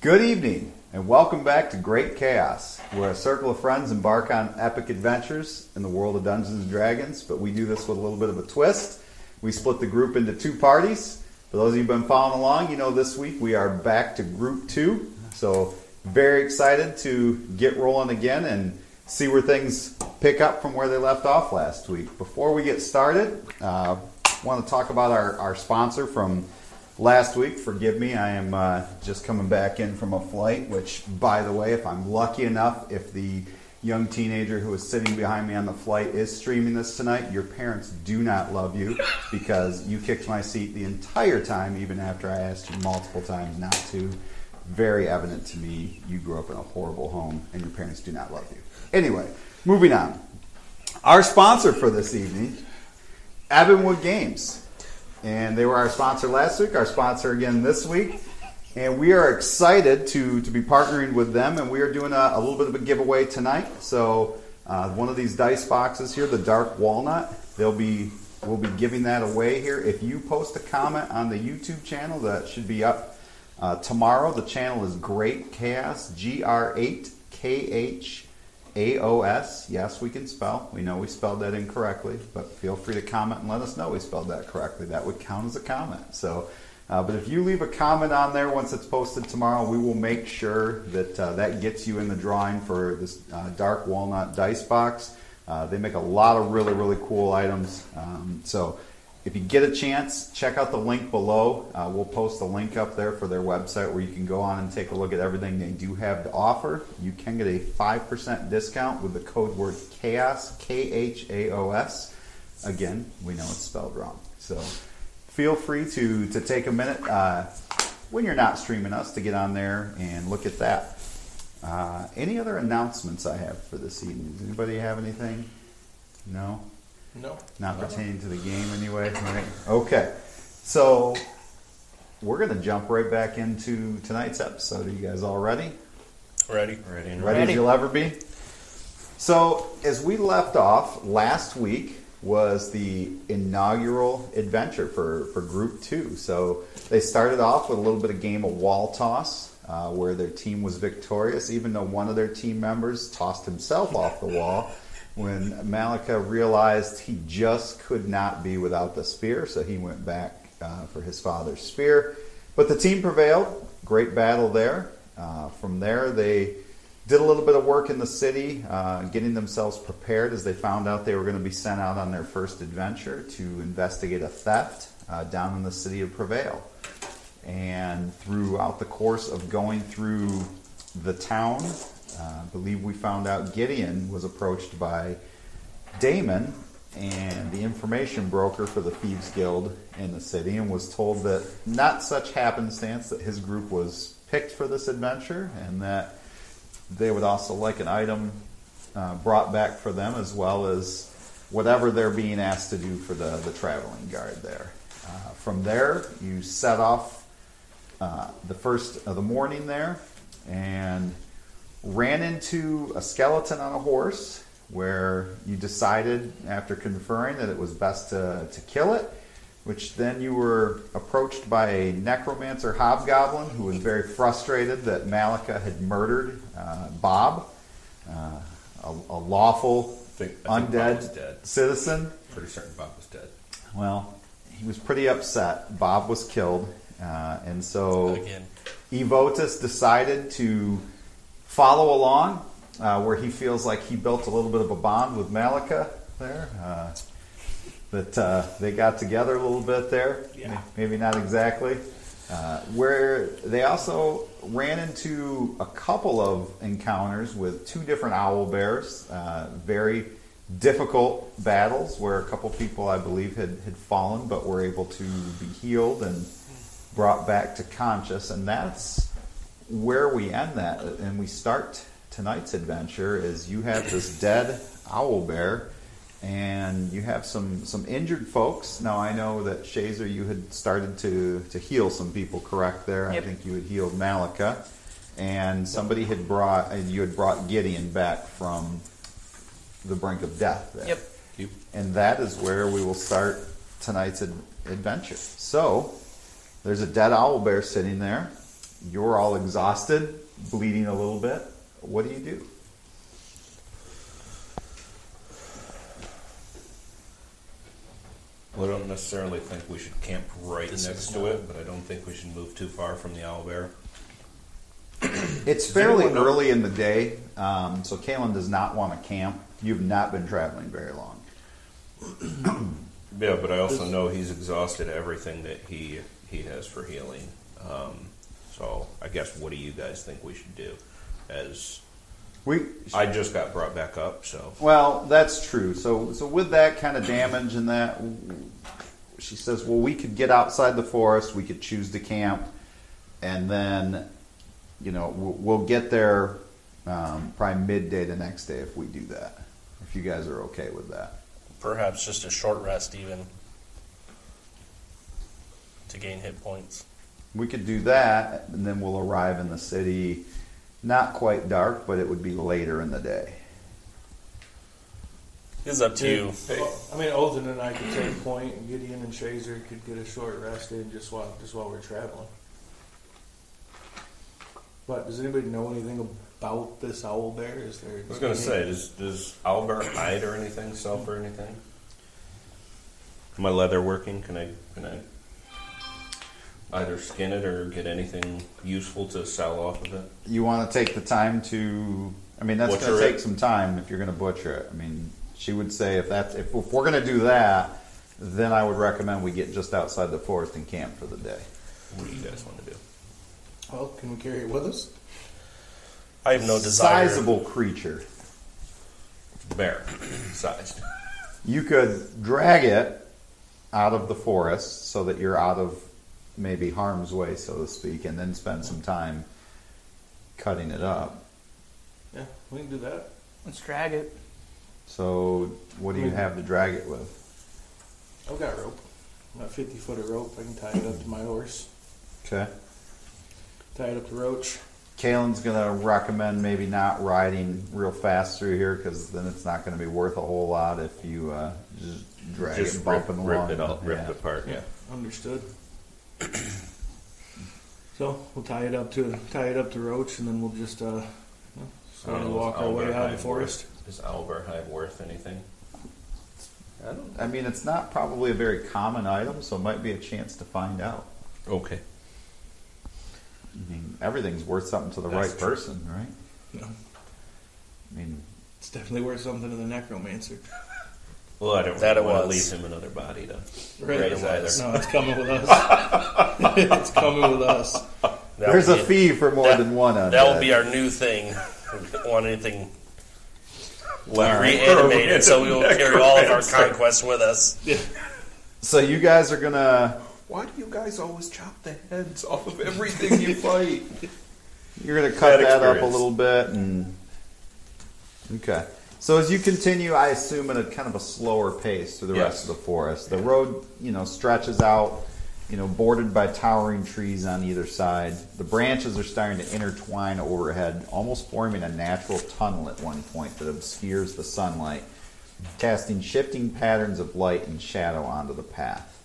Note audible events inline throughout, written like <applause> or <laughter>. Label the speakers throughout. Speaker 1: Good evening, and welcome back to Great Chaos, where a circle of friends embark on epic adventures in the world of Dungeons and Dragons. But we do this with a little bit of a twist. We split the group into two parties. For those of you who've been following along, you know this week we are back to group two. So, very excited to get rolling again and see where things pick up from where they left off last week. Before we get started, uh, want to talk about our, our sponsor from last week. Forgive me, I am uh, just coming back in from a flight, which, by the way, if I'm lucky enough, if the young teenager who is sitting behind me on the flight is streaming this tonight, your parents do not love you because you kicked my seat the entire time, even after I asked you multiple times not to. Very evident to me, you grew up in a horrible home and your parents do not love you. Anyway, moving on. Our sponsor for this evening Abinwood Games. And they were our sponsor last week, our sponsor again this week. And we are excited to, to be partnering with them. And we are doing a, a little bit of a giveaway tonight. So, uh, one of these dice boxes here, the Dark Walnut, they'll be, we'll be giving that away here. If you post a comment on the YouTube channel, that should be up uh, tomorrow. The channel is Great Chaos, G R 8 K H a O S. Yes, we can spell. We know we spelled that incorrectly, but feel free to comment and let us know we spelled that correctly. That would count as a comment. So, uh, but if you leave a comment on there once it's posted tomorrow, we will make sure that uh, that gets you in the drawing for this uh, dark walnut dice box. Uh, they make a lot of really really cool items. Um, so. If you get a chance, check out the link below. Uh, we'll post the link up there for their website where you can go on and take a look at everything they do have to offer. You can get a 5% discount with the code word CHAOS, K H A O S. Again, we know it's spelled wrong. So feel free to, to take a minute uh, when you're not streaming us to get on there and look at that. Uh, any other announcements I have for this evening? Does anybody have anything? No?
Speaker 2: No.
Speaker 1: not pertaining to the game anyway, right? Okay, so we're gonna jump right back into tonight's episode. Are you guys all ready?
Speaker 2: Ready. Ready and
Speaker 1: Ready, as you'll ever be. So as we left off last week was the inaugural adventure for for Group Two. So they started off with a little bit of game of wall toss, uh, where their team was victorious, even though one of their team members tossed himself off the wall. When Malika realized he just could not be without the spear, so he went back uh, for his father's spear. But the team prevailed. Great battle there. Uh, from there, they did a little bit of work in the city, uh, getting themselves prepared as they found out they were going to be sent out on their first adventure to investigate a theft uh, down in the city of Prevail. And throughout the course of going through the town, uh, I believe we found out Gideon was approached by Damon and the information broker for the Thieves Guild in the city and was told that not such happenstance that his group was picked for this adventure and that they would also like an item uh, brought back for them as well as whatever they're being asked to do for the, the traveling guard there. Uh, from there, you set off uh, the first of the morning there and ran into a skeleton on a horse where you decided after conferring that it was best to, to kill it which then you were approached by a necromancer hobgoblin who was very frustrated that Malika had murdered uh, Bob, uh, a, a lawful
Speaker 2: think- I think Bob was
Speaker 1: undead
Speaker 2: dead.
Speaker 1: citizen.
Speaker 2: Pretty certain Bob was dead.
Speaker 1: Well, he was pretty upset. Bob was killed, uh, and so
Speaker 2: Again.
Speaker 1: Evotus decided to follow along, uh, where he feels like he built a little bit of a bond with Malika there. Uh, that uh, they got together a little bit there.
Speaker 2: Yeah.
Speaker 1: Maybe not exactly. Uh, where they also ran into a couple of encounters with two different owl bears, uh, very difficult battles where a couple people, I believe, had, had fallen but were able to be healed and brought back to conscious. And that's where we end that and we start tonight's adventure is you have this dead owl bear and you have some some injured folks now i know that shazer you had started to to heal some people correct there
Speaker 3: Yep.
Speaker 1: i think you had healed malika and somebody had brought and you had brought gideon back from the brink of death there.
Speaker 3: Yep.
Speaker 2: You,
Speaker 1: And that is where we will start tonight's ad- adventure. So, there's a dead owl bear sitting there, You're all exhausted, bleeding a little bit. What do you do?
Speaker 2: Well, I don't necessarily think we should camp right
Speaker 3: This
Speaker 2: next
Speaker 3: is
Speaker 2: to
Speaker 3: not-
Speaker 2: it, but I don't think we should move too far from the owlbear.
Speaker 1: It's
Speaker 2: Does
Speaker 1: fairly
Speaker 2: anyone know-
Speaker 1: early in the day, um, so Kalen does not want to camp. You've not been traveling very long.
Speaker 2: Yeah, but I also know he's exhausted everything that he he has for healing. Um, so I guess what do you guys think we should do? As
Speaker 1: We,
Speaker 2: I just got brought back up, so
Speaker 1: well, that's true. So, so with that kind of damage and that, she says, "Well, we could get outside the forest. We could choose to camp, and then, you know, we'll, we'll get there um, probably midday the next day if we do that. If you guys are okay with that."
Speaker 3: Perhaps just a short rest, even to gain hit points.
Speaker 1: We could do that, and then we'll arrive in the city. Not quite dark, but it would be later in the day.
Speaker 3: It's up to you.
Speaker 4: Well, I mean, Olden and I could take point, and Gideon and Shazer could get a short rest in just while just while we're traveling. But does anybody know anything about this owl bear? Is there?
Speaker 2: I was gonna say, does does Albert hide or anything, self or anything? My leather working? Can I can I either skin it or get anything useful to sell off of it?
Speaker 1: You want to take the time to? I mean, that's going
Speaker 2: Butcher
Speaker 1: to
Speaker 2: it.
Speaker 1: take some time if you're going to butcher it. I mean, she would say if that's if, if we're going to do that, then I would recommend we get just outside the forest and camp for the day.
Speaker 2: What do you guys want to do?
Speaker 4: Well, can we carry it with us?
Speaker 3: I have no desire.
Speaker 1: Sizable creature.
Speaker 2: Bear sized.
Speaker 1: You could drag it out of the forest so that you're out of maybe harm's way, so to speak, and then spend some time cutting it up.
Speaker 4: Yeah, we can do that.
Speaker 5: Let's drag it.
Speaker 1: So, what do you
Speaker 4: Mm.
Speaker 1: have to drag it with?
Speaker 4: I've got rope. I've got fifty foot of rope. I can tie it up to my horse.
Speaker 1: Okay.
Speaker 4: Tie it up to Roach.
Speaker 1: Kalen's gonna recommend maybe not riding real fast through here because then it's not gonna be worth a whole lot if you uh, just drag
Speaker 2: Just
Speaker 1: it
Speaker 2: rip,
Speaker 1: bumping
Speaker 2: rip
Speaker 1: along.
Speaker 2: it up, rip
Speaker 1: Yeah.
Speaker 2: it apart. Yeah.
Speaker 4: Understood. so we'll tie it up to tie it up to Roach, and then we'll just uh,
Speaker 2: I don't
Speaker 4: slowly
Speaker 2: know,
Speaker 4: walk
Speaker 2: is
Speaker 4: our way
Speaker 2: Albert
Speaker 4: out of
Speaker 2: Hide
Speaker 4: the forest.
Speaker 2: worth- Is Albert hide worth anything? I don't.
Speaker 1: I mean, it's not probably a very common item, so it might be a chance to find out.
Speaker 2: Okay.
Speaker 1: I mean, everything's worth something to the
Speaker 2: That's
Speaker 1: right
Speaker 2: true.
Speaker 1: person, right?
Speaker 4: Yeah.
Speaker 1: I mean,
Speaker 4: It's definitely worth something to the necromancer.
Speaker 2: Well, I don't
Speaker 3: That it
Speaker 2: really want to
Speaker 3: was.
Speaker 2: leave him another body to raise either.
Speaker 1: <laughs>
Speaker 4: No, it's coming with us. <laughs> it's coming with us.
Speaker 3: That
Speaker 1: there's
Speaker 3: will
Speaker 1: a
Speaker 3: be-
Speaker 1: fee for more
Speaker 3: that-
Speaker 1: than one. Undead.
Speaker 3: That will be our new thing. We don't want anything
Speaker 2: All right.
Speaker 3: reanimated, so we will carry all
Speaker 1: <laughs>
Speaker 3: of our conquests with us.
Speaker 1: so you guys are gonna
Speaker 2: Why do you guys always chop the heads off of everything you fight?
Speaker 1: <laughs> You're going to cut
Speaker 2: Bad
Speaker 1: that up a
Speaker 2: experience.
Speaker 1: little bit and okay. So as you continue, I assume at a kind of a slower pace through the rest
Speaker 2: Yes.
Speaker 1: of the forest. The road, you know, stretches out, you know, bordered by towering trees on either side. The branches are starting to intertwine overhead, almost forming a natural tunnel at one point that obscures the sunlight, casting shifting patterns of light and shadow onto the path.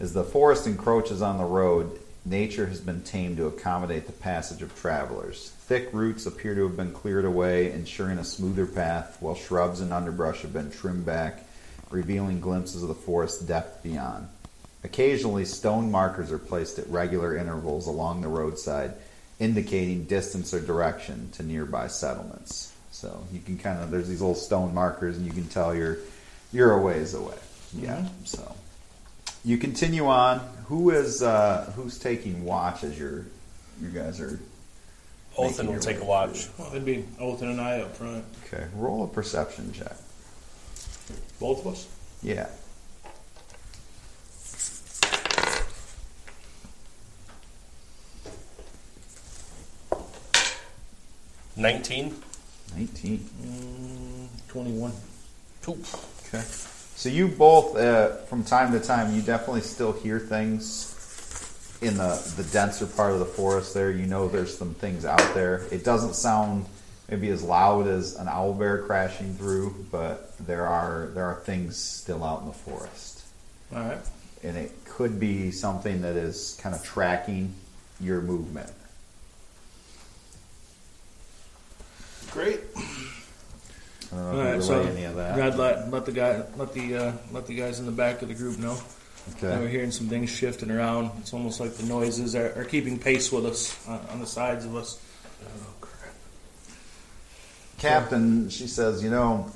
Speaker 1: As the forest encroaches on the road, nature has been tamed to accommodate the passage of travelers. Thick roots appear to have been cleared away, ensuring a smoother path, while shrubs and underbrush have been trimmed back, revealing glimpses of the forest depth beyond. Occasionally, stone markers are placed at regular intervals along the roadside, indicating distance or direction to nearby settlements. So you can kind of there's these little stone markers, and you can tell you're you're a ways away. Yeah. So you continue on. Who is uh, who's taking watch as your you guys are?
Speaker 3: Othan will take a watch.
Speaker 4: Well, that'd be Olton and I up front.
Speaker 1: Okay, roll a perception check.
Speaker 4: Both of us?
Speaker 1: Yeah,
Speaker 3: Nineteen.
Speaker 1: nineteen.
Speaker 4: Mm, 21.
Speaker 1: Okay. So you both, uh, from time to time, you definitely still hear things in the, the denser part of the forest there. You know there's some things out there. It doesn't sound maybe as loud as an owl bear crashing through, but there are there are things still out in the forest.
Speaker 4: All right.
Speaker 1: And it could be something that is kind of tracking your movement.
Speaker 4: Great.
Speaker 1: I don't know if
Speaker 4: All
Speaker 1: you
Speaker 4: right,
Speaker 1: relay
Speaker 4: so
Speaker 1: any of that.
Speaker 4: I'd let let the guy let the uh, let the guys in the back of the group know. Now we're
Speaker 1: okay.
Speaker 4: hearing some things shifting around. It's almost like the noises are, are keeping pace with us on, on the sides of us.
Speaker 1: Captain, she says, you know,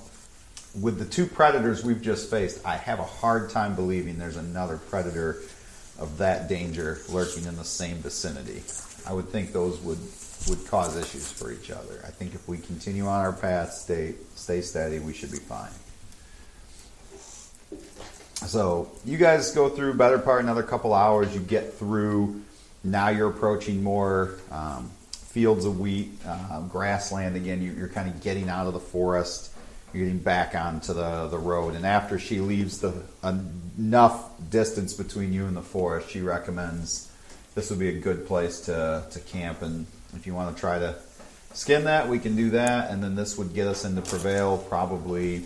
Speaker 1: with the two predators we've just faced, I have a hard time believing there's another predator of that danger lurking in the same vicinity. I would think those would would cause issues for each other. I think if we continue on our path, stay stay steady, we should be fine. So you guys go through better part another couple hours. You get through. Now you're approaching more um, fields of wheat, um, grassland again. You, you're kind of getting out of the forest. You're getting back onto the, the road. And after she leaves the enough distance between you and the forest, she recommends this would be a good place to, to camp. And if you want to try to skin that, we can do that. And then this would get us into Prevail probably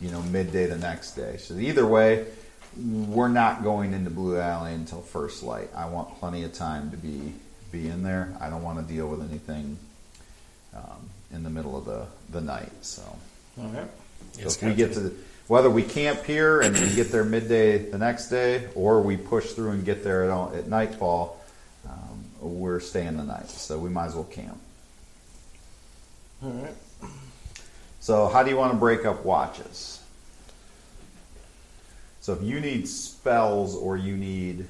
Speaker 1: you know, midday the next day. So either way, we're not going into Blue Alley until first light. I want plenty of time to be be in there. I don't want to deal with anything um, in the middle of the the night. So,
Speaker 4: All right.
Speaker 1: so if we get to the, whether we camp here and we get there midday the next day, or we push through and get there at, all, at nightfall, um, we're staying the night. So we might as well camp.
Speaker 4: All right.
Speaker 1: So, how do you want to break up watches? So, if you need spells or you need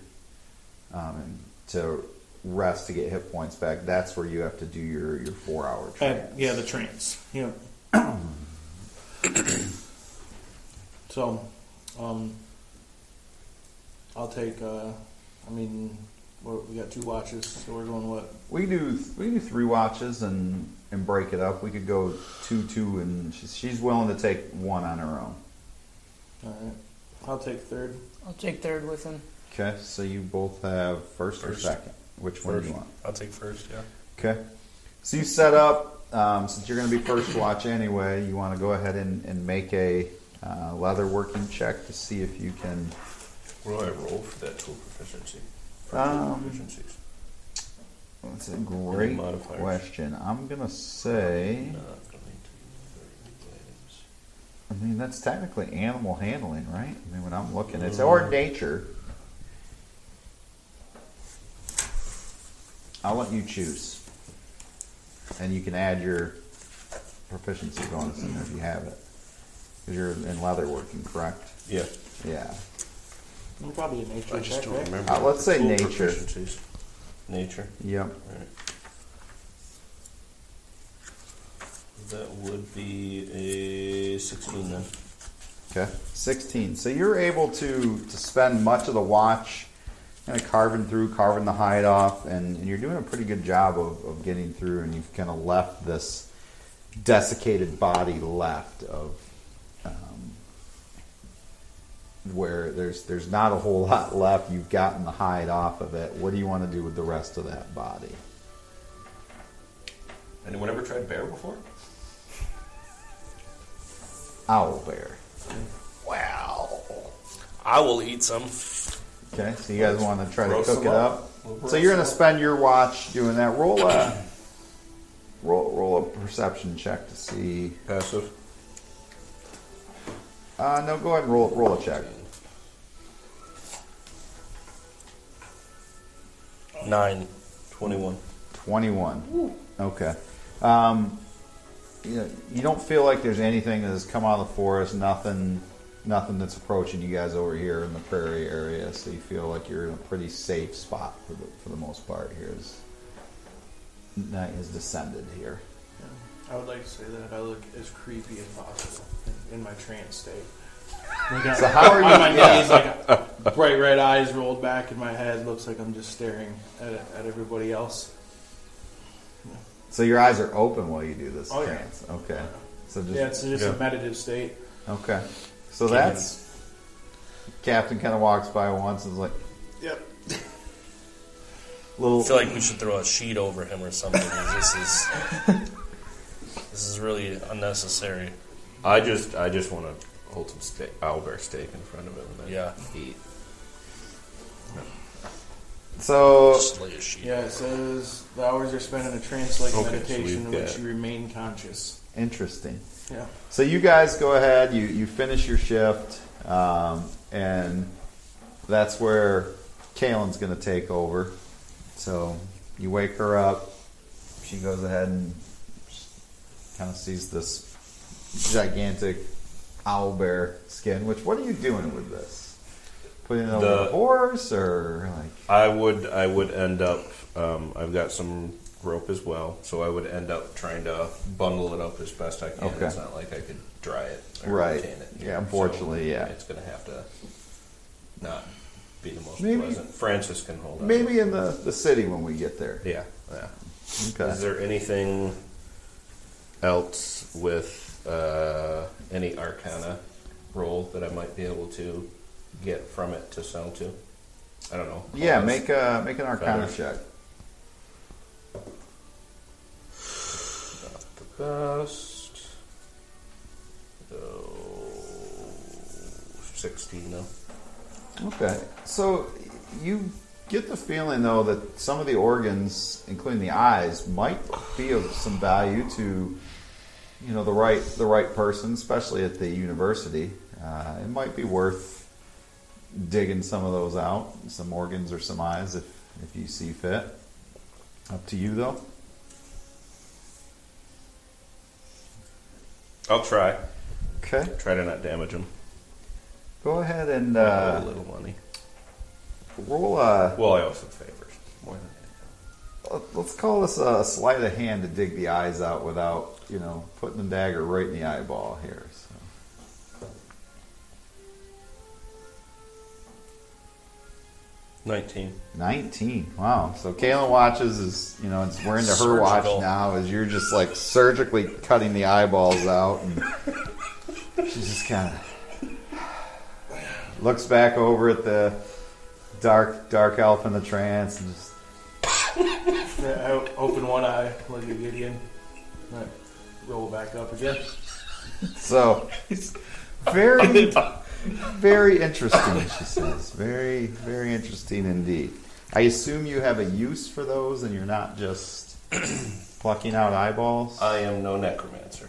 Speaker 1: um, to rest to get hit points back, that's where you have to do your, your four hour
Speaker 4: Uh,
Speaker 1: trance.
Speaker 4: yeah, the trance. Yeah. <coughs> so, um, I'll take. Uh, I mean, we're, we got two watches, so we're going what?
Speaker 1: we can do we can do three watches and and break it up. We could go two two, and she's, she's willing to take one on her own.
Speaker 4: All right. I'll take third.
Speaker 5: I'll take third with him.
Speaker 1: Okay, so you both have first, or
Speaker 2: First.
Speaker 1: second. Which one do you want?
Speaker 2: I'll take first, yeah.
Speaker 1: Okay. So you set up, um, since you're going to be first watch anyway, you want to go ahead and, and make a uh, leather working check to see if you can.
Speaker 2: What do I roll for that tool proficiency? For
Speaker 1: Um,
Speaker 2: tool proficiencies.
Speaker 1: That's a great
Speaker 2: modifiers?
Speaker 1: question. I'm going to say,
Speaker 2: Not going to use very many items.
Speaker 1: I mean, that's technically animal handling, right? I mean, when I'm looking, it's or nature. I'll let you choose. And you can add your proficiency bonus in there if you have it. Because you're in leather working, correct?
Speaker 2: Yeah.
Speaker 1: Yeah.
Speaker 4: I'm probably a nature
Speaker 2: I just
Speaker 4: check,
Speaker 2: don't
Speaker 4: right?
Speaker 2: remember.
Speaker 1: Uh, let's say
Speaker 2: Tool
Speaker 1: nature.
Speaker 2: proficiencies. Nature.
Speaker 1: Yep.
Speaker 2: Alright. That would be a 16 then.
Speaker 1: Okay. 16. So you're able to, to spend much of the watch kind of carving through, carving the hide off, and, and you're doing a pretty good job of, of getting through, and you've kind of left this desiccated body left of um, where there's there's not a whole lot left. You've gotten the hide off of it. What do you want to do with the rest of that body?
Speaker 2: Anyone ever tried bear before?
Speaker 1: Owl bear. Wow.
Speaker 3: I will eat some.
Speaker 1: Okay, so you guys want to try to
Speaker 2: Roast
Speaker 1: cook it
Speaker 2: them up.
Speaker 1: up.
Speaker 2: We'll
Speaker 1: So you're going to
Speaker 2: roast
Speaker 1: spend your watch doing that. Roll a roll, roll a perception check to see.
Speaker 2: Passive.
Speaker 1: Uh, no, go ahead and roll roll a check.
Speaker 3: Nine.
Speaker 2: 21.
Speaker 1: Twenty-one. Okay. Um, you, know, you don't feel like there's anything that has come out of the forest. Nothing, nothing that's approaching you guys over here in the prairie area. So you feel like you're in a pretty safe spot for the for the most part. Here is night has descended here.
Speaker 4: I would like to say that I look as creepy as possible in, in my trance state. Like I,
Speaker 1: So how are you?
Speaker 4: <laughs> on my
Speaker 1: yeah.
Speaker 4: knees,
Speaker 2: <laughs>
Speaker 4: like bright red eyes rolled back in my head. Looks like I'm just staring at, at everybody else.
Speaker 1: So your eyes are open while you do this
Speaker 4: Oh, yeah.
Speaker 1: trance. Okay. So just
Speaker 4: yeah, it's just
Speaker 2: yeah.
Speaker 4: a meditative state.
Speaker 1: okay. So that's Captain kind of walks by once and is like
Speaker 4: Yep.
Speaker 1: little.
Speaker 3: I feel like we should throw a sheet over him or something. 'cause This is this is really unnecessary.
Speaker 2: I just I just want to hold some steak, owlbear steak in front of him and then
Speaker 3: Yeah.
Speaker 2: eat.
Speaker 1: So
Speaker 3: Just lay a sheet.
Speaker 4: Yeah, it says the hours are spent in a trance-like
Speaker 2: Okay, so
Speaker 4: meditation in
Speaker 2: we've
Speaker 4: which
Speaker 2: got-
Speaker 4: you remain conscious.
Speaker 1: interesting.
Speaker 4: Yeah.
Speaker 1: So you guys go ahead, you, you finish your shift, um, and that's where Kaylin's going to take over. So you wake her up. She goes ahead and kind of sees this gigantic owl bear skin. Which what are you doing with this? Putting it on
Speaker 2: The-
Speaker 1: a horse or like?
Speaker 2: I would I would end up. Um, I've got some rope as well, so I would end up trying to bundle it up as best I can.
Speaker 1: Okay.
Speaker 2: It's not like I could dry it or
Speaker 1: Right.
Speaker 2: retain it.
Speaker 1: Yeah, unfortunately, yeah.
Speaker 2: It's gonna have to not be the most
Speaker 1: Maybe-
Speaker 2: pleasant. Francis can hold on.
Speaker 1: Maybe in the, the city when we get there.
Speaker 2: Yeah, yeah. Is
Speaker 1: Okay.
Speaker 2: there anything else with uh, any Arcana roll that I might be able to get from it to sell to? I don't know.
Speaker 1: Yeah,
Speaker 2: Unless-
Speaker 1: make a make an Arcana
Speaker 2: Feathers.
Speaker 1: check.
Speaker 2: the best. So, 16 though.
Speaker 1: Okay. So you get the feeling, though, that some of the organs, including the eyes, might be of some value to, you know, the right the right person, especially at the university. Uh, it might be worth digging some of those out, some organs or some eyes, if if you see fit. Up to you, though.
Speaker 2: I'll try.
Speaker 1: Okay.
Speaker 2: Try to not damage him.
Speaker 1: Go ahead and uh,
Speaker 2: a little money.
Speaker 1: roll a.
Speaker 2: Well, I owe some favors. More than anything.
Speaker 1: Let's call this a sleight of hand to dig the eyes out without, you know, putting the dagger right in the eyeball here. So.
Speaker 2: Nineteen.
Speaker 1: 19. Wow. So Kaylin watches is, you know, it's, we're into her watch
Speaker 3: Surgical.
Speaker 1: now as you're just like surgically cutting the eyeballs out. And she's just kind of looks back over at the dark, dark elf in the trance and just,
Speaker 4: Yeah, I o- open one eye like a Gideon. Right. Roll back up again.
Speaker 1: so
Speaker 2: <laughs>
Speaker 1: very, very interesting, she says. Very, very interesting indeed. I assume you have a use for those and you're not just <clears throat> plucking out eyeballs?
Speaker 2: I am no necromancer.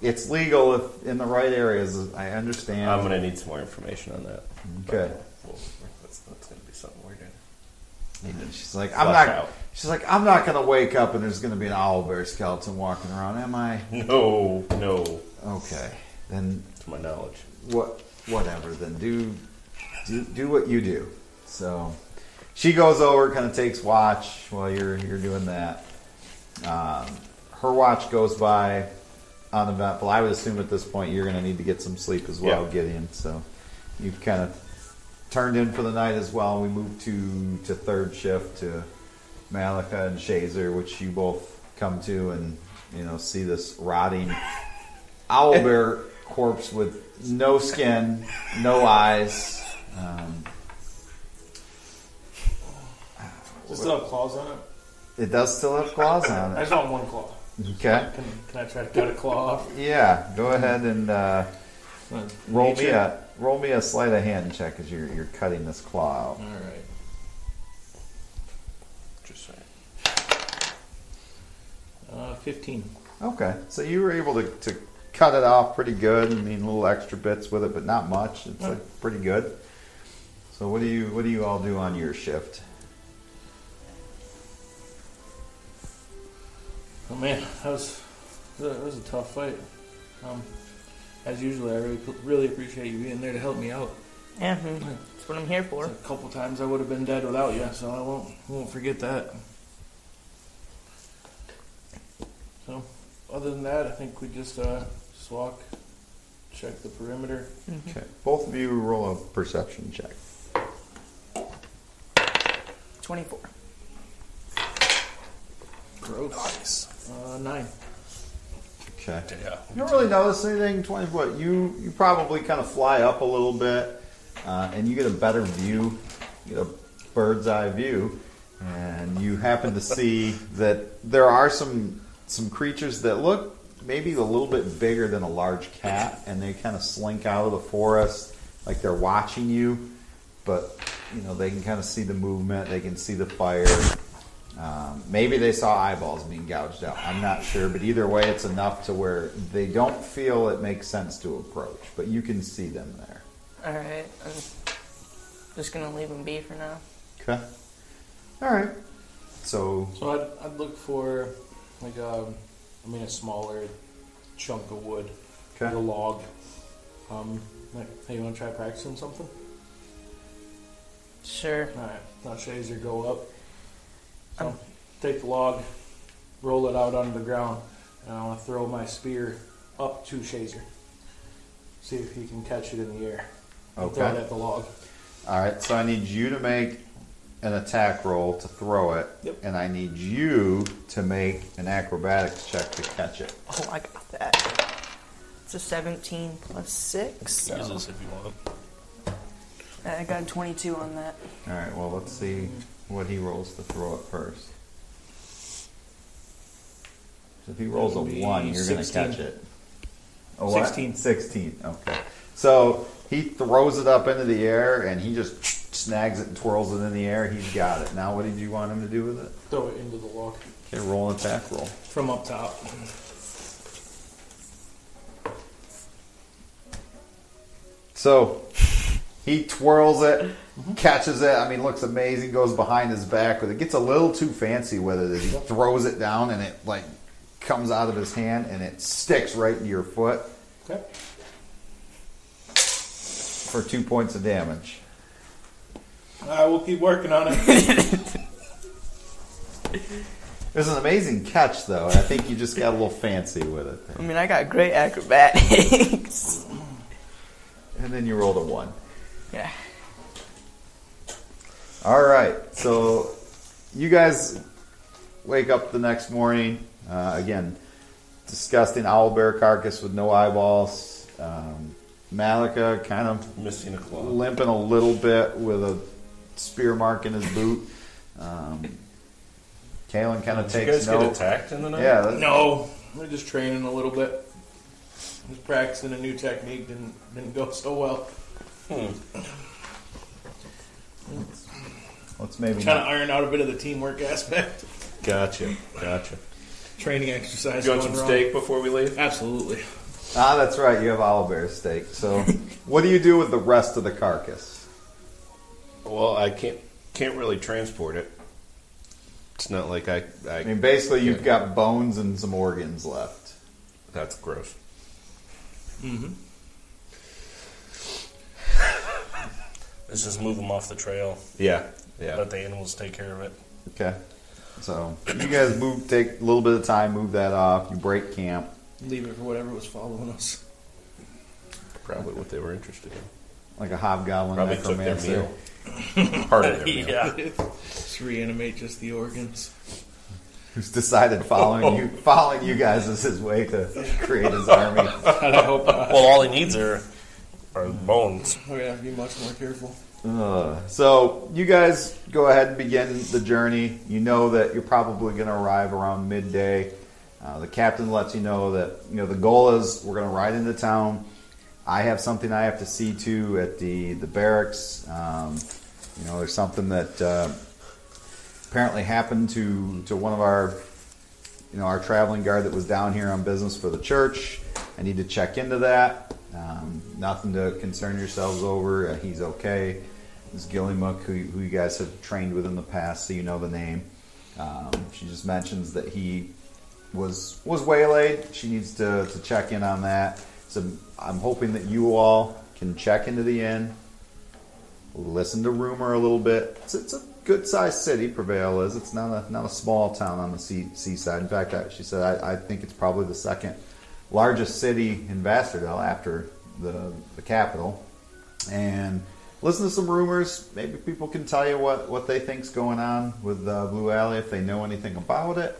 Speaker 1: It's legal if in the right areas. I understand.
Speaker 2: I'm gonna need some more information on that.
Speaker 1: Okay.
Speaker 2: Well, that's, that's gonna be something we're gonna.
Speaker 1: And she's like, I'm
Speaker 2: Flush
Speaker 1: not.
Speaker 2: out.
Speaker 1: She's like, I'm not gonna wake up and there's gonna be an owl bear skeleton walking around, am I?
Speaker 2: No, no.
Speaker 1: Okay, then
Speaker 2: To my knowledge,
Speaker 1: what? Whatever. Then do, do do what you do. So, she goes over, kind of takes watch while you're you're doing that. Um, her watch goes by uneventful. I would assume at this point you're going to need to get some sleep as well,
Speaker 2: Yeah.
Speaker 1: Gideon. So you've kind of turned in for the night as well. We move to to third shift to Malika and Shazer, which you both come to and you know see this rotting owl bear corpse with no skin, no eyes. Um,
Speaker 4: Does it still have claws on it?
Speaker 1: it does still have claws on
Speaker 4: I <laughs>
Speaker 1: it.
Speaker 4: just want one claw.
Speaker 1: Okay.
Speaker 4: Can, can I try to cut a claw off?
Speaker 1: Yeah, go ahead and uh, roll me
Speaker 4: Nature?
Speaker 1: a roll me a sleight of hand check as you're you're cutting this claw out.
Speaker 4: All right.
Speaker 2: just saying.
Speaker 4: Uh, 15.
Speaker 1: Okay, so you were able to, to cut it off pretty good. I mean, little extra bits with it, but not much. It's like pretty good. So what do you what do you all do on your shift?
Speaker 4: Oh man, that was that was a tough fight. Um, as usual, I really, really appreciate you being there to help me out.
Speaker 5: Yeah, mm, that's what I'm here for.
Speaker 4: A couple times I would have been dead without you, so I won't won't forget that. So, other than that, I think we just uh, just walk, check the perimeter.
Speaker 1: Okay, both of you roll a perception check.
Speaker 5: 24.
Speaker 4: Gross.
Speaker 3: Nice.
Speaker 4: Uh, nine.
Speaker 1: Okay.
Speaker 3: Yeah.
Speaker 1: You don't really notice anything. Twenty foot. You you probably kind of fly up a little bit, uh, and you get a better view, you get a bird's eye view, and you happen to see that there are some some creatures that look maybe a little bit bigger than a large cat, and they kind of slink out of the forest like they're watching you, but you know they can kind of see the movement, they can see the fire. Um, maybe they saw eyeballs being gouged out. I'm not sure, but either way, it's enough to where they don't feel it makes sense to approach, but you can see them there.
Speaker 5: All right. I'm just gonna leave him be for now.
Speaker 1: Okay. All right. So
Speaker 4: So I'd, I'd look for like a, I mean a smaller chunk of wood, like
Speaker 1: okay.
Speaker 4: a log. Um, like, hey, you want to try practicing something?
Speaker 5: Sure.
Speaker 4: All right, now Shazer, go up. So
Speaker 5: Um.
Speaker 4: take the log, roll it out onto the ground, and I want to throw my spear up to Shazer. See if he can catch it in the air. And Throw it
Speaker 1: Okay.
Speaker 4: at the log.
Speaker 1: All right. So I need you to make an attack roll to throw it,
Speaker 4: Yep.
Speaker 1: and I need you to make an acrobatics check to catch it.
Speaker 5: Oh, I got that. It's a 17 plus six.
Speaker 3: Use this if you want.
Speaker 5: I got a 22 on that.
Speaker 1: All right. Well, let's see what he rolls to throw it first. So if he rolls a
Speaker 4: That'll be
Speaker 1: one, you're going to
Speaker 4: 16.
Speaker 1: catch it. A what?
Speaker 4: 16.
Speaker 1: Sixteen. Okay. So he throws it up into the air, and he just snags it and twirls it in the air. He's got it. Now, what did you want him to do with it?
Speaker 4: Throw it into the log
Speaker 1: Okay, roll an attack roll.
Speaker 4: from up top.
Speaker 1: So he twirls it, catches it. I mean, looks amazing. Goes behind his back with it. Gets a little too fancy with it. As he throws it down, and it like comes out of his hand, and it sticks right into your foot
Speaker 4: Okay.
Speaker 1: for two points of damage.
Speaker 4: All right, we'll keep working on <laughs> it.
Speaker 1: It was an amazing catch, though. and I think you just got a little fancy with it.
Speaker 5: I mean, I got great acrobatics.
Speaker 1: And then you rolled a one.
Speaker 5: <laughs> yeah.
Speaker 1: All right. So you guys wake up the next morning. Uh, again, disgusting owl bear carcass with no eyeballs. Um, Malika kind of
Speaker 2: Missing a claw.
Speaker 1: limping a little bit with a spear mark in his boot. Um, Kalen kind of
Speaker 2: Did you
Speaker 1: takes
Speaker 2: guys get
Speaker 1: note.
Speaker 2: attacked in the night?
Speaker 1: Yeah, that-
Speaker 4: no, we're just training a little bit. Just practicing a new technique. Didn't didn't go so well.
Speaker 1: let's maybe
Speaker 4: Trying to
Speaker 1: not.
Speaker 4: iron out a bit of the teamwork aspect.
Speaker 2: Gotcha. Gotcha.
Speaker 4: Training exercise.
Speaker 2: You want
Speaker 4: going
Speaker 2: some
Speaker 4: wrong.
Speaker 2: steak before we leave?
Speaker 4: Absolutely.
Speaker 1: Ah, that's right. You have owl bear steak. So, what do you do with the rest of the carcass?
Speaker 2: Well, I can't can't really transport it. It's not like I. I,
Speaker 1: I mean, basically, you've got bones and some organs left.
Speaker 2: that's gross.
Speaker 3: Let's just move them off the trail.
Speaker 2: Yeah. Yeah.
Speaker 3: Let the animals take care of it.
Speaker 1: Okay. So you guys move, take a little bit of time, move that off. You break camp.
Speaker 4: Leave it for whatever was following us.
Speaker 2: Probably what they were interested in.
Speaker 1: Like a hobgoblin
Speaker 2: Probably took their
Speaker 1: necromancer.
Speaker 2: meal. Part <laughs> of their meal.
Speaker 3: <laughs> Yeah.
Speaker 4: Just reanimate just the organs.
Speaker 1: Who's decided following
Speaker 2: Oh.
Speaker 1: you following you guys is his way to
Speaker 2: <laughs>
Speaker 1: create his army.
Speaker 4: God, I hope not.
Speaker 3: <laughs> Well, all he needs are, are bones.
Speaker 4: We're gonna have to be much more careful.
Speaker 1: Ugh. Uh, So you guys go ahead and begin the journey. You know that you're probably going to arrive around midday. Uh, the captain lets you know that you know the goal is we're going to ride into town. I have something I have to see to at the the barracks. Um, you know, there's something that uh, apparently happened to to one of our you know our traveling guard that was down here on business for the church. I need to check into that. Um, nothing to concern yourselves over. Uh, he's okay. This Gillymuck, who, who you guys have trained with in the past, so you know the name. Um, she just mentions that he was was waylaid. She needs to, to check in on that. So I'm hoping that you all can check into the inn, listen to rumor a little bit. It's, it's a good sized city, Prevail is. It's not a not a small town on the sea, seaside. In fact, I, she said I, I think it's probably the second largest city in Vasterdale after the the capital. And listen to some rumors. Maybe people can tell you what what they think's going on with uh, Blue Alley if they know anything about it.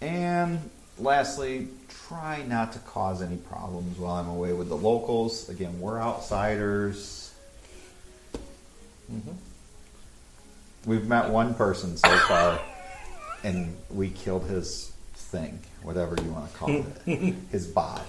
Speaker 1: And lastly, try not to cause any problems while I'm away with the locals. Again, we're outsiders. We've met one person so far, and
Speaker 2: <laughs>
Speaker 1: we killed his thing, whatever you want to call it, his body.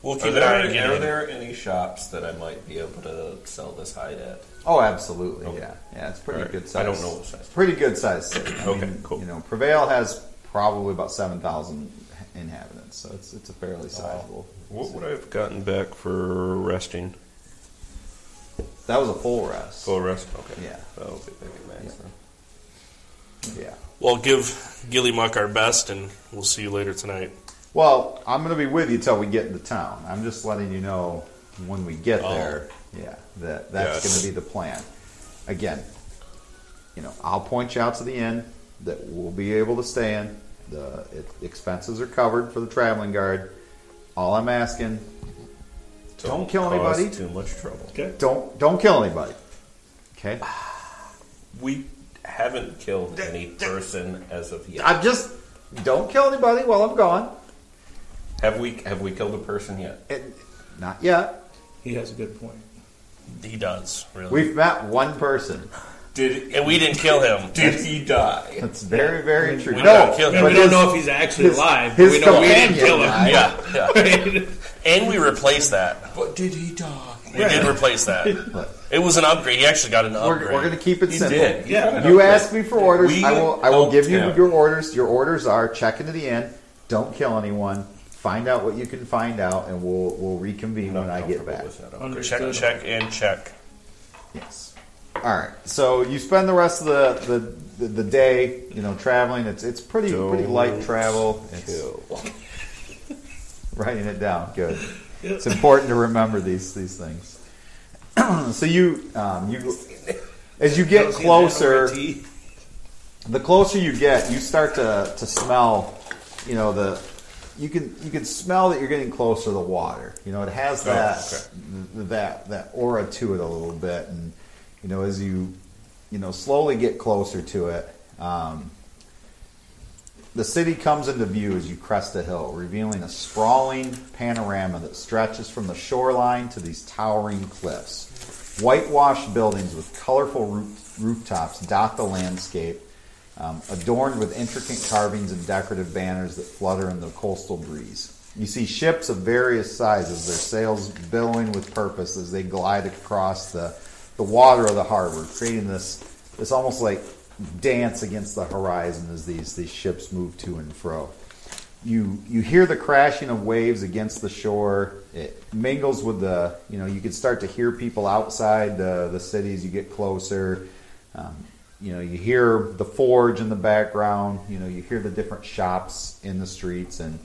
Speaker 3: We'll keep
Speaker 2: Are
Speaker 3: an eye
Speaker 2: there,
Speaker 3: on getting
Speaker 2: are
Speaker 3: it.
Speaker 2: there any shops that I might be able to sell this hide at?
Speaker 1: Oh, absolutely.
Speaker 2: Okay.
Speaker 1: Yeah, yeah. It's pretty
Speaker 2: All right.
Speaker 1: good size.
Speaker 2: I don't know what size.
Speaker 1: It's pretty good size city. I
Speaker 2: Okay,
Speaker 1: mean,
Speaker 2: cool.
Speaker 1: You know, Prevail has probably about seven thousand inhabitants, so it's it's a fairly sizable.
Speaker 2: Oh. What
Speaker 1: city.
Speaker 2: would I have gotten back for resting?
Speaker 1: That was a full rest.
Speaker 2: Full rest? Okay.
Speaker 1: Yeah.
Speaker 2: That'll be back at max
Speaker 1: Yeah. Yeah.
Speaker 3: Well, give Gilly Muck our best, and we'll see you later tonight.
Speaker 1: Well, I'm going to be with you till we get into town. I'm just letting you know when we get
Speaker 3: Oh.
Speaker 1: there. Yeah, that that's going
Speaker 2: Yes.
Speaker 1: to be the plan. Again, you know, I'll point you out to the inn that we'll be able to stay in. The it, expenses are covered for the traveling guard. All I'm asking,
Speaker 2: So
Speaker 1: Don't kill
Speaker 2: cause
Speaker 1: anybody.
Speaker 2: Too much trouble.
Speaker 1: don't don't kill anybody. Okay,
Speaker 2: We haven't killed any person as of yet.
Speaker 1: I'm just don't kill anybody while I'm gone.
Speaker 2: Have we? Have we killed a person yet?
Speaker 1: It, not yet.
Speaker 4: He has a good point.
Speaker 3: He does, really.
Speaker 1: We've met one person.
Speaker 2: Did
Speaker 3: and we didn't kill him.
Speaker 2: did he die?
Speaker 1: That's very very true.
Speaker 3: We
Speaker 1: no,
Speaker 3: don't kill him.
Speaker 1: but
Speaker 3: We
Speaker 1: his-
Speaker 4: know if he's actually alive.
Speaker 1: his companion died.
Speaker 3: Yeah, yeah. And we replaced that.
Speaker 2: But did he die?
Speaker 3: We did replace that.
Speaker 1: But
Speaker 3: It was an upgrade. He actually got an
Speaker 1: we're,
Speaker 3: upgrade.
Speaker 1: we're going to keep it
Speaker 2: He
Speaker 1: simple.
Speaker 2: did. He
Speaker 4: Yeah.
Speaker 2: got an
Speaker 1: You
Speaker 2: upgrade.
Speaker 1: asked me for orders.
Speaker 2: We
Speaker 1: I will. I will
Speaker 2: helped
Speaker 1: give you
Speaker 2: him.
Speaker 1: your orders. Your orders are check into the inn. Don't kill anyone. Find out what you can find out, and we'll we'll reconvene
Speaker 2: Not
Speaker 1: when I get
Speaker 2: comfortable
Speaker 1: back.
Speaker 2: with that upgrade.
Speaker 3: check,
Speaker 4: Understood.
Speaker 3: check, and check.
Speaker 1: Yes. All right. So you spend the rest of the the, the, the day, you know, traveling. It's it's pretty pretty light
Speaker 2: Don't
Speaker 1: travel. It's
Speaker 2: Kill.
Speaker 1: writing it down.
Speaker 2: <laughs>
Speaker 1: Good. It's important to remember these these things. <clears throat> so you um, you as you get closer. the closer you get, you start to, to smell, you know, the you can you can smell that you're getting closer to the water. You know, it has
Speaker 2: Oh,
Speaker 1: that
Speaker 2: okay.
Speaker 1: th- that that aura to it a little bit, and you know, as you you know slowly get closer to it, um, the city comes into view as you crest a hill, revealing a sprawling panorama that stretches from the shoreline to these towering cliffs. Whitewashed buildings with colorful roof, rooftops dot the landscape, um, adorned with intricate carvings and decorative banners that flutter in the coastal breeze. You see ships of various sizes, their sails billowing with purpose as they glide across the, the water of the harbor, creating this this almost like dance against the horizon as these, these ships move to and fro. You you hear the crashing of waves against the shore. It mingles with the you know you can start to hear people outside the the city as you get closer. Um, you know you hear the forge in the background. You know you hear the different shops in the streets, and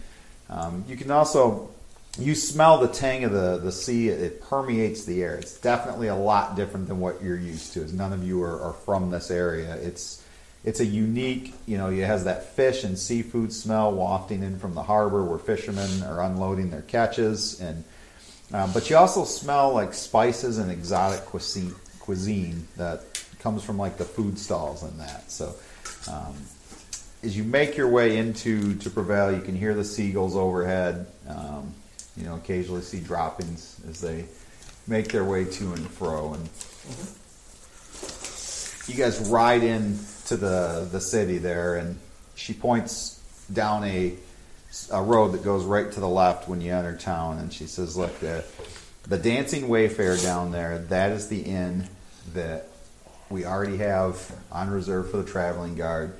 Speaker 1: um, you can also you smell the tang of the the sea. It, it permeates the air. It's definitely a lot different than what you're used to. As none of you are, are from this area, it's it's a unique, you know, it has that fish and seafood smell wafting in from the harbor where fishermen are unloading their catches. And uh, but you also smell like spices and exotic cuisine, cuisine that comes from like the food stalls and that. So um, as you make your way into to Prevail, you can hear the seagulls overhead. Um, you know, occasionally see droppings as they make their way to and fro and you guys ride in to the the city there, and she points down a a road that goes right to the left when you enter town, and she says, "Look, the the dancing wayfarer down there, that is the inn that we already have on reserve for the traveling guard.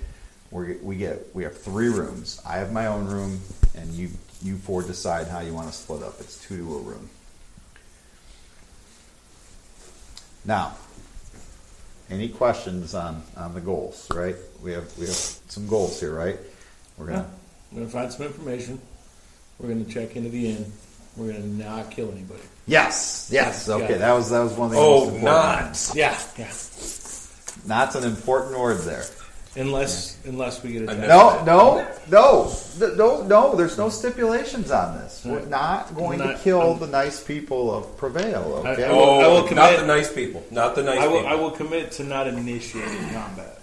Speaker 1: We're, we get we have three rooms. I have my own room, and you you four decide how you want to split up. It's two to a room. Now, any questions on, on the goals, right? We have we have some goals here, right? We're gonna
Speaker 4: I'm gonna find some information. We're gonna check into the inn. We're gonna not kill anybody.
Speaker 1: Yes, yes,
Speaker 4: Yeah.
Speaker 1: okay. That was that was one of the
Speaker 2: Oh,
Speaker 1: most important.
Speaker 2: not.
Speaker 4: Yeah, yeah.
Speaker 1: Not's an important word there.
Speaker 4: Unless unless we get attacked.
Speaker 1: No, no, no, th- no, no. There's no stipulations on this. We're
Speaker 4: Right.
Speaker 1: not going
Speaker 4: Not-
Speaker 1: to kill
Speaker 4: I'm-
Speaker 1: the nice people of Prevail.
Speaker 4: I-
Speaker 1: Okay.
Speaker 4: I will-
Speaker 2: Oh, not
Speaker 4: commit-
Speaker 2: the nice people. Not the nice
Speaker 4: I will
Speaker 2: people.
Speaker 4: I will commit to not initiating combat.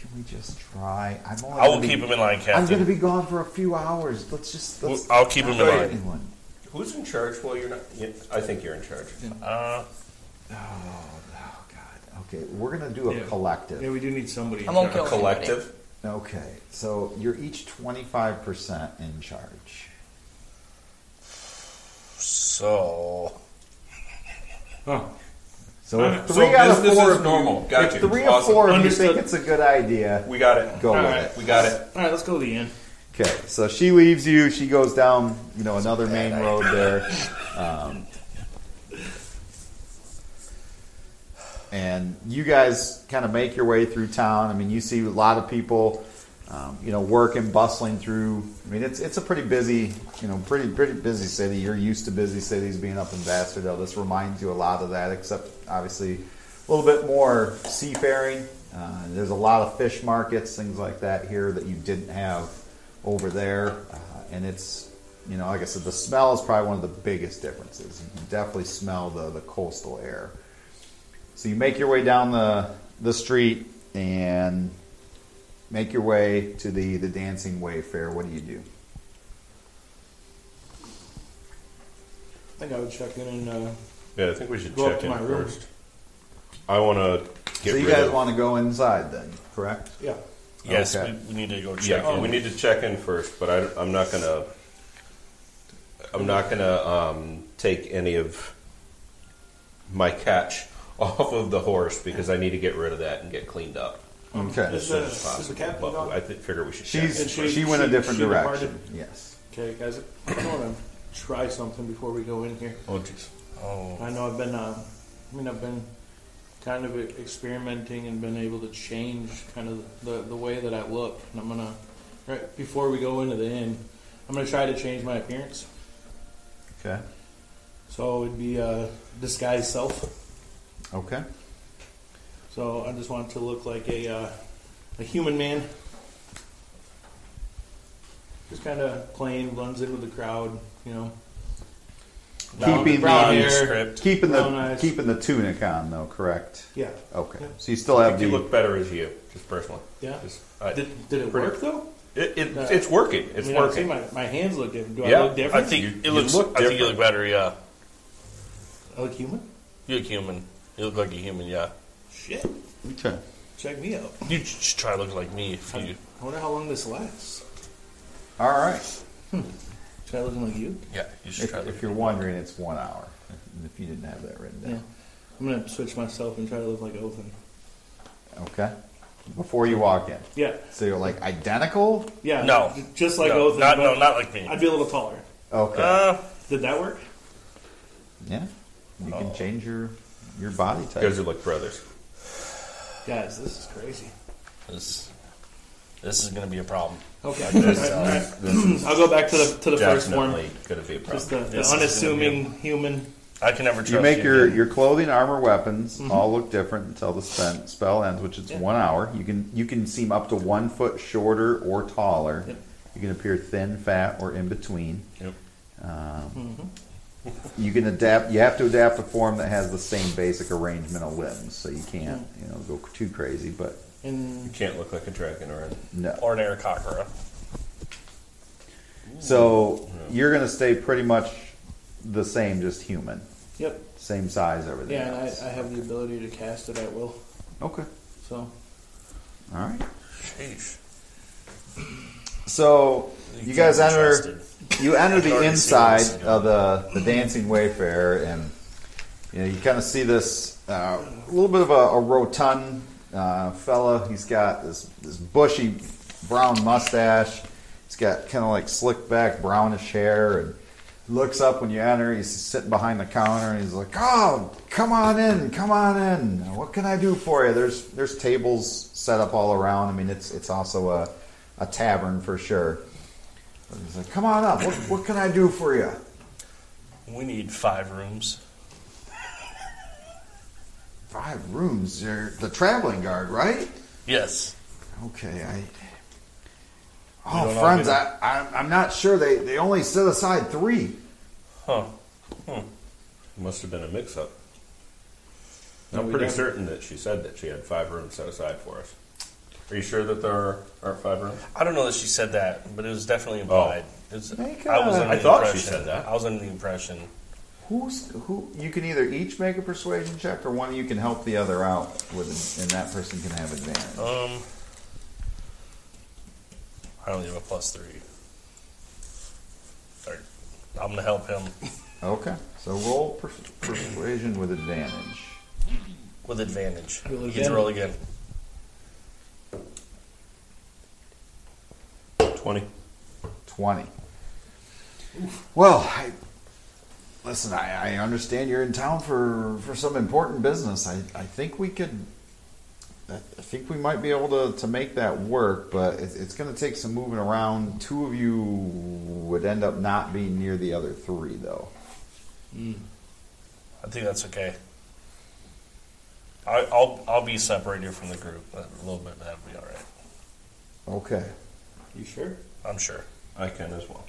Speaker 1: Can we just try? I'm only
Speaker 3: I will
Speaker 1: gonna be-
Speaker 3: keep him in line,
Speaker 1: I'm going to
Speaker 3: Captain.
Speaker 1: be gone for a few hours. Let's just.
Speaker 3: Well,
Speaker 1: Let's
Speaker 3: I'll keep him in
Speaker 1: not
Speaker 3: line.
Speaker 1: anyone.
Speaker 2: Who's in charge? Well, you're not. You, I think you're in charge.
Speaker 3: Uh,
Speaker 1: Oh God. Okay, we're going to do a
Speaker 4: Yeah.
Speaker 1: collective.
Speaker 4: Yeah, we do need somebody.
Speaker 5: I won't
Speaker 2: A
Speaker 5: kill
Speaker 2: collective.
Speaker 1: Okay, so you're each 25% in charge.
Speaker 3: So
Speaker 4: Huh.
Speaker 1: So if
Speaker 2: So
Speaker 1: three out
Speaker 2: this-
Speaker 1: of
Speaker 2: this
Speaker 1: four
Speaker 2: is
Speaker 1: of
Speaker 2: normal.
Speaker 1: You,
Speaker 2: Gotcha.
Speaker 1: If three or four of you
Speaker 6: Understood.
Speaker 1: think it's a good idea,
Speaker 2: We got it.
Speaker 1: go
Speaker 6: All
Speaker 1: with
Speaker 6: right.
Speaker 1: it.
Speaker 2: We got it.
Speaker 6: All right, let's go to the end.
Speaker 1: Okay, so she leaves you. She goes down, you know, another main road there. Um, and you guys kind of make your way through town. I mean, you see a lot of people, um, you know, working, bustling through. I mean, it's it's a pretty busy, you know, pretty pretty busy city. You're used to busy cities being up in Bastardelle. This reminds you a lot of that, except obviously a little bit more seafaring. Uh, there's a lot of fish markets, things like that here that you didn't have over there, uh, and it's you know, like I said, the smell is probably one of the biggest differences. You can definitely smell the the coastal air. So you make your way down the the street and make your way to the the Dancing Wayfair. What do you do?
Speaker 4: I think I would check in and uh,
Speaker 2: Yeah, I think we should
Speaker 4: Go up
Speaker 2: check
Speaker 4: to
Speaker 2: in
Speaker 4: my room.
Speaker 2: first. I want to get
Speaker 1: so you
Speaker 2: rid
Speaker 1: guys
Speaker 2: of.
Speaker 1: want to go inside then, correct?
Speaker 4: yeah.
Speaker 3: yes,
Speaker 1: Okay.
Speaker 3: we, we need to go
Speaker 2: yeah, Oh,
Speaker 3: check in.
Speaker 2: we need to check in first, but I, am not gonna. I'm not gonna um, take any of my catch <laughs> off of the horse because I need to get rid of that and get cleaned up
Speaker 1: Okay.
Speaker 2: as soon as
Speaker 4: Is the-
Speaker 2: possible.
Speaker 4: is the captain
Speaker 2: but
Speaker 4: gone?
Speaker 2: I th- figure we should. check in
Speaker 1: She's
Speaker 4: And
Speaker 2: first.
Speaker 1: she,
Speaker 4: she-
Speaker 1: went a
Speaker 4: she-
Speaker 1: different
Speaker 4: she departed?
Speaker 1: direction. Yes.
Speaker 4: Okay, guys, I want to try something before we go in here.
Speaker 2: Oh jeez.
Speaker 3: Oh,
Speaker 4: I know I've been, uh, I mean, I've been kind of e-, experimenting and been able to change kind of the, the way that I look. And I'm gonna, right before we go into the inn, I'm gonna try to change my appearance.
Speaker 1: Okay.
Speaker 4: So it'd be uh, disguise self.
Speaker 1: Okay.
Speaker 4: So I just want to look like a uh, a human man. Just kind of plain, blends in with the crowd, you know. Brown-
Speaker 1: Keeping
Speaker 4: brown
Speaker 1: the-
Speaker 4: hair.
Speaker 1: Keeping the
Speaker 4: Brown eyes.
Speaker 1: keeping the tunic on though, correct?
Speaker 4: Yeah,
Speaker 1: Okay.
Speaker 4: Yeah.
Speaker 1: So you still
Speaker 2: I
Speaker 1: have
Speaker 2: think
Speaker 1: the
Speaker 2: you look better as you, just personally.
Speaker 4: yeah.
Speaker 2: Just, I, it,
Speaker 4: Did, did it
Speaker 2: Pretty-
Speaker 4: work though?
Speaker 2: it, it's working. It's
Speaker 4: I mean, I see
Speaker 2: working.
Speaker 4: my, my hands look different. Do
Speaker 2: Yeah,
Speaker 4: I look
Speaker 3: I
Speaker 4: different?
Speaker 3: think
Speaker 2: You-
Speaker 3: it
Speaker 2: you
Speaker 3: looks.
Speaker 2: look
Speaker 3: I think you
Speaker 2: different.
Speaker 3: look better. Yeah,
Speaker 4: I look human.
Speaker 3: you look human. You look like a human. Yeah,
Speaker 4: Shit,
Speaker 1: Okay.
Speaker 4: check me out.
Speaker 3: you should try to look like me if you.
Speaker 4: I wonder how long this lasts.
Speaker 1: All right.
Speaker 4: Try looking like you.
Speaker 3: Yeah, you should
Speaker 1: If,
Speaker 3: try to look.
Speaker 1: if you're wondering, it's one hour. If you didn't have that written
Speaker 4: Yeah.
Speaker 1: down.
Speaker 4: I'm gonna switch myself and try to look like Oven.
Speaker 1: Okay. Before you walk in.
Speaker 4: Yeah,
Speaker 1: So you're like identical?
Speaker 4: yeah.
Speaker 3: No.
Speaker 4: j- just like
Speaker 3: no,
Speaker 4: Othan,
Speaker 3: not
Speaker 4: but
Speaker 3: no, not like me.
Speaker 4: I'd be a little taller.
Speaker 1: Okay.
Speaker 3: Uh,
Speaker 4: Did that work?
Speaker 1: yeah. You
Speaker 3: Oh.
Speaker 1: can change your your body
Speaker 2: You
Speaker 1: type.
Speaker 2: guys are like brothers.
Speaker 4: Guys, this is crazy.
Speaker 3: this, this is gonna be a problem.
Speaker 4: <laughs> Okay,
Speaker 2: This,
Speaker 4: All right, all right.
Speaker 2: is- this is
Speaker 4: I'll go back to the to the first form.
Speaker 2: definitely going to be a problem.
Speaker 4: Just the, the
Speaker 3: This is gonna be
Speaker 4: unassuming human.
Speaker 3: I can never trust
Speaker 1: You make your,
Speaker 3: again.
Speaker 1: your clothing, armor, weapons all look different until the spend, spell ends, which is
Speaker 4: Yeah.
Speaker 1: one hour. You can you can seem up to one foot shorter or taller.
Speaker 4: Yep.
Speaker 1: You can appear thin, fat, or in between.
Speaker 2: Yep.
Speaker 1: You can adapt. You have to adapt a form that has the same basic arrangement of limbs, so you can't you know go too crazy. But
Speaker 4: And
Speaker 2: Can't look like a dragon or a
Speaker 1: no,
Speaker 3: or an air cockroach.
Speaker 1: So you're gonna stay pretty much the same, just human,
Speaker 4: yep,
Speaker 1: same size, everything.
Speaker 4: yeah. And
Speaker 1: else.
Speaker 4: I, I have the ability to cast it at will.
Speaker 1: okay.
Speaker 4: So
Speaker 1: All right.
Speaker 3: Sheesh.
Speaker 1: So you
Speaker 3: can't
Speaker 1: guys
Speaker 3: be
Speaker 1: enter.
Speaker 3: trusted.
Speaker 1: You enter
Speaker 3: I can
Speaker 1: the
Speaker 3: already see where this is
Speaker 1: inside of the the Dancing Wayfair, and you know you kind of see this uh, a little bit of a, a rotund uh, fella. He's got this this bushy brown mustache. He's got kind of like slick back brownish hair and. looks up when you enter. He's sitting behind the counter and he's like, "Oh, come on in, come on in. What can I do for you?" There's there's tables set up all around. I mean, it's it's also a a tavern for sure. But he's like, "Come on up. What, what can I do for you?"
Speaker 3: We need five rooms.
Speaker 1: Five rooms. You're the traveling guard, right?
Speaker 3: Yes.
Speaker 1: Okay, I.
Speaker 3: don't
Speaker 1: Oh,
Speaker 3: know,
Speaker 1: friends,
Speaker 3: we
Speaker 1: I, I I'm not sure. They they only set aside three.
Speaker 3: Huh.
Speaker 2: Must have been a mix-up.
Speaker 4: No,
Speaker 2: I'm
Speaker 4: we
Speaker 2: pretty
Speaker 4: don't.
Speaker 2: certain that she said that she had five rooms set aside for us. Are you sure that there are, aren't five rooms?
Speaker 3: I don't know that she said that, but it was definitely implied. It was,
Speaker 1: Make
Speaker 3: I was
Speaker 1: a-
Speaker 3: under
Speaker 2: I
Speaker 3: the
Speaker 2: thought she
Speaker 3: impression.
Speaker 2: said that.
Speaker 3: I was under the impression.
Speaker 1: Who's who? You can either each make a persuasion check, or one of you can help the other out with, and that person can have advantage.
Speaker 3: Um, I only have a plus three. Third. I'm gonna help him.
Speaker 1: Okay, so roll pers- persuasion with advantage.
Speaker 3: with advantage.
Speaker 4: With
Speaker 3: You get to roll again.
Speaker 2: 20.
Speaker 1: 20. Well, I, listen, I, I understand you're in town for, for some important business. I, I think we could, I I think we might be able to, to make that work, but it's, it's going to take some moving around. Two of you would end up not being near the other three, though.
Speaker 3: I think that's okay. I, I'll I'll be separated from the group a little bit. That'll be all right.
Speaker 1: Okay.
Speaker 4: You sure?
Speaker 3: I'm sure.
Speaker 2: I can as well.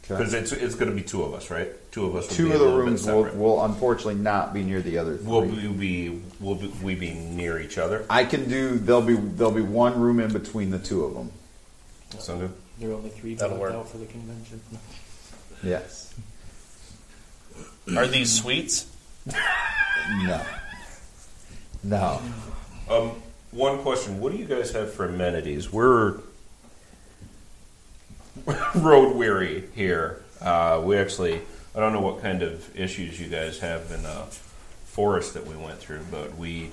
Speaker 2: Because
Speaker 1: okay.
Speaker 2: it's it's going to be two of us, right? Two of us. will
Speaker 1: Two
Speaker 2: be
Speaker 1: of
Speaker 2: a
Speaker 1: the
Speaker 2: little bit
Speaker 1: rooms will,
Speaker 2: separate.
Speaker 1: will unfortunately not be near the other three.
Speaker 2: Will we be will be, we be near each other?
Speaker 1: I can do. There'll be there'll be one room in between the two of them.
Speaker 2: Sound good?
Speaker 4: There are only three
Speaker 3: That'll
Speaker 4: dropped
Speaker 3: work.
Speaker 4: out for the convention. <laughs>
Speaker 1: Yes.
Speaker 3: Are these sweets?
Speaker 1: No. No.
Speaker 2: Um, one question: What do you guys have for amenities? We're <laughs> road weary here. Uh, we actually, I don't know what kind of issues you guys have in the forest that we went through, but we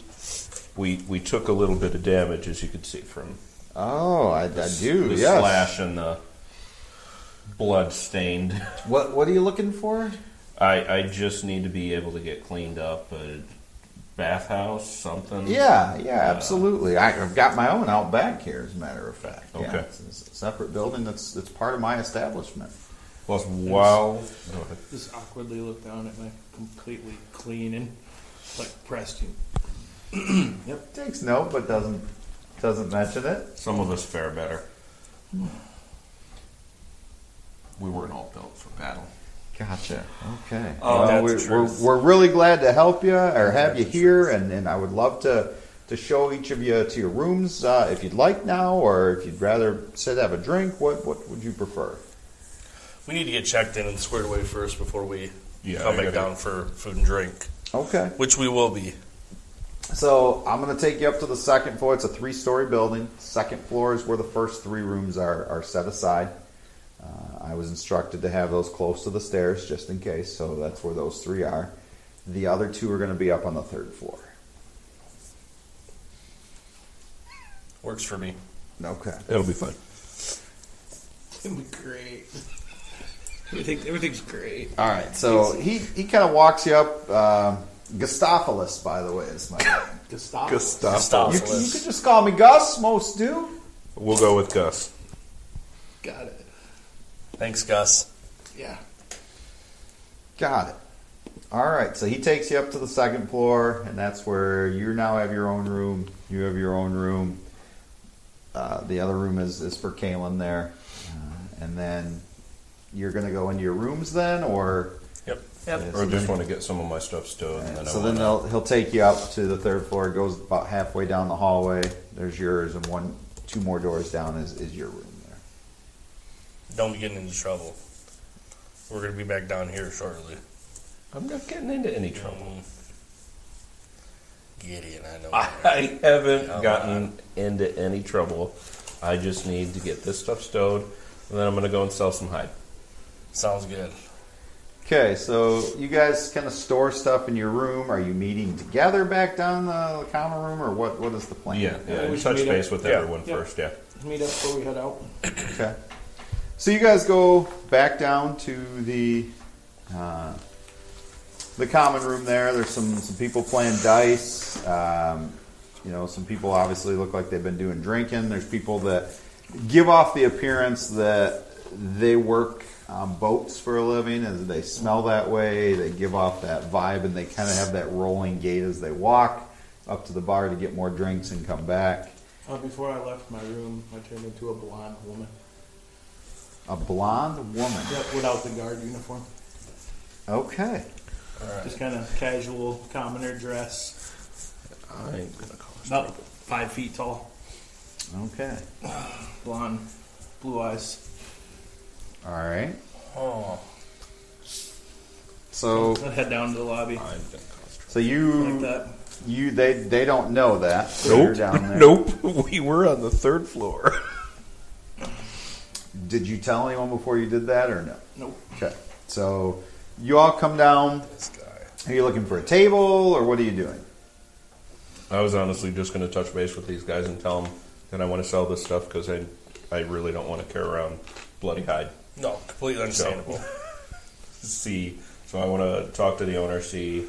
Speaker 2: we we took a little bit of damage, as you can see from
Speaker 1: Oh, I, I do.
Speaker 2: the
Speaker 1: yes.
Speaker 2: slash and the blood stained.
Speaker 1: What What are you looking for?
Speaker 2: <laughs> I I just need to be able to get cleaned up. A bathhouse, something.
Speaker 1: Yeah, yeah, absolutely. I, I've got my own out back here, as a matter of fact. Yeah,
Speaker 2: Okay.
Speaker 1: it's, it's a separate building. That's that's part of my establishment.
Speaker 2: Plus, wow.
Speaker 4: Just awkwardly look down at my completely clean and like pressed.
Speaker 1: Yep. Takes note, but doesn't doesn't mention it.
Speaker 2: Some of us fare better. We weren't all built for battle.
Speaker 1: Gotcha. Okay.
Speaker 3: Oh, that's
Speaker 1: we're,
Speaker 3: the truth.
Speaker 1: We're, we're really glad to help you or have you here, and, and I would love to, to show each of you to your rooms uh, if you'd like now, or if you'd rather sit have a drink. What what would you prefer?
Speaker 3: We need to get checked in and squared away first before we
Speaker 2: Yeah,
Speaker 3: come
Speaker 2: I
Speaker 3: back
Speaker 2: gotta-
Speaker 3: down for food and drink,
Speaker 1: Okay.
Speaker 3: which we will be.
Speaker 1: So I'm going to take you up to the second floor. It's a three story building. Second floor is where the first three rooms are, are set aside. Uh, I was instructed to have those close to the stairs just in case, so that's where those three are. The other two are going to be up on the third floor.
Speaker 3: Works for me.
Speaker 1: Okay.
Speaker 2: It'll be fun.
Speaker 4: <laughs> It'd be great. Everything, everything's great.
Speaker 1: All right, so he, he kind of walks you up. Um, Gustafolus, by the way, is my name.
Speaker 4: Gestapo.
Speaker 2: Uh-huh.
Speaker 3: Stop.
Speaker 1: You, you could just call me Gus, most do.
Speaker 2: We'll go with Gus.
Speaker 4: Got it.
Speaker 3: Thanks, Gus.
Speaker 4: Yeah.
Speaker 1: Got it. All right, so he takes you up to the second floor, and that's where you now have your own room. You have your own room. Uh, the other room is, is for Kalen there. Uh, and then you're going to go into your rooms then, or.
Speaker 2: Yep.
Speaker 5: Yep.
Speaker 2: Or just want to get some of my stuff stowed. And then
Speaker 1: So then
Speaker 2: I wanna-
Speaker 1: they'll, he'll take you up to the third floor. Goes about halfway down the hallway. There's yours, and one, two more doors down is, is your room there.
Speaker 3: Don't be getting into trouble. We're gonna be back down here shortly.
Speaker 2: I'm not getting into any trouble.
Speaker 3: Mm. Gideon, I know.
Speaker 2: I haven't
Speaker 3: Yeah.
Speaker 2: gotten into any trouble. I just need to get this stuff stowed, and then I'm going to go and sell some hide.
Speaker 3: Sounds good.
Speaker 1: Okay, so you guys kind of store stuff in your room. Are you meeting together back down the common room, or what? What is the plan?
Speaker 2: Yeah,
Speaker 4: Yeah,
Speaker 2: yeah.
Speaker 4: we
Speaker 2: and
Speaker 4: should
Speaker 2: touch
Speaker 4: meet up.
Speaker 2: base with
Speaker 3: Yeah.
Speaker 2: everyone
Speaker 4: Yeah.
Speaker 2: first. Yeah.
Speaker 4: Meet up before we head out.
Speaker 1: Okay. So you guys go back down to the uh, the common room. There, there's some some people playing dice. Um, you know, some people obviously look like they've been doing drinking. There's people that give off the appearance that they work on boats for a living, and they smell that way. They give off that vibe, and they kind of have that rolling gait as they walk up to the bar to get more drinks and come back.
Speaker 4: Uh, before I left my room, I turned into a blonde woman.
Speaker 1: A blonde woman.
Speaker 4: Yep, without the guard uniform.
Speaker 1: Okay.
Speaker 4: Just kind of casual commoner dress.
Speaker 2: I ain't going to call us.
Speaker 4: About five feet tall.
Speaker 1: Okay.
Speaker 4: Blonde. Blue eyes.
Speaker 1: All right.
Speaker 3: Oh,
Speaker 1: So
Speaker 4: I'd head down to the lobby.
Speaker 2: I'm going to call us.
Speaker 1: so
Speaker 4: Like
Speaker 1: you
Speaker 4: that.
Speaker 1: you they they don't know that. So you're
Speaker 2: <laughs>
Speaker 1: down there.
Speaker 2: Nope. We were on the third floor.
Speaker 1: Did you tell anyone before you did that or no?
Speaker 4: Nope.
Speaker 1: Okay. So you all come down.
Speaker 3: This guy.
Speaker 1: Are you looking for a table or what are you doing?
Speaker 2: I was honestly just going to touch base with these guys and tell them that I want to sell this stuff because I, I really don't want to carry around bloody hide.
Speaker 3: No, completely understandable.
Speaker 2: See, so I want to talk to the owner, see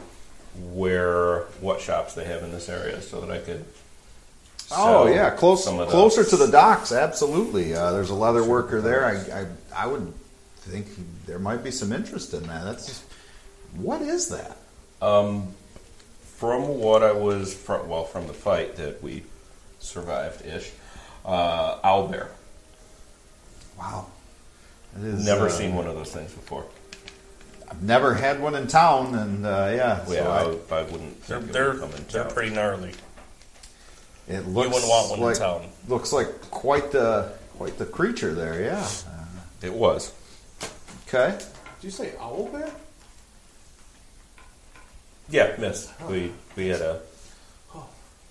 Speaker 2: where what shops they have in this area, so that I could.
Speaker 1: Oh
Speaker 2: sell
Speaker 1: yeah, close
Speaker 2: some of the-
Speaker 1: closer to the docks. Absolutely. Uh, there's a leather worker there. I, I I would think there might be some interest in that. That's what is that?
Speaker 2: From what I was from, well, from the fight that we survived ish, uh, owlbear.
Speaker 1: Wow. It is,
Speaker 2: Never
Speaker 1: uh,
Speaker 2: seen one of those things before.
Speaker 1: I've never had one in town, and uh, yeah, so
Speaker 2: yeah,
Speaker 1: I-
Speaker 2: I, I wouldn't.
Speaker 3: They're
Speaker 2: Think it
Speaker 3: they're,
Speaker 2: would come in
Speaker 3: they're
Speaker 2: town.
Speaker 3: pretty gnarly.
Speaker 1: it looks
Speaker 3: wouldn't want one in
Speaker 1: like,
Speaker 3: town.
Speaker 1: Looks like quite the quite the creature there. Yeah. Uh,
Speaker 2: It was.
Speaker 1: okay.
Speaker 4: Did you say owl bear?
Speaker 2: Yeah, miss. We we had a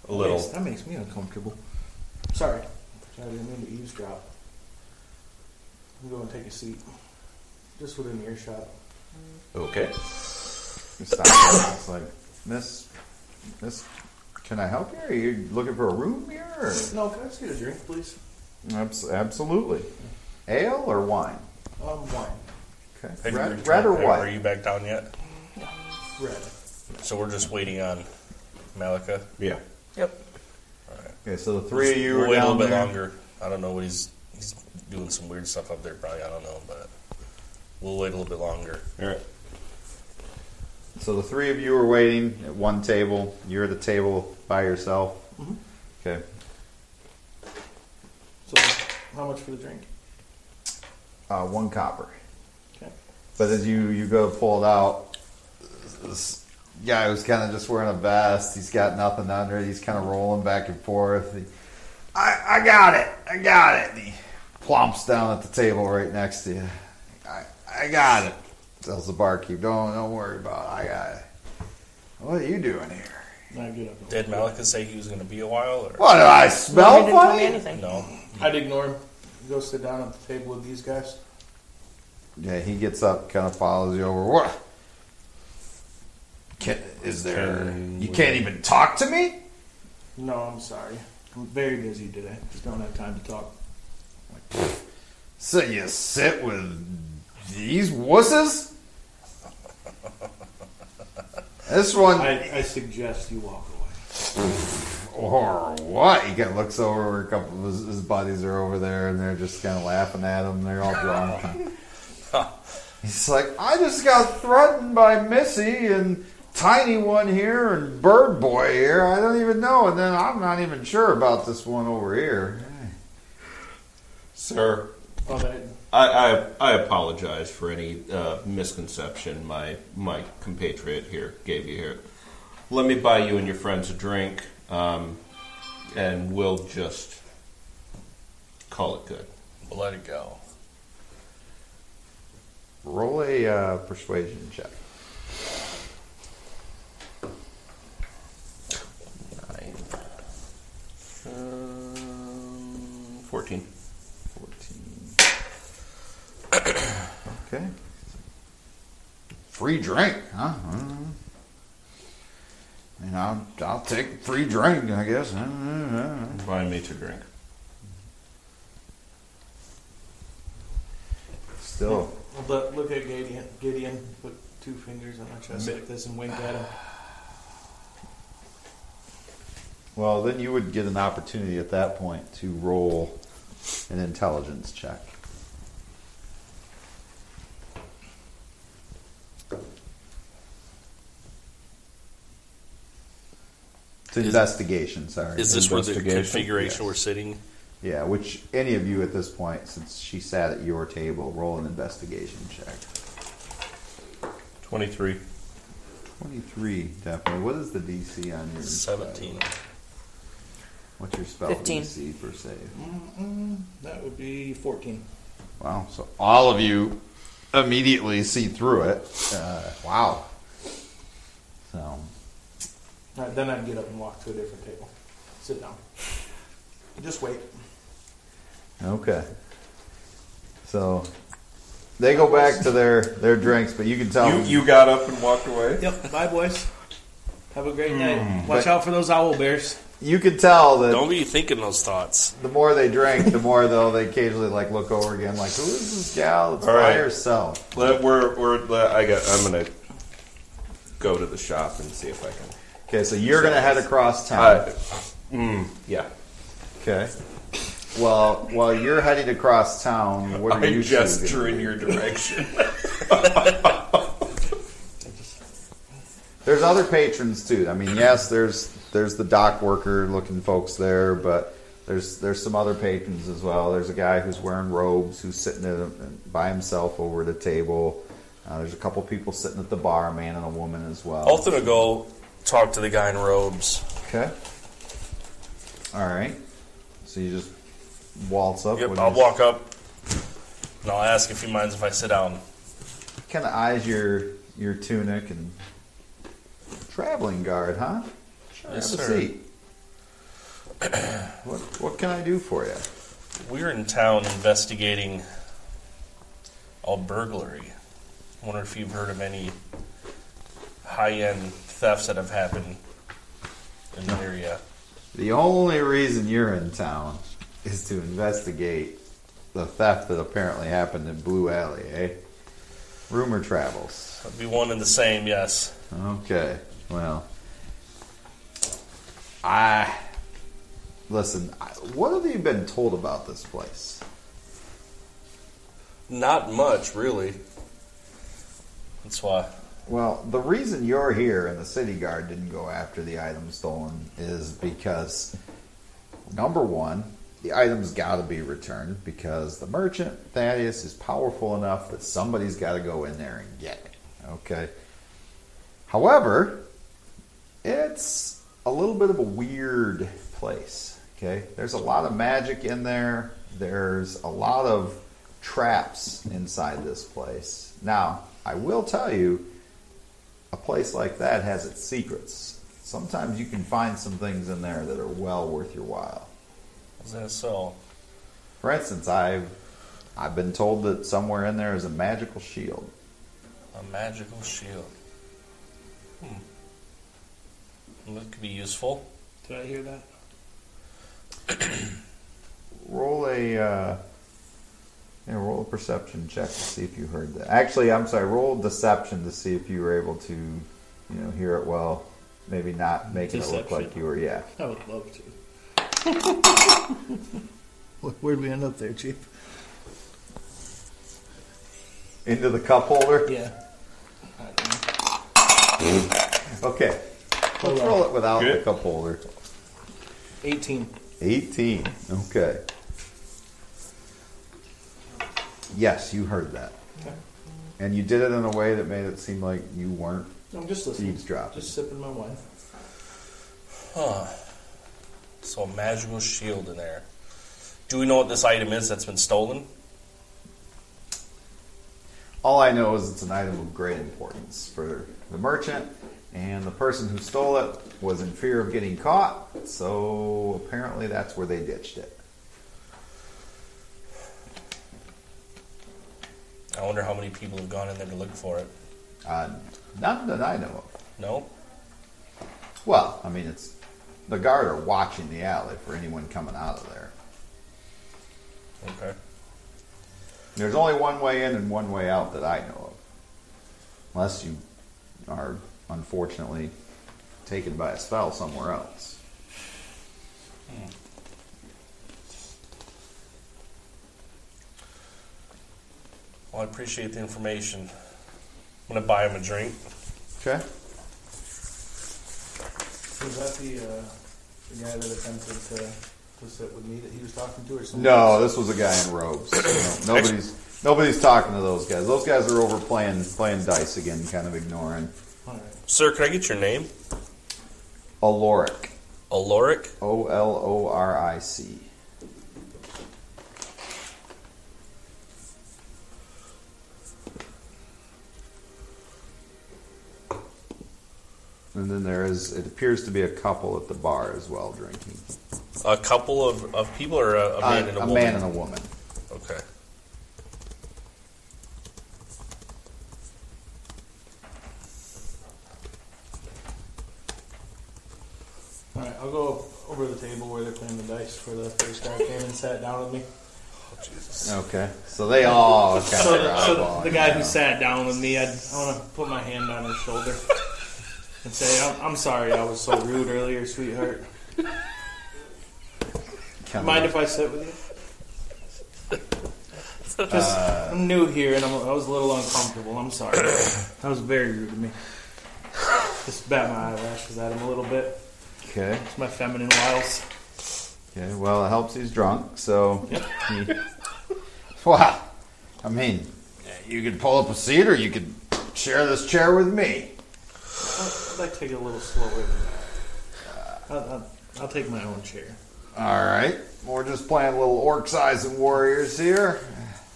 Speaker 2: a little.
Speaker 4: That makes me uncomfortable. Sorry. I didn't mean to eavesdrop. I'm going to take a seat. Just within earshot.
Speaker 2: Okay.
Speaker 1: You stop there. It's like Miss Miss. Can I help you? Are you looking for a room here? Or?
Speaker 4: No, can I just get a drink, please?
Speaker 1: Abs- absolutely. Ale or wine?
Speaker 4: Um, wine.
Speaker 1: Okay.
Speaker 3: Have you
Speaker 1: Red,
Speaker 3: returned-
Speaker 1: red or
Speaker 3: are- Are
Speaker 1: white?
Speaker 3: you back down yet?
Speaker 4: Red.
Speaker 3: So we're just waiting on Malika.
Speaker 2: Yeah.
Speaker 5: Yep.
Speaker 1: Okay, so the three of you
Speaker 3: We'll
Speaker 1: are
Speaker 3: wait a
Speaker 1: down
Speaker 3: little bit
Speaker 1: there.
Speaker 3: longer. I don't know what he's he's doing some weird stuff up there. Probably I don't know, but we'll wait a little bit longer.
Speaker 2: All right.
Speaker 1: So the three of you are waiting at one table. You're at a table by yourself.
Speaker 4: Mm-hmm.
Speaker 1: Okay.
Speaker 4: So, how much for the drink?
Speaker 1: Uh, one copper.
Speaker 4: Okay.
Speaker 1: But as you you go to pull it out, this guy who's kind of just wearing a vest, he's got nothing under it. He's kind of rolling back and forth. He, I I got it, I got it. And he plumps down at the table right next to you. I I got it. Tells the barkeep, don't don't worry about it. I got it. What are you doing here?
Speaker 4: I get up.
Speaker 3: Did Malika say he was going to be a while? Or
Speaker 1: What do I
Speaker 5: Well,
Speaker 1: smell
Speaker 5: he didn't tell me
Speaker 1: funny?
Speaker 5: anything.
Speaker 3: no?
Speaker 4: I'd ignore him. Go sit down at the table with these guys.
Speaker 1: Yeah, he gets up, kind of follows you over. What? Can, is there?
Speaker 2: Can
Speaker 1: You
Speaker 2: we-
Speaker 1: can't even talk to me.
Speaker 4: No, I'm sorry. I'm very busy today. Just don't have time to talk.
Speaker 1: So you sit with these wusses? This one,
Speaker 4: I, I suggest you walk away.
Speaker 1: or what? oh, He kind of looks over. A couple of his, his buddies are over there, and they're just kind of laughing at him. They're all drunk. He's like, I just got threatened by Missy and Tiny One here and Bird Boy here. I don't even know, and then I'm not even sure about this one over here.
Speaker 2: Sir,
Speaker 4: Oh, that,
Speaker 2: I, I, I apologize for any uh, misconception my my compatriot here gave you here. Let me buy you and your friends a drink, um, and we'll just call it good.
Speaker 3: We'll let it go.
Speaker 1: Roll a uh, persuasion check.
Speaker 2: Nine. Um, Fourteen.
Speaker 1: 14. okay. Free drink, huh? Mm. I mean, I'll, I'll take free drink, I guess. Mm-hmm.
Speaker 2: Buy me to drink.
Speaker 1: Still,
Speaker 4: But look at Gideon. Gideon put two fingers on my chest
Speaker 2: Mi-
Speaker 4: like this and wink at him.
Speaker 1: well, then you would get an opportunity at that point to roll an intelligence check. It's investigation, sorry.
Speaker 3: Is this where the
Speaker 2: Investigation?
Speaker 3: configuration
Speaker 1: Yes.
Speaker 3: we're sitting?
Speaker 1: Yeah, which any of you at this point, since she sat at your table, roll an investigation check.
Speaker 2: Twenty-three.
Speaker 1: 23, definitely. What is the DC on your
Speaker 3: Seventeen.
Speaker 1: What's your spell
Speaker 5: 15.
Speaker 1: DC for save?
Speaker 4: Mm-mm, that would be 14.
Speaker 1: Wow. So all of you immediately see through it. Uh, wow. So,
Speaker 4: All right, then I'd get up and walk to a different table. Sit down. Just wait.
Speaker 1: okay. So They go back to their, their drinks, but you can tell
Speaker 2: You
Speaker 1: them-
Speaker 2: you got up and walked away.
Speaker 4: Yep. Bye, boys. Have a great night. Watch out for those owl bears.
Speaker 1: you can tell that
Speaker 3: Don't be thinking those thoughts.
Speaker 1: the more they drink, the more though they occasionally like look over again, like who is this gal? It's
Speaker 2: All
Speaker 1: by
Speaker 2: right.
Speaker 1: herself.
Speaker 2: Let, we're, we're, let- I got. I'm gonna go to the shop and see if I can.
Speaker 1: Okay, so you're gonna head across town.
Speaker 2: Uh, mm, yeah.
Speaker 1: Okay. Well, while you're heading across town, what are
Speaker 2: I
Speaker 1: you
Speaker 2: gesture <laughs>
Speaker 1: choosing?
Speaker 2: in your direction.
Speaker 1: There's other patrons too. I mean, yes, there's there's the dock worker looking folks there, but there's there's some other patrons as well. There's a guy who's wearing robes who's sitting at a, by himself over at a table. Uh, there's a couple people sitting at the bar, a man and a woman as well.
Speaker 3: Ulta to go talk to the guy in robes.
Speaker 1: Okay. All right. So you just waltz up.
Speaker 3: Yep,
Speaker 1: with
Speaker 3: I'll
Speaker 1: your-
Speaker 3: walk up and I'll ask if he minds if I sit down.
Speaker 1: Kind of eyes your your tunic and traveling guard, huh? Sure,
Speaker 3: Yes,
Speaker 1: have a
Speaker 3: sir. <clears throat>
Speaker 1: seat. what what can I do for you?
Speaker 3: We're in town investigating a burglary. Wonder if you've heard of any high-end thefts that have happened in the area.
Speaker 1: The only reason you're in town is to investigate the theft that apparently happened in Blue Alley, eh? Rumor travels.
Speaker 3: It'd be one and the same, yes.
Speaker 1: Okay. Well, I listen. I, what have you been told about this place?
Speaker 3: Not much, really. That's why.
Speaker 1: Well, the reason you're here and the city guard didn't go after the item stolen is because number one, the item's got to be returned because the merchant Thaddeus is powerful enough that somebody's got to go in there and get it. Okay. However, it's a little bit of a weird place. Okay, there's a lot of magic in there. There's a lot of traps inside this place. Now, I will tell you, a place like that has its secrets. Sometimes you can find some things in there that are well worth your while.
Speaker 3: Is that so?
Speaker 1: For instance, I've I've been told that somewhere in there is a magical shield.
Speaker 3: A magical shield. Hmm. That could be useful.
Speaker 4: Did I hear that?
Speaker 1: Roll a uh, yeah, roll a perception check to see if you heard that. Actually, I'm sorry. Roll deception to see if you were able to, you know, hear it well. Maybe not making it look
Speaker 4: Deception.
Speaker 1: like you were. Yeah,
Speaker 4: I would love to. Where'd we end up there, Chief?
Speaker 1: into the cup holder.
Speaker 4: Yeah. I don't know.
Speaker 1: Okay,
Speaker 4: Hold
Speaker 1: let's
Speaker 4: on.
Speaker 1: roll it without the
Speaker 2: Good.
Speaker 1: cup holder.
Speaker 4: 18.
Speaker 1: 18. Okay. Yes, you heard that.
Speaker 4: Okay.
Speaker 1: And you did it in a way that made it seem like you weren't
Speaker 4: I'm just listening.
Speaker 1: eavesdropping.
Speaker 4: Just sipping my wine.
Speaker 3: Huh. So a magical shield in there. Do we know what this item is that's been stolen?
Speaker 1: All I know is it's an item of great importance for the merchant, and the person who stole it was in fear of getting caught, so apparently that's where they ditched it.
Speaker 3: I wonder how many people have gone in there to look for it.
Speaker 1: Uh, none that I know of.
Speaker 3: No?
Speaker 1: Well, I mean, it's the guard are watching the alley for anyone coming out of there.
Speaker 3: Okay.
Speaker 1: There's only one way in and one way out that I know of. Unless you are unfortunately taken by a spell somewhere else.
Speaker 3: Well, I appreciate the information. I'm gonna buy him a drink.
Speaker 1: Okay.
Speaker 4: Was that the, uh, the guy that attempted to, to sit with me that he was talking to or something?
Speaker 1: No, this was a guy in robes. No, nobody's nobody's talking to those guys. Those guys are over playing playing dice again, kind of ignoring.
Speaker 4: All right.
Speaker 3: Sir, can I get your name?
Speaker 1: Oloric.
Speaker 3: Aloric?
Speaker 1: O L O R I C. And then there is, it appears to be a couple at the bar as well drinking.
Speaker 3: A couple of, of people or a, a man
Speaker 1: Uh,
Speaker 3: and a,
Speaker 1: a
Speaker 3: woman?
Speaker 1: man and a woman.
Speaker 3: Okay.
Speaker 4: All right, I'll go over to the table where they're playing the dice for the first guy came and sat down with me.
Speaker 1: Okay. So they all kind
Speaker 4: So,
Speaker 1: of
Speaker 4: the, so
Speaker 1: eyeballing
Speaker 4: the guy
Speaker 1: now.
Speaker 4: who sat down with me, I'd, I want to put my hand on his <laughs> shoulder and say, I'm, "I'm sorry, I was so rude earlier, sweetheart.
Speaker 1: Come
Speaker 4: Mind
Speaker 1: in.
Speaker 4: if I sit with you?" Just, I'm new here, and I'm, I was a little uncomfortable. I'm sorry. That was very rude of me. Just bat my eyelashes at him a little bit.
Speaker 1: Okay.
Speaker 4: It's my feminine wiles.
Speaker 1: Okay. Well, it helps he's drunk, so. he- wow. I mean, you could pull up a seat, or you could share this chair with me.
Speaker 4: I'd like to take it a little slower than that. I'll, I'll, I'll take my own chair.
Speaker 1: All right. We're just playing little orcs, eyes, and warriors here.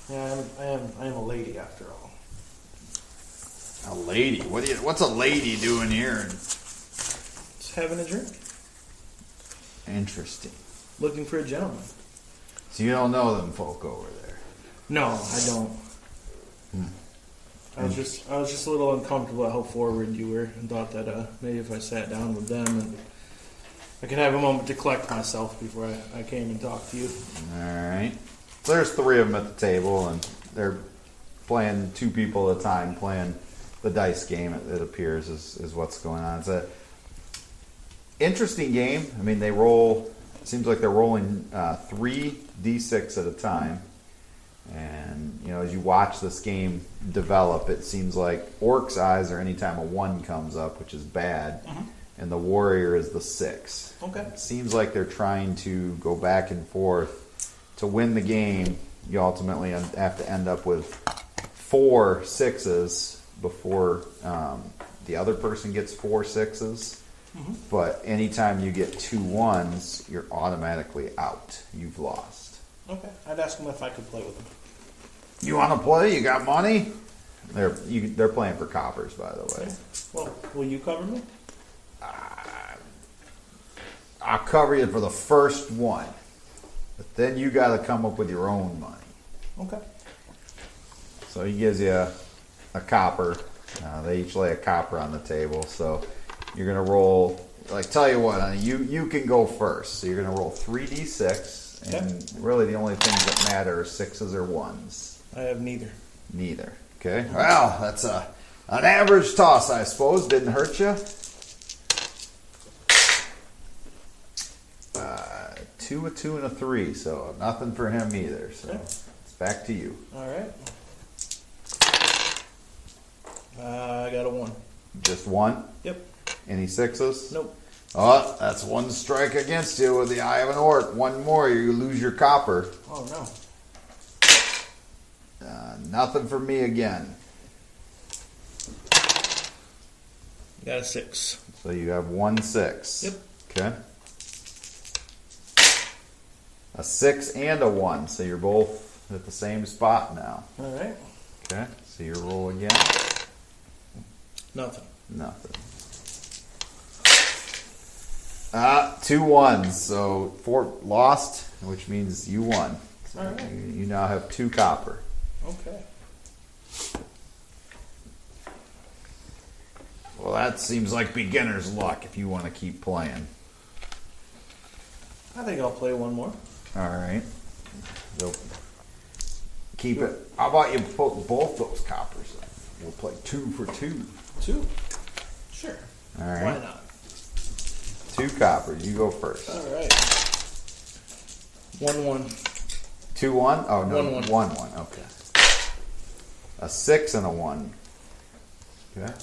Speaker 4: Yeah, I'm, I am. I am a lady after all.
Speaker 1: A lady. What do you, what's a lady doing here?
Speaker 4: Just having a drink,
Speaker 1: Interesting.
Speaker 4: looking for a gentleman.
Speaker 1: So you don't know them folk over there.
Speaker 4: No, I don't. I was just, I was just a little uncomfortable at how forward you were, and thought that uh, maybe if I sat down with them, and I could have a moment to collect myself before I, I came and talked to you.
Speaker 1: All right. So there's three of them at the table, and they're playing two people at a time, playing the dice game. It, it appears is is what's going on. It's a interesting game. I mean, they roll. It seems like they're rolling uh, three d6 at a time, and you know, as you watch this game develop, it seems like orc's eyes are anytime a one comes up, which is bad, and the warrior is the six.
Speaker 4: Okay.
Speaker 1: It seems like they're trying to go back and forth to win the game. You ultimately have to end up with four sixes before um, the other person gets four sixes. But anytime you get two ones, you're automatically out. You've lost.
Speaker 4: Okay. I'd ask them if I could play with them.
Speaker 1: You want to play? You got money? They're you, they're playing for coppers, by the way.
Speaker 4: Well, will you cover me?
Speaker 1: I'll cover you for the first one, but then you got to come up with your own money.
Speaker 4: Okay.
Speaker 1: So he gives you a, a copper. Uh, they each lay a copper on the table. So you're gonna roll. Like tell you what, honey, you you can go first. So you're gonna roll three d six, and really the only things that matter are sixes or ones.
Speaker 4: I have neither.
Speaker 1: Neither. Okay. Well, that's a an average toss, I suppose. Didn't hurt you. Uh, two a two and a three, so nothing for him either. So
Speaker 4: Okay.
Speaker 1: it's back to you.
Speaker 4: All right. Uh, I got a one.
Speaker 1: Just one.
Speaker 4: Yep.
Speaker 1: Any sixes?
Speaker 4: Nope.
Speaker 1: Oh, that's one strike against you with the eye of an orc. One more, you lose your copper.
Speaker 4: Oh no.
Speaker 1: Uh, nothing for me again.
Speaker 4: Got a six.
Speaker 1: So you have one six.
Speaker 4: Yep.
Speaker 1: Okay. A six and a one, so you're both at the same spot now.
Speaker 4: All right.
Speaker 1: Okay. So you roll again.
Speaker 4: Nothing.
Speaker 1: Nothing. Ah, two ones. So four lost, which means you won. So
Speaker 4: All right.
Speaker 1: you, you now have two copper.
Speaker 4: Okay.
Speaker 1: Well, that seems like beginner's luck if you want to keep playing.
Speaker 4: I think I'll play one more.
Speaker 1: All right. They'll keep it. How about you put both those coppers in? We'll play two for two.
Speaker 4: Two. Sure.
Speaker 1: All
Speaker 4: Why
Speaker 1: right.
Speaker 4: not?
Speaker 1: Two coppers. You go first.
Speaker 4: All right. One one.
Speaker 1: Two one? Oh, no.
Speaker 4: One, one.
Speaker 1: one, one. Okay. A six and a one. Okay.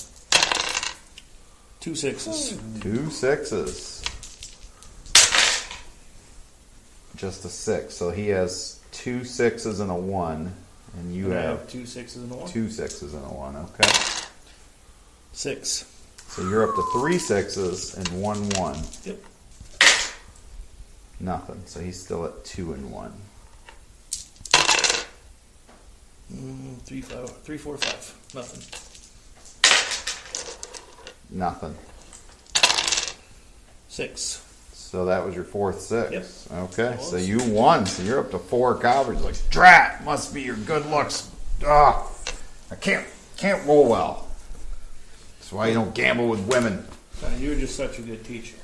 Speaker 4: Two sixes.
Speaker 1: Two sixes. Just a six. So he has two sixes and a one, and you
Speaker 4: And I
Speaker 1: have
Speaker 4: have two sixes and a one.
Speaker 1: Two sixes and a one, okay.
Speaker 4: Six.
Speaker 1: So you're up to three sixes and one one.
Speaker 4: Yep.
Speaker 1: Nothing. So he's still at two and one.
Speaker 4: Mm, three five. Three four five. Nothing.
Speaker 1: Nothing.
Speaker 4: Six.
Speaker 1: So that was your fourth six. Okay. So you won. So you're up to four coppers. Like drat must be your good looks. Ah, I can't can't roll well. That's why you don't gamble with women.
Speaker 4: Uh, you were just such a good teacher.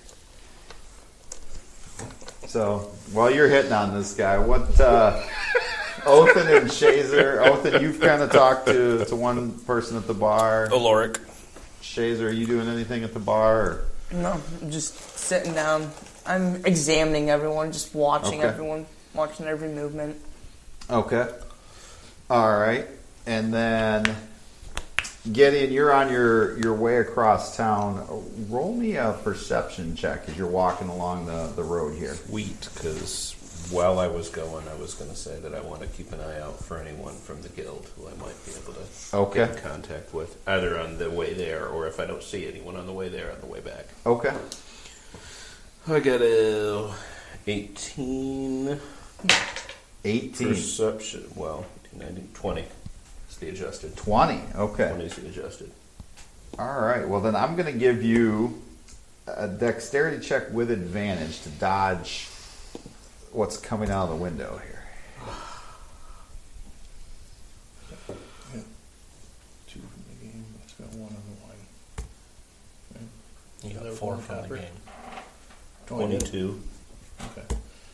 Speaker 1: So while you're hitting on this guy, what uh, Othan and Shazer? Othan, you've kind of talked to, to one person at the bar.
Speaker 3: Oloric.
Speaker 1: Shazer, are you doing anything at the bar? Or?
Speaker 5: No, I'm just sitting down. I'm examining everyone, just watching
Speaker 1: Okay.
Speaker 5: everyone, watching every movement.
Speaker 1: Okay. All right. And then Gideon, you're on your, your way across town. Roll me a perception check as you're walking along the, the road here.
Speaker 2: Wheat, because while I was going, I was going to say that I want to keep an eye out for anyone from the guild who I might be able to
Speaker 1: Okay.
Speaker 2: get in contact with, either on the way there or if I don't see anyone on the way there, on the way back.
Speaker 1: Okay.
Speaker 2: I got a 18
Speaker 1: 18.
Speaker 2: perception. Well, 19, 20 is the adjusted.
Speaker 1: 20. Okay.
Speaker 2: 20 is the adjusted.
Speaker 1: All right. Well, then I'm going to give you a dexterity check with advantage to dodge what's coming out of the window here.
Speaker 4: Two from the game. It's got one on the line.
Speaker 3: You got
Speaker 4: Another
Speaker 3: four
Speaker 4: one
Speaker 3: from the
Speaker 4: copper.
Speaker 3: game.
Speaker 2: Oh, 22.
Speaker 4: Okay.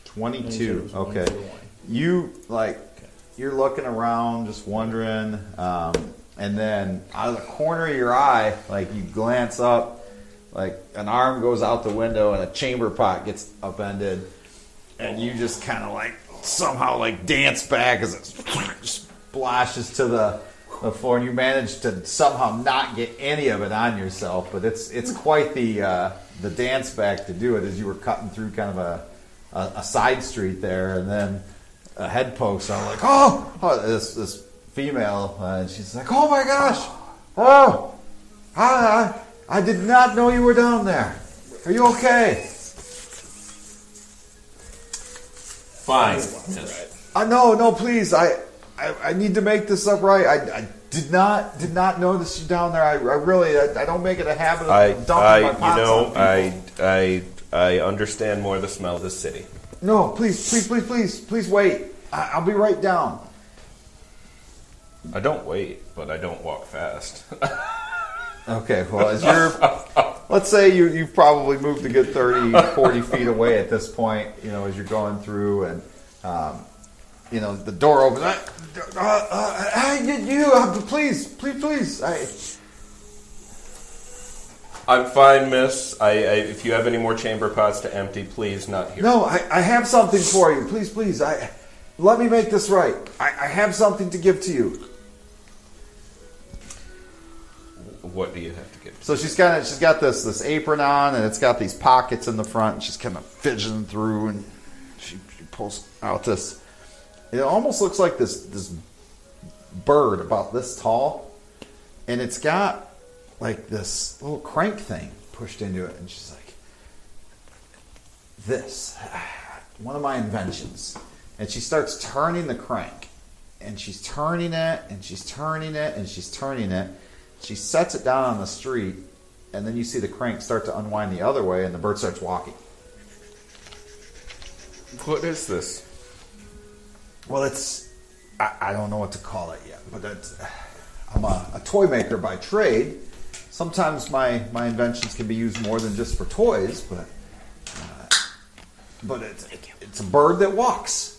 Speaker 1: 22.
Speaker 4: It was one
Speaker 1: Okay.
Speaker 4: for the line.
Speaker 1: you like
Speaker 4: Okay.
Speaker 1: you're looking around just wondering um, and then out of the corner of your eye like you glance up like an arm goes out the window and a chamber pot gets upended and you just kind of like somehow like dance back as it splashes to the, the floor and you manage to somehow not get any of it on yourself but it's it's quite the uh, the dance back to do it as you were cutting through kind of a a, a side street there and then a head poke so I'm like oh, oh this this female uh, and she's like oh my gosh oh I, I I did not know you were down there are you okay
Speaker 2: Fine. Yes.
Speaker 1: Uh, no, no, please. I, I, I need to make this up right. I, I did not did not notice you down there. I, I really I, I don't make it a habit of
Speaker 2: I,
Speaker 1: dumping
Speaker 2: I,
Speaker 1: my pots
Speaker 2: you
Speaker 1: on
Speaker 2: know,
Speaker 1: people.
Speaker 2: I, I, I understand more the smell of this city.
Speaker 1: no, please, please, please, please, please wait. I, I'll be right down.
Speaker 2: I don't wait, but I don't walk fast. <laughs>
Speaker 1: Okay, well, as you're, <laughs> let's say you, you've probably moved a good 30, 40 feet away at this point, you know, as you're going through and, um, you know, the door opens. Uh, uh, uh, hey, you, you uh, please, please, please. I,
Speaker 2: I'm fine, miss. I, I, if you have any more chamber pots to empty, please not here.
Speaker 1: No, I, I have something for you. Please, please, I let me make this right. I, I have something to give to you.
Speaker 2: What do you have to give?
Speaker 1: So she's kind of she's got this this apron on, and it's got these pockets in the front. And she's kind of fidgeting through, and she, she pulls out this. It almost looks like this this bird about this tall, and it's got like this little crank thing pushed into it, and she's like, "This, one of my inventions," and she starts turning the crank, and she's turning it, and she's turning it, and she's turning it. She sets it down on the street, and then you see the crank start to unwind the other way, and the bird starts walking.
Speaker 2: What is this?
Speaker 1: Well, it's I, I don't know what to call it yet, but it's, I'm a, a toy maker by trade. Sometimes my, my inventions can be used more than just for toys, but uh, but it's it's a bird that walks.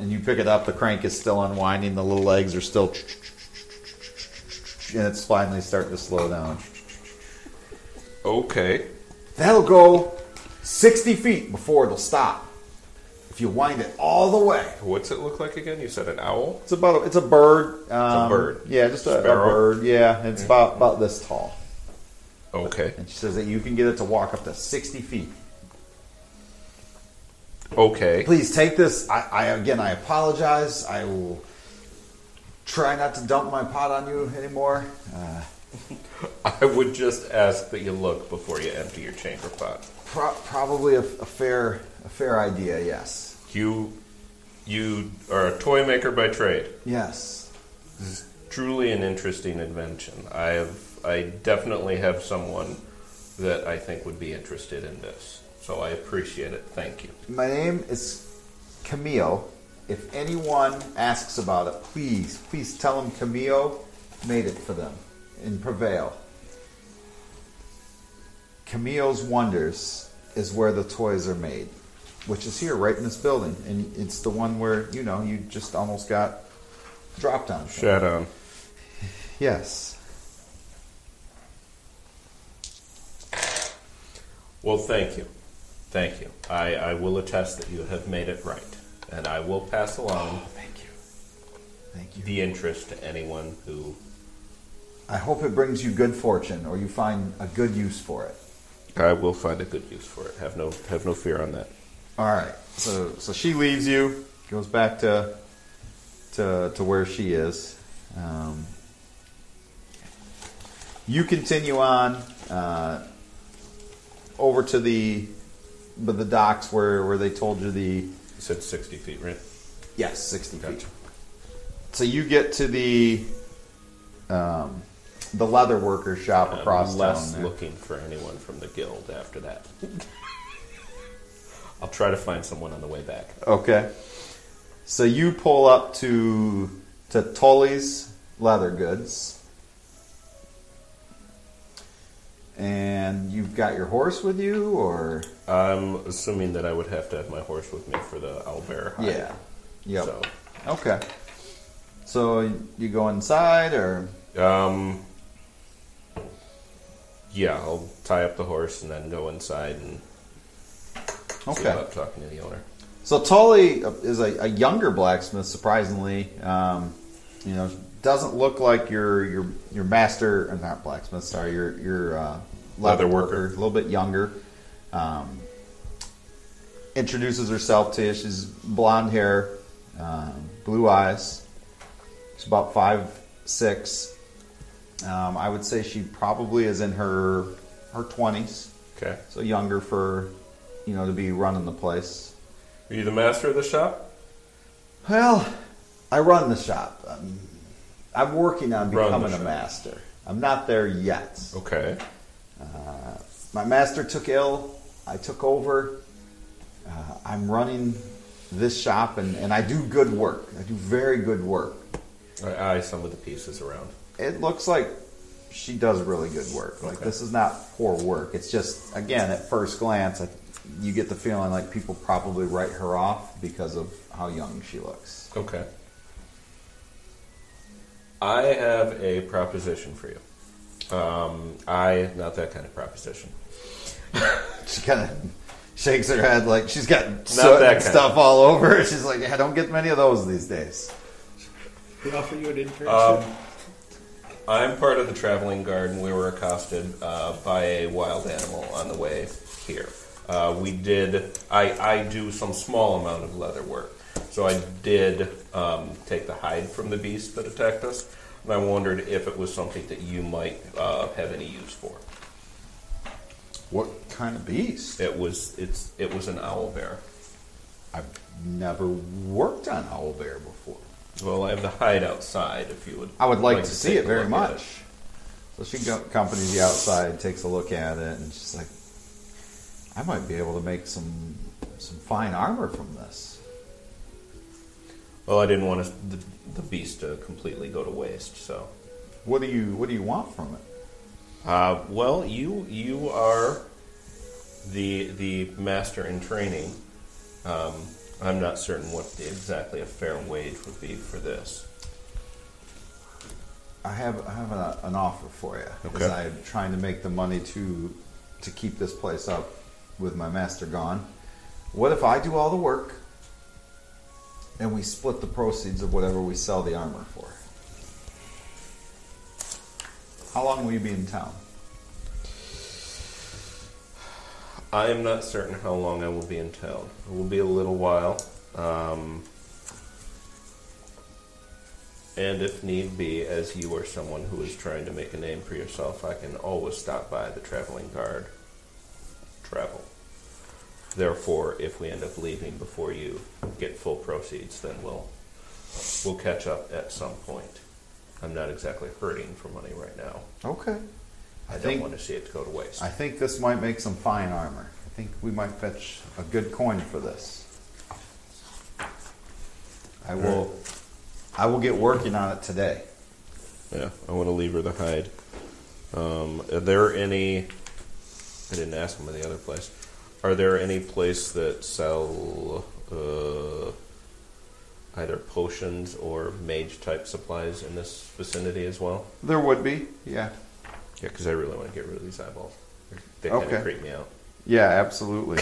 Speaker 1: And you pick it up. The crank is still unwinding. The little legs are still, and it's finally starting to slow down.
Speaker 2: Okay.
Speaker 1: That'll go 60 feet before it'll stop. If you wind it all the way.
Speaker 2: What's it look like again? You said an owl?
Speaker 1: It's about a, it's a bird. Um,
Speaker 2: bird.
Speaker 1: Yeah, just a, a
Speaker 2: Sparrow.
Speaker 1: bird. Yeah, and it's about about this tall.
Speaker 2: Okay.
Speaker 1: And she says that you can get it to walk up to 60 feet.
Speaker 2: Okay.
Speaker 1: Please take this. I, I again, I apologize. I will try not to dump my pot on you anymore. Uh,
Speaker 2: I would just ask that you look before you empty your chamber pot.
Speaker 1: pro- probably a, a fair a fair idea. Yes.
Speaker 2: You, you are a toy maker by trade.
Speaker 1: Yes.
Speaker 2: This is truly an interesting invention. I have, I definitely have someone that I think would be interested in this. So I appreciate it. Thank you.
Speaker 1: My name is Camille. If anyone asks about it, please, please tell them Camille made it for them in Prevail. Camille's Wonders is where the toys are made, which is here, right in this building, and it's the one where you know you just almost got dropped on.
Speaker 2: Shut on.
Speaker 1: Yes.
Speaker 2: Well, thank you. Thank you. I, I will attest that you have made it right. And I will pass along
Speaker 1: Oh, Thank you. Thank you.
Speaker 2: the interest to anyone who.
Speaker 1: I hope it brings you good fortune, or you find a good use for it.
Speaker 2: I will find a good use for it. Have no have no fear on that.
Speaker 1: All right. So so she leaves you, goes back to to to where she is. Um, you continue on uh, over to the but the docks where where they told you the
Speaker 2: You said sixty feet, right?
Speaker 1: yes sixty feet.
Speaker 2: Gotcha.
Speaker 1: So you get to the um, the leather worker shop across
Speaker 2: I'm
Speaker 1: town
Speaker 2: less
Speaker 1: there.
Speaker 2: looking for anyone from the guild after that. <laughs> I'll try to find someone on the way back.
Speaker 1: Okay. So you pull up to to Tully's Leather Goods, and you've got your horse with you, or
Speaker 2: I'm assuming that I would have to have my horse with me for the owlbear hide.
Speaker 1: yep.
Speaker 2: So,
Speaker 1: Okay. So you go inside, or
Speaker 2: um, yeah, I'll tie up the horse and then go inside and see
Speaker 1: okay.
Speaker 2: about talking to the owner.
Speaker 1: So Tully is a, a younger blacksmith, surprisingly. Um, you know, doesn't look like your your your master, or not blacksmith. Sorry, your your uh,
Speaker 2: Leather worker.
Speaker 1: A little bit younger. Um, introduces herself to you. She's blonde hair, um, blue eyes. She's about five six. Um, I would say she probably is in her her twenties,
Speaker 2: Okay.
Speaker 1: so younger for you know to be running the place.
Speaker 2: Are you the master of the shop?
Speaker 1: Well, I run the shop. I'm, I'm working on
Speaker 2: Run the
Speaker 1: becoming a
Speaker 2: shop.
Speaker 1: master. I'm not there yet.
Speaker 2: Okay.
Speaker 1: My master took ill. I took over. Uh, I'm running this shop, and, and I do good work. I do very good work.
Speaker 2: I eye some of the pieces around.
Speaker 1: It looks like she does really good work. Like
Speaker 2: Okay.
Speaker 1: this is not poor work. It's just again at first glance, I, you get the feeling like people probably write her off because of how young she looks.
Speaker 2: Okay. I have a proposition for you. Um, I not that kind of proposition.
Speaker 1: she kind of shakes her head like she's got
Speaker 2: that
Speaker 1: soot and
Speaker 2: kind.
Speaker 1: stuff all over. her. She's like, I don't get many of those these days.
Speaker 4: We offer you an internship.
Speaker 2: I'm part of the traveling guard, and we were accosted uh, by a wild animal on the way here. Uh, we did. I, I do some small amount of leather work, so I did um, take the hide from the beast that attacked us, and I wondered if it was something that you might uh, have any use for.
Speaker 1: What kind of beast?
Speaker 2: It was it's it was an owl bear.
Speaker 1: I've never worked on owl bear before.
Speaker 2: Well, I have the hide outside. If you would,
Speaker 1: I would like, to see
Speaker 2: take
Speaker 1: it
Speaker 2: a
Speaker 1: very
Speaker 2: look at
Speaker 1: much. So she go- accompanies you outside, takes a look at it, and she's like, I might be able to make some some fine armor from this.
Speaker 2: Well, I didn't want us- the, the beast to completely go to waste, so.
Speaker 1: What do you What do you want from it?
Speaker 2: Uh, well, you you are the the master in training. Um, I'm not certain what the, exactly a fair wage would be for this.
Speaker 1: I have I have a, an offer for you. 'cause
Speaker 2: Okay.
Speaker 1: I'm trying to make the money to to keep this place up with my master gone. What if I do all the work and we split the proceeds of whatever we sell the armor for? How long will you be in town?
Speaker 2: I am not certain how long I will be in town. It will be a little while. Um, and if need be, as you are someone who is trying to make a name for yourself, I can always stop by the traveling guard. Travel. Therefore, if we end up leaving before you get full proceeds, then we'll we'll catch up at some point. I'm not exactly hurting for money right now.
Speaker 1: Okay. I
Speaker 2: I, don't
Speaker 1: think
Speaker 2: want to see it go to waste.
Speaker 1: I think this might make some fine armor. I think we might fetch a good coin for this. I will I will get working on it today.
Speaker 2: Yeah, I want to leave her the hide. Um, are there any I didn't ask him at the other place. Are there any place that sell uh, either potions or mage type supplies in this vicinity as well?
Speaker 1: There would be, yeah.
Speaker 2: Yeah, because I really want to get rid of these eyeballs. They kind
Speaker 1: Okay.
Speaker 2: of creep me out.
Speaker 1: Yeah, absolutely.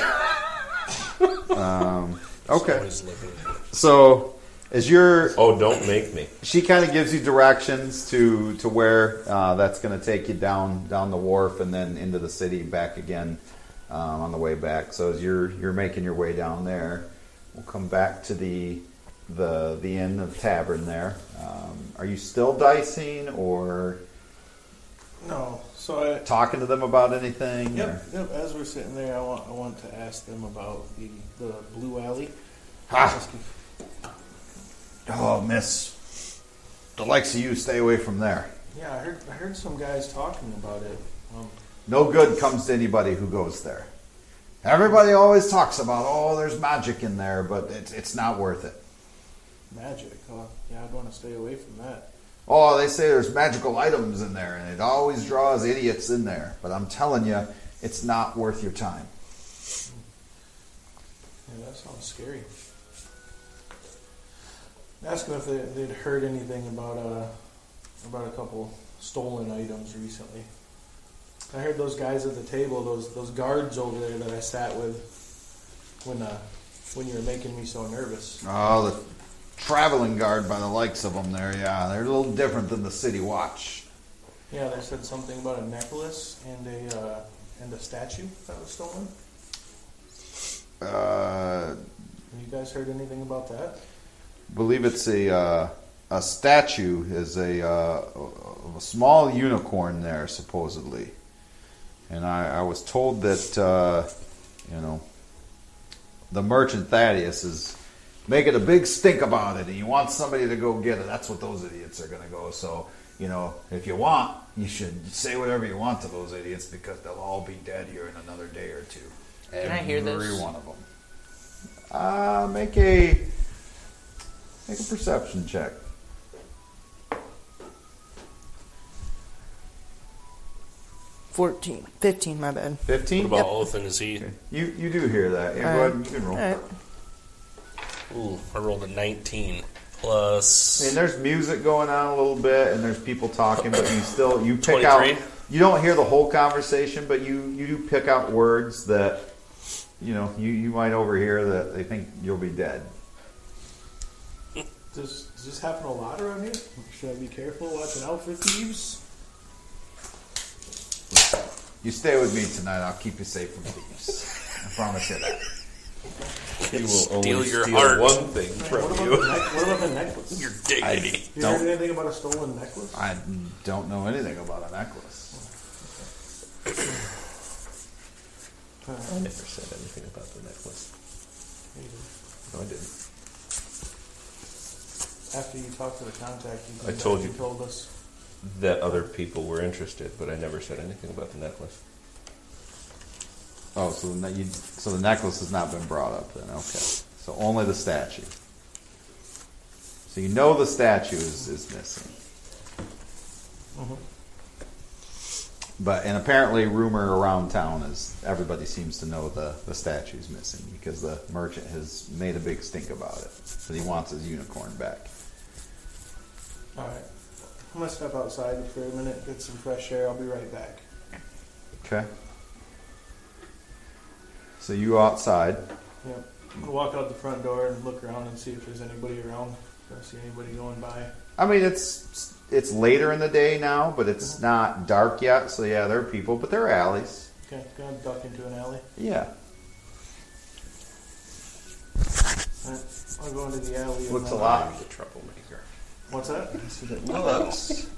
Speaker 1: um, okay.
Speaker 3: Always looking.
Speaker 1: So, as you're
Speaker 2: Oh, don't make
Speaker 3: <laughs>
Speaker 2: me.
Speaker 1: she kind of gives you directions to to where uh, that's going to take you down down the wharf and then into the city and back again um, on the way back. So as you're you're making your way down there, we'll come back to the the the inn of tavern there. Um, are you still dicing or
Speaker 4: No, so I,
Speaker 1: talking to them about anything?
Speaker 4: Yep, yep. As we're sitting there, I want I want to ask them about the the blue alley.
Speaker 1: Ha! Oh, miss, the likes of you stay away from there.
Speaker 4: Yeah, I heard I heard some guys talking about it. Um,
Speaker 1: No good comes to anybody who goes there. Everybody always talks about, oh, there's magic in there, but it's, it's not worth it.
Speaker 4: magic. Huh? Yeah, I'd want to stay away from that.
Speaker 1: Oh, they say there's magical items in there, and it always draws idiots in there. But I'm telling you, it's not worth your time.
Speaker 4: Yeah, that sounds scary. Ask them if they, they'd heard anything about uh about a couple stolen items recently. I heard those guys at the table, those those guards over there that I sat with when uh when you were making me so nervous.
Speaker 1: Oh, the traveling guard by the likes of them there, yeah, they're a little different than the city watch.
Speaker 4: Yeah, they said something about a necklace and a uh, and a statue that was stolen.
Speaker 1: Uh,
Speaker 4: Have you guys heard anything about that?
Speaker 1: believe it's a uh, a statue is a, uh, a- a small unicorn there supposedly, and I, I was told that uh, you know the merchant Thaddeus is making a big stink about it, and you want somebody to go get it. That's what those idiots are going to go. So you know if you want, you should say whatever you want to those idiots because they'll all be dead here in another day or two. Every
Speaker 5: I hear this?
Speaker 1: one of them. Uh, make a Make a perception check.
Speaker 5: Fourteen. Fifteen, my bad.
Speaker 3: What
Speaker 1: 15?
Speaker 3: about Olafin? Is he?
Speaker 1: You you do hear that. Yeah, go ahead and you can roll.
Speaker 5: Alright.
Speaker 3: Ooh, I rolled a 19 plus.
Speaker 1: I mean, there's music going on a little bit and there's people talking, but you still, you pick out,
Speaker 3: 23.
Speaker 1: you don't hear the whole conversation, but you, you do pick out words that, you know, you, you might overhear that they think you'll be dead.
Speaker 4: Does, does this happen a lot around here? Should I be careful watching out for thieves?
Speaker 1: You stay with me tonight, I'll keep you safe from thieves. I promise you that.
Speaker 2: He will only
Speaker 3: Steal your
Speaker 2: steal
Speaker 3: heart.
Speaker 2: one thing from
Speaker 4: what, about
Speaker 2: you.
Speaker 4: The neck, what about the necklace?
Speaker 3: Your
Speaker 4: You
Speaker 3: dignity.
Speaker 4: heard
Speaker 1: Don't-
Speaker 4: anything about a stolen necklace?
Speaker 1: I don't know anything about a necklace.
Speaker 2: <laughs> I never said anything about the necklace. No, I didn't.
Speaker 4: After you talked to the contact, you
Speaker 2: I
Speaker 4: came back
Speaker 2: told
Speaker 4: and
Speaker 2: you.
Speaker 4: told us.
Speaker 2: That other people were interested, but I never said anything about the necklace.
Speaker 1: Oh, so the, ne- you, so the necklace has not been brought up then. Okay. So only the statue. So you know the statue is, is missing. But and apparently rumor around town is everybody seems to know the the statue's missing because the merchant has made a big stink about it. So he wants his unicorn back.
Speaker 4: All right, I'm gonna step outside for a minute, get some fresh air. I'll be right back.
Speaker 1: Okay. So you outside.
Speaker 4: Yep. I'm gonna walk out the front door and look around and see if there's anybody around. If I see anybody going by.
Speaker 1: I mean, it's it's later in the day now, but it's not dark yet. So yeah, there are people, but there are alleys.
Speaker 4: Okay, gonna duck into an alley.
Speaker 1: Yeah,
Speaker 4: All right, I'll go into the alley. and
Speaker 1: looks a
Speaker 4: then-
Speaker 1: lot.
Speaker 2: The troublemaker.
Speaker 4: What's that?
Speaker 1: Looks.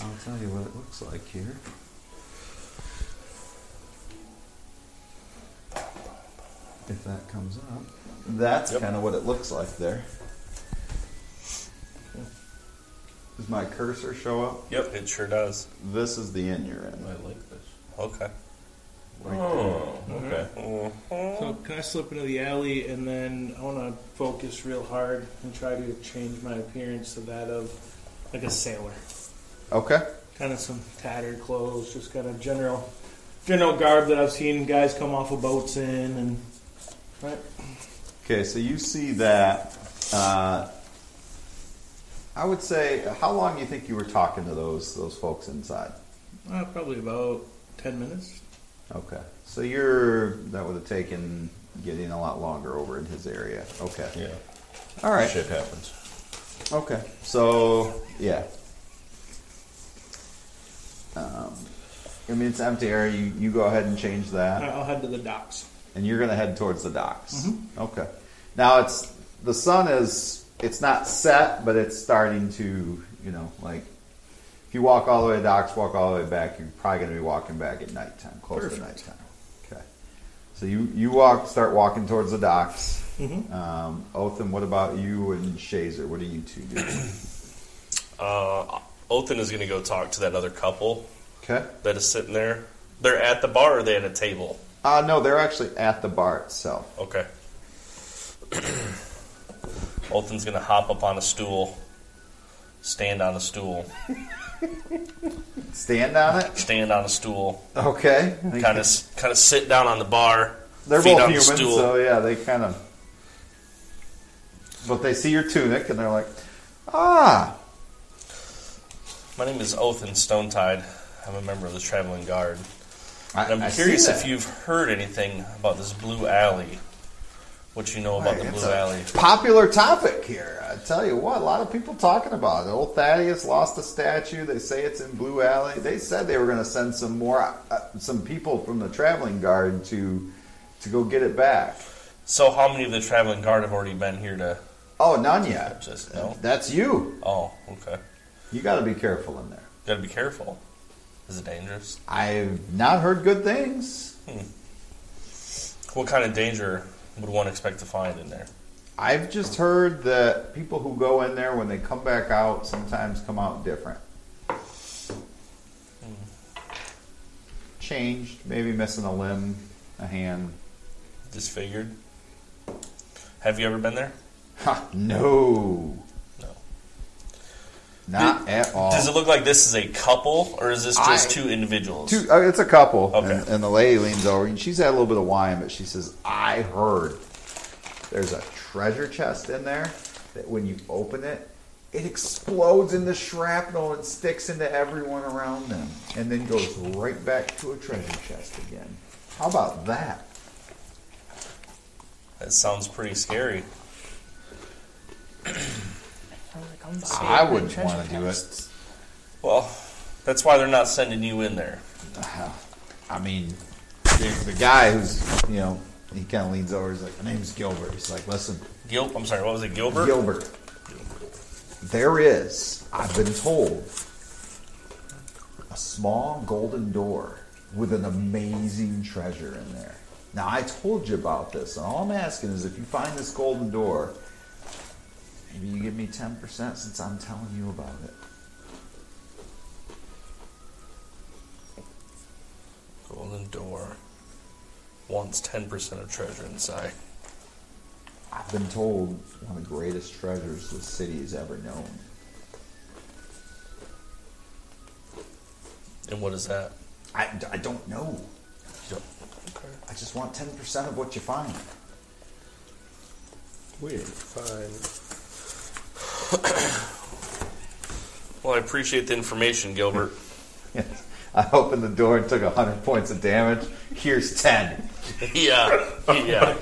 Speaker 1: I'll tell you what it looks like here. If that comes up, that's
Speaker 2: Yep.
Speaker 1: kind of what it looks like there. Does my cursor show up?
Speaker 2: <laughs>
Speaker 3: Yep, it sure does.
Speaker 1: This is the inn you're in.
Speaker 2: I like this.
Speaker 3: Okay.
Speaker 2: Oh, okay.
Speaker 4: So can I slip into the alley and then I want to focus real hard and try to change my appearance to that of like a sailor.
Speaker 1: Okay.
Speaker 4: kind of some tattered clothes, just kind of general general garb that I've seen guys come off of boats in, and right.
Speaker 1: Okay, so you see that. Uh, I would say, how long do you think you were talking to those those folks inside?
Speaker 4: Uh, probably about ten minutes.
Speaker 1: Okay, so you're that would have taken getting a lot longer over in his area. Okay,
Speaker 2: Yeah.
Speaker 1: all right.
Speaker 2: Shit happens.
Speaker 1: Okay. So yeah. Um, I mean, it's empty area. You, you go ahead and change that,
Speaker 4: I'll head to the docks.
Speaker 1: and you're going to head towards the docks. Okay. Now it's the sun is it's not set, but it's starting to you know like if you walk all the way to the docks, walk all the way back, you're probably going to be walking back at nighttime, close to
Speaker 4: Perfect.
Speaker 1: nighttime. Okay. So you you walk start walking towards the docks. Um, Othan, what about you and Shazer? What do you two do?
Speaker 3: Uh, Othan is going to go talk to that other couple
Speaker 1: Okay.
Speaker 3: that is sitting there. They're at the bar or they at a table?
Speaker 1: Uh, no, they're actually at the bar itself.
Speaker 3: Okay. <clears throat> Olton's gonna hop up on a stool, stand on a stool,
Speaker 1: Stand on it.
Speaker 3: stand on a stool,
Speaker 1: Okay.
Speaker 3: kind of kind of sit down on the bar.
Speaker 1: They're
Speaker 3: feet
Speaker 1: both
Speaker 3: on
Speaker 1: human,
Speaker 3: the stool.
Speaker 1: so yeah, they kind of. But they see your tunic and they're like, ah,
Speaker 3: My name is Othan Stonetide. I'm a member of the Traveling Guard.
Speaker 1: I,
Speaker 3: And I'm
Speaker 1: I see
Speaker 3: curious
Speaker 1: that.
Speaker 3: if you've heard anything about this Blue Alley. What you know about
Speaker 1: Right,
Speaker 3: the
Speaker 1: it's
Speaker 3: Blue
Speaker 1: a
Speaker 3: Alley?
Speaker 1: Popular topic here. I tell you what, a lot of people talking about it. Old Thaddeus lost a statue. They say it's in Blue Alley. They said they were going to send some more, uh, some people from the traveling guard to, to go get it back.
Speaker 3: So, how many of the Traveling Guard have already been here to?
Speaker 1: Oh, none yet.
Speaker 3: Just no.
Speaker 1: That's you.
Speaker 3: Oh, okay.
Speaker 1: You got to be careful in there.
Speaker 3: Gotta be careful. Is it dangerous?
Speaker 1: I've not heard good things.
Speaker 3: What kind of danger would one expect to find in there?
Speaker 1: I've just heard that people who go in there when they come back out sometimes come out different. Changed, maybe missing a limb, a hand.
Speaker 3: Disfigured? Have you ever been there?
Speaker 1: Ha, no.
Speaker 3: No.
Speaker 1: Not at all.
Speaker 3: Does it look like this is a couple, or is this just
Speaker 1: Oh. I-
Speaker 3: two individuals?
Speaker 1: Two, uh, it's a couple.
Speaker 3: Okay.
Speaker 1: And, and the lady leans over and she's had a little bit of wine, but she says, I heard there's a treasure chest in there that when you open it, it explodes into shrapnel and sticks into everyone around them and then goes right back to a treasure chest again. How about that?
Speaker 3: That sounds pretty scary.
Speaker 5: I'm like, I'm
Speaker 1: I
Speaker 5: scared.
Speaker 1: wouldn't
Speaker 5: Treasure
Speaker 1: want to do
Speaker 5: chest.
Speaker 1: it.
Speaker 3: Well, that's why they're not sending you in there.
Speaker 1: <sighs> I mean, the, the guy who's, you know, he kind of leans over. He's like, my name's Gilbert. He's like, listen,
Speaker 3: Gil, I'm sorry, what was it, Gilbert?
Speaker 1: Gilbert. There is, I've been told, a small golden door with an amazing treasure in there. Now, I told you about this, and all I'm asking is if you find this golden door, maybe you give me 10% since I'm telling you about it.
Speaker 3: Golden Door wants 10% of treasure inside.
Speaker 1: I've been told one of the greatest treasures this city has ever known.
Speaker 3: And what is that?
Speaker 1: I, I don't know.
Speaker 3: You don't- Okay.
Speaker 1: I just want 10% of what you find.
Speaker 2: Weird. Fine.
Speaker 3: Well, I appreciate the
Speaker 1: <laughs>
Speaker 3: information, Gilbert. <laughs>
Speaker 1: Yes. I opened the door and took 100 points of damage. Here's 10.
Speaker 3: yeah, yeah.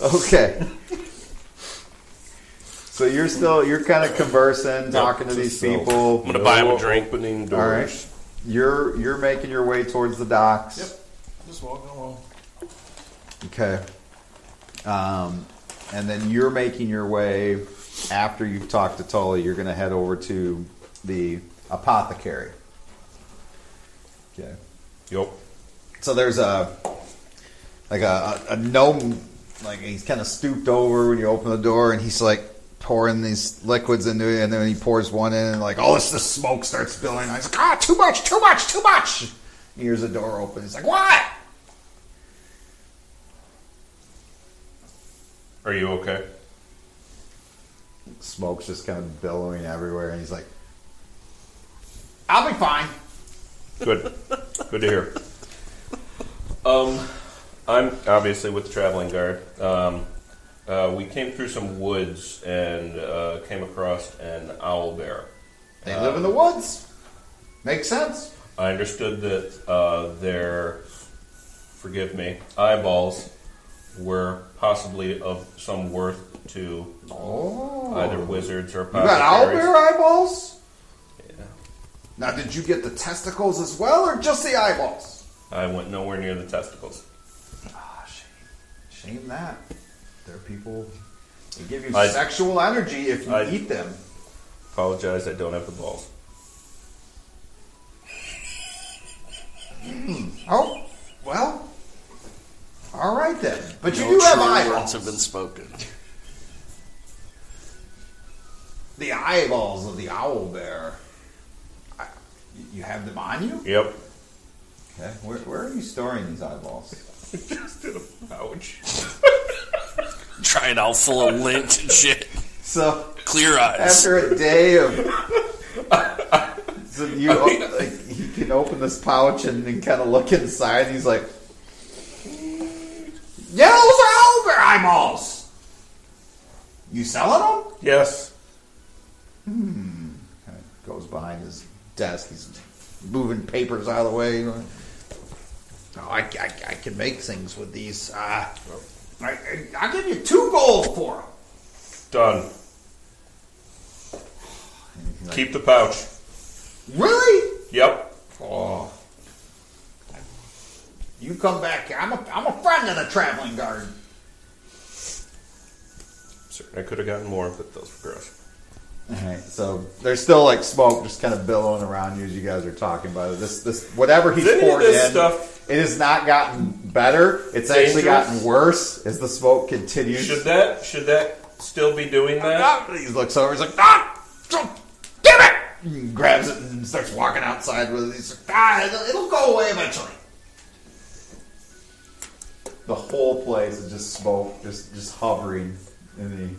Speaker 1: Okay. So you're still you're kind of conversing, talking to these
Speaker 2: So,
Speaker 1: people.
Speaker 3: I'm gonna buy him a
Speaker 2: No
Speaker 3: drink.
Speaker 2: Opening
Speaker 1: All
Speaker 2: doors.
Speaker 1: right. You're you're making your way towards the docks.
Speaker 4: Yep, just walking along.
Speaker 1: Okay. Um, and then you're making your way after you've talked to Tully. You're going to head over to the apothecary. Okay.
Speaker 2: Yup.
Speaker 1: So there's a like a, a gnome, like he's kind of stooped over when you open the door, and he's like pouring these liquids into it, and then he pours one in, and like all this the smoke starts spilling. I was like, ah, too much, too much, too much. And hears the door open. He's like, what?
Speaker 2: Are you okay?
Speaker 1: smoke's just kind of billowing everywhere, and he's like, "I'll be fine."
Speaker 2: Good.
Speaker 1: <laughs>
Speaker 2: Good to hear. Um, I'm obviously with the traveling guard. Um, uh, we came through some woods and uh, came across an owl bear.
Speaker 1: They live in the woods. Makes sense.
Speaker 2: I understood that uh, their, forgive me, eyeballs were possibly of some worth to
Speaker 1: Oh,
Speaker 2: either wizards or
Speaker 1: you got owlbear
Speaker 2: apothecaries.
Speaker 1: eyeballs.
Speaker 2: Yeah.
Speaker 1: Now, did you get the testicles as well, or just the eyeballs?
Speaker 2: I went nowhere near the testicles.
Speaker 1: Ah, shame, shame that. There are people. They give you
Speaker 2: I-
Speaker 1: sexual energy if you
Speaker 2: I-
Speaker 1: eat them.
Speaker 2: Apologize, I don't have the balls.
Speaker 1: Oh, well. All right then. But you
Speaker 3: No
Speaker 1: do have
Speaker 3: true
Speaker 1: eyeballs.
Speaker 3: words have been spoken.
Speaker 1: The eyeballs of the owl bear. I- You have them on you?
Speaker 2: Yep.
Speaker 1: Okay. Where, where are you storing these eyeballs?
Speaker 3: <laughs>
Speaker 2: Ouch.
Speaker 3: Try it out full of lint and shit.
Speaker 1: So
Speaker 3: Clear eyes.
Speaker 1: after a day of, so
Speaker 3: <laughs>
Speaker 1: you o- like, he can open this pouch and, and kind of look inside. And he's like, "Yeah, those are owl bear eyeballs. You selling them?"
Speaker 2: Yes.
Speaker 1: kind of goes behind his desk. He's moving papers out of the way. Oh, I, I, I can make things with these. Uh, I, I, I'll give you two gold for them.
Speaker 2: Done. Keep the pouch.
Speaker 1: Really?
Speaker 2: Yep.
Speaker 1: Oh. You come back here. I'm a, I'm a friend of the traveling guard.
Speaker 2: Certain I could have gotten more, but those were gross.
Speaker 1: Alright, so there's still like smoke just kind of billowing around you as you guys are talking about it. This this whatever he's
Speaker 2: Is any of
Speaker 1: poured
Speaker 2: this
Speaker 1: in,
Speaker 2: stuff-
Speaker 1: it has not gotten better. It's actually
Speaker 2: Dangerous?
Speaker 1: gotten worse as the smoke continues.
Speaker 2: Should that should that still be doing that?
Speaker 1: Ah, he looks over, he's like, ah! Give it! And grabs it and starts walking outside with it. He's like, ah, it'll, it'll go away eventually. The whole place is just smoke, just just hovering in the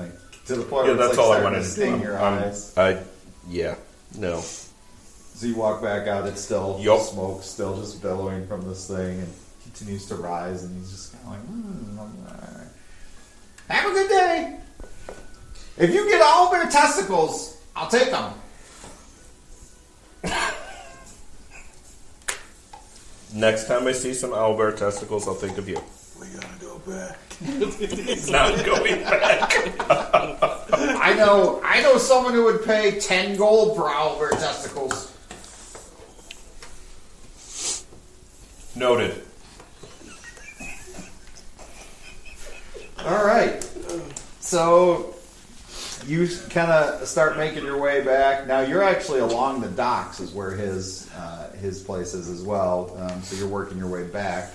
Speaker 1: like to the point
Speaker 2: Yeah,
Speaker 1: where it's
Speaker 2: that's
Speaker 1: like
Speaker 2: all I
Speaker 1: starting
Speaker 2: wanted
Speaker 1: to
Speaker 2: to
Speaker 1: sting
Speaker 2: do.
Speaker 1: your
Speaker 2: I'm-
Speaker 1: eyes.
Speaker 2: I yeah. No.
Speaker 1: So you walk back out, it's still
Speaker 2: Yup.
Speaker 1: smoke, still just billowing from this thing, and continues to rise, and he's just kind of like, mm, I'm alright." have a good day. If you get all their testicles, I'll take them.
Speaker 2: Next time I see some owlbear testicles, I'll think of you.
Speaker 4: We gotta go back.
Speaker 2: Not going back.
Speaker 1: I know, I know someone who would pay ten gold for all their testicles.
Speaker 2: Noted.
Speaker 1: All right. So you kind of start making your way back. Now you're actually along the docks, is where his uh, his place is as well. Um, so you're working your way back.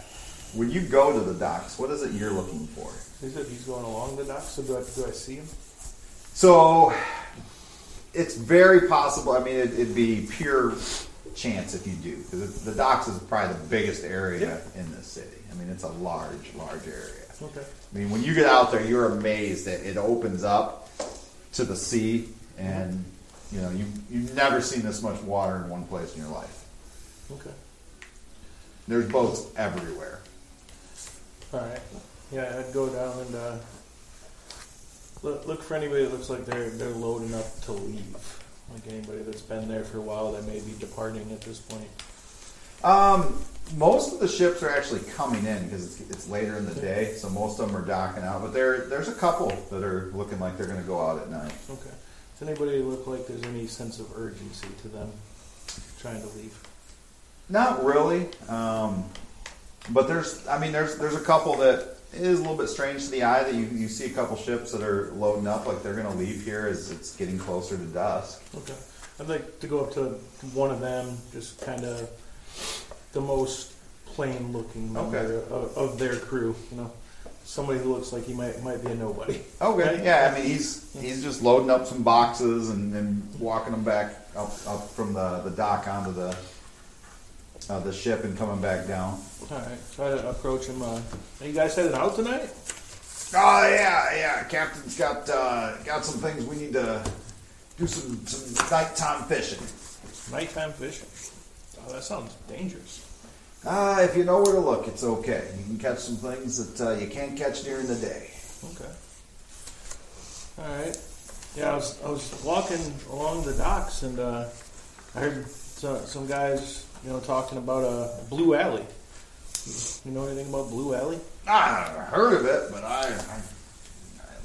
Speaker 1: When you go to the docks, what is it you're looking for?
Speaker 4: He said he's going along the dock, so do I, do I see him?
Speaker 1: So it's very possible. I mean, it, it'd be pure chance if you do, because the docks is probably the biggest area in the city. I mean, it's a large, large area.
Speaker 4: Okay.
Speaker 1: I mean, when you get out there, you're amazed that it opens up to the sea, and you know you you've never seen this much water in one place in your life.
Speaker 4: Okay.
Speaker 1: There's boats everywhere.
Speaker 4: Alright. Yeah, I'd go down and uh, look, look for anybody that looks like they're, they're loading up to leave. Like anybody that's been there for a while that may be departing at this point.
Speaker 1: Um, most of the ships are actually coming in because it's, it's later in the day, so most of them are docking out. But there there's a couple that are looking like they're going to go out at night.
Speaker 4: Okay. Does anybody look like there's any sense of urgency to them trying to leave?
Speaker 1: Not really. Um, but there's, I mean, there's there's a couple that is a little bit strange to the eye that you, you see a couple ships that are loading up, like they're going to leave here as it's getting closer to dusk.
Speaker 4: Okay. I'd like to go up to one of them, just kind of the most plain looking member
Speaker 1: Okay.
Speaker 4: of, of their crew, you know. Somebody who looks like he might might be a nobody.
Speaker 1: Okay,
Speaker 4: Right?
Speaker 1: Oh, yeah, I mean, he's he's just loading up some boxes and, and walking them back up, up from the, the dock onto the uh, the ship and coming back down.
Speaker 4: All right. Try to approach him. Uh, "Hey, you guys headed out tonight?
Speaker 1: Uh, yeah, yeah. Captain's got uh, got some things we need to do some some nighttime fishing.
Speaker 4: Nighttime fishing. Oh, that sounds dangerous.
Speaker 1: Uh, if you know where to look, it's okay. You can catch some things that uh, you can't catch during the day.
Speaker 4: Okay. All right. Yeah, I was, I was walking along the docks and uh, I heard so, some guys, you know, talking about a blue alley. You know anything about blue alley?
Speaker 1: I heard of it, but I, I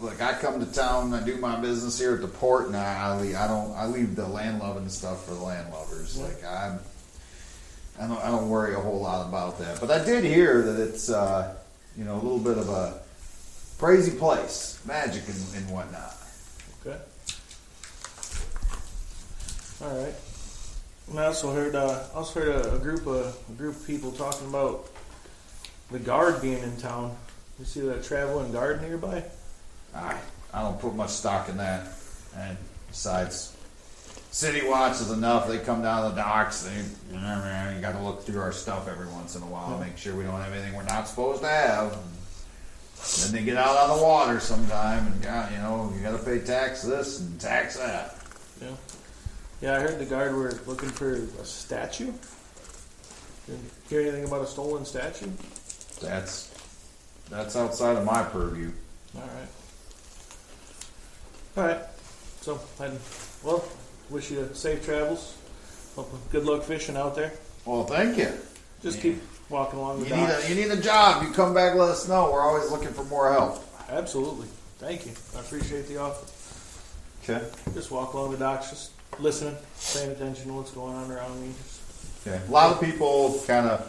Speaker 1: look. I come to town. I do my business here at the port, and I, I leave. I don't. I leave the land loving stuff for the land lovers. Like I'm. I don't. I don't worry a whole lot about that. But I did hear that it's. Uh, you know, a little bit of a crazy place, magic and, and whatnot.
Speaker 4: Okay. All right. And I also heard uh, I also heard a, a group of a group of people talking about the guard being in town. You see that traveling guard nearby?
Speaker 1: I I don't put much stock in that. And besides, City Watch is enough. They come down to the docks. They you got to look through our stuff every once in a while, make sure we don't have anything we're not supposed to have. Then they get out on the water sometime, and God, you know, you got to pay tax this and tax that.
Speaker 4: Yeah. Yeah, I heard the guard were looking for a statue. Did you hear anything about a stolen statue?
Speaker 1: That's that's outside of my purview.
Speaker 4: All right. All right. So, I, well, wish you safe travels. Hope- Good luck fishing out there.
Speaker 1: Well, thank you.
Speaker 4: Just keep walking along
Speaker 1: You
Speaker 4: the
Speaker 1: need
Speaker 4: docks.
Speaker 1: a you need a job. You come back, let us know. We're always looking for more help.
Speaker 4: Absolutely. Thank you. I appreciate the offer.
Speaker 1: Okay.
Speaker 4: Just walk along the docks, just listening, paying attention to what's going on around me. Just-
Speaker 1: Okay. A lot of people kind of,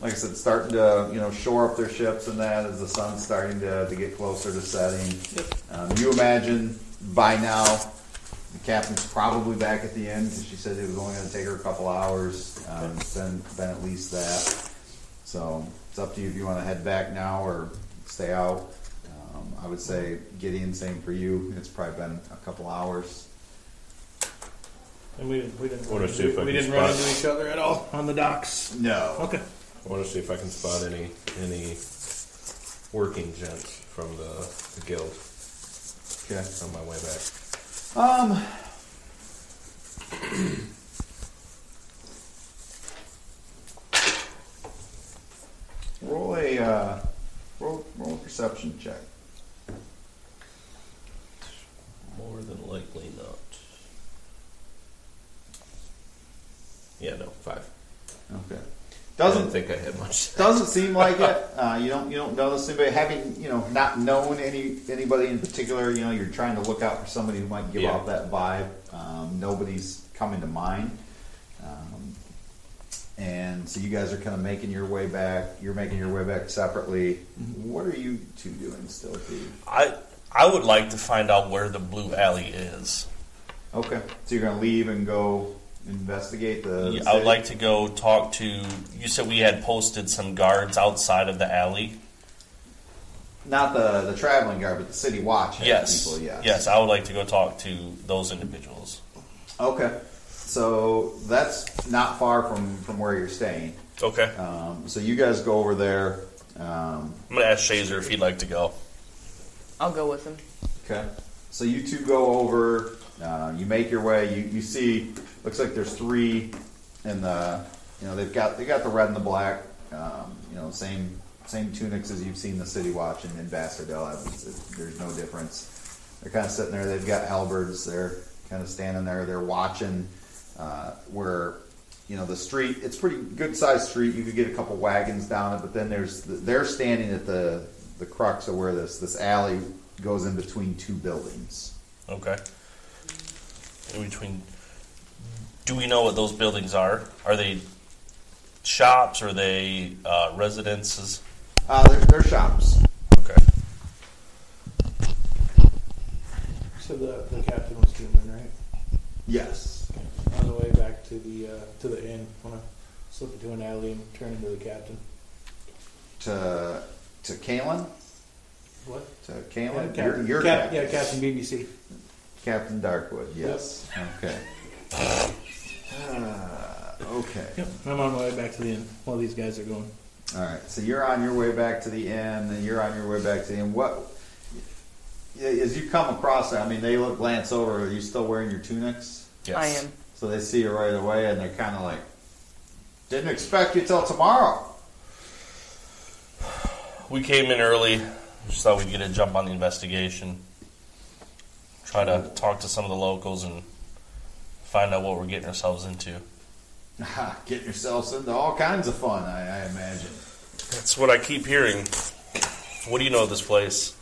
Speaker 1: like I said, starting to you know shore up their ships and that as the sun's starting to, to get closer to setting. Um, you imagine by now the captain's probably back at the end because she said it was only going to take her a couple hours. Um, it's been been at least that. So it's up to you if you want to head back now or stay out. Um, I would say Gideon, same for you. It's probably been a couple hours.
Speaker 4: And we didn't, we didn't,
Speaker 2: Wanna see if I
Speaker 4: we
Speaker 2: can
Speaker 4: didn't run
Speaker 2: spot-
Speaker 4: into each other at all on the docks.
Speaker 1: No.
Speaker 4: Okay.
Speaker 2: I want to see if I can spot any any working gents from the, the guild
Speaker 1: Okay.
Speaker 2: on my way back.
Speaker 1: Um. roll a uh, roll, roll a perception check.
Speaker 2: More than likely not. Yeah, no, five.
Speaker 1: Okay.
Speaker 2: I
Speaker 1: Doesn't
Speaker 2: didn't think I had much.
Speaker 1: doesn't seem like it. Uh, you don't you don't notice anybody having you know not known any anybody in particular. You know you're trying to look out for somebody who might give
Speaker 2: Yeah.
Speaker 1: off that vibe. Um, nobody's coming to mind, um, and so you guys are kind of making your way back. You're making your way back separately.
Speaker 3: Mm-hmm.
Speaker 1: What are you two doing still? Dude?
Speaker 3: I I would like to find out where the blue alley is.
Speaker 1: Okay, so you're gonna leave and go investigate the. the
Speaker 3: I
Speaker 1: city?
Speaker 3: would like to go talk to. You said we had posted some guards outside of the alley.
Speaker 1: not the the traveling guard, but the city watch. has
Speaker 3: Yes.
Speaker 1: people, yes,
Speaker 3: Yes, I would like to go talk to those individuals.
Speaker 1: Okay, so that's not far from from where you're staying.
Speaker 3: Okay.
Speaker 1: Um, so you guys go over there. Um,
Speaker 3: I'm gonna ask Shazer if he'd like to go.
Speaker 5: I'll go with him.
Speaker 1: okay. So you two go over. Uh, you make your way. You, you see. Looks like there's three in the. You know they've got they got the red and the black. Um, you know same same tunics as you've seen the city watch and in Bastardoll. I mean, it's- There's no difference. They're kind of sitting there. They've got halberds. They're kind of standing there. They're watching uh, where you know the street. It's pretty good sized street. You could get a couple wagons down it, but then there's they're standing at the the crux of where this this alley goes in between two buildings.
Speaker 3: Okay. In between, do we know what those buildings are? Are they shops? Are they uh, residences?
Speaker 1: Uh, they're, they're shops.
Speaker 3: Okay.
Speaker 4: So the, the captain was human, right?
Speaker 1: Yes.
Speaker 4: On the way back to the uh, to the inn, when I slip into an alley and turn into the captain.
Speaker 1: To to Kalen.
Speaker 4: What?
Speaker 1: To
Speaker 4: Yeah,
Speaker 1: Kalen.
Speaker 4: captain.
Speaker 1: You're, you're
Speaker 4: Cap-
Speaker 1: captain.
Speaker 4: Yeah, Captain BBC.
Speaker 1: Captain Darkwood. Yes.
Speaker 4: <laughs>
Speaker 1: Okay. Uh, okay.
Speaker 4: Yep. I'm on my way back to the inn while these guys are going.
Speaker 1: All right, so you're on your way back to the inn, and you're on your way back to the inn. What yeah, as you come across, I mean, they look glance over. Are you still wearing your tunics?
Speaker 3: Yes.
Speaker 5: I am.
Speaker 1: So they see you right away, and they're kind of like, "Didn't expect you till tomorrow." <laughs>
Speaker 3: We came in early. Just thought we'd get a jump on the investigation. Try to talk to some of the locals and find out what we're getting ourselves into.
Speaker 1: Getting yourselves into all kinds of fun, I, I imagine.
Speaker 3: That's what I keep hearing. What do you know of this place?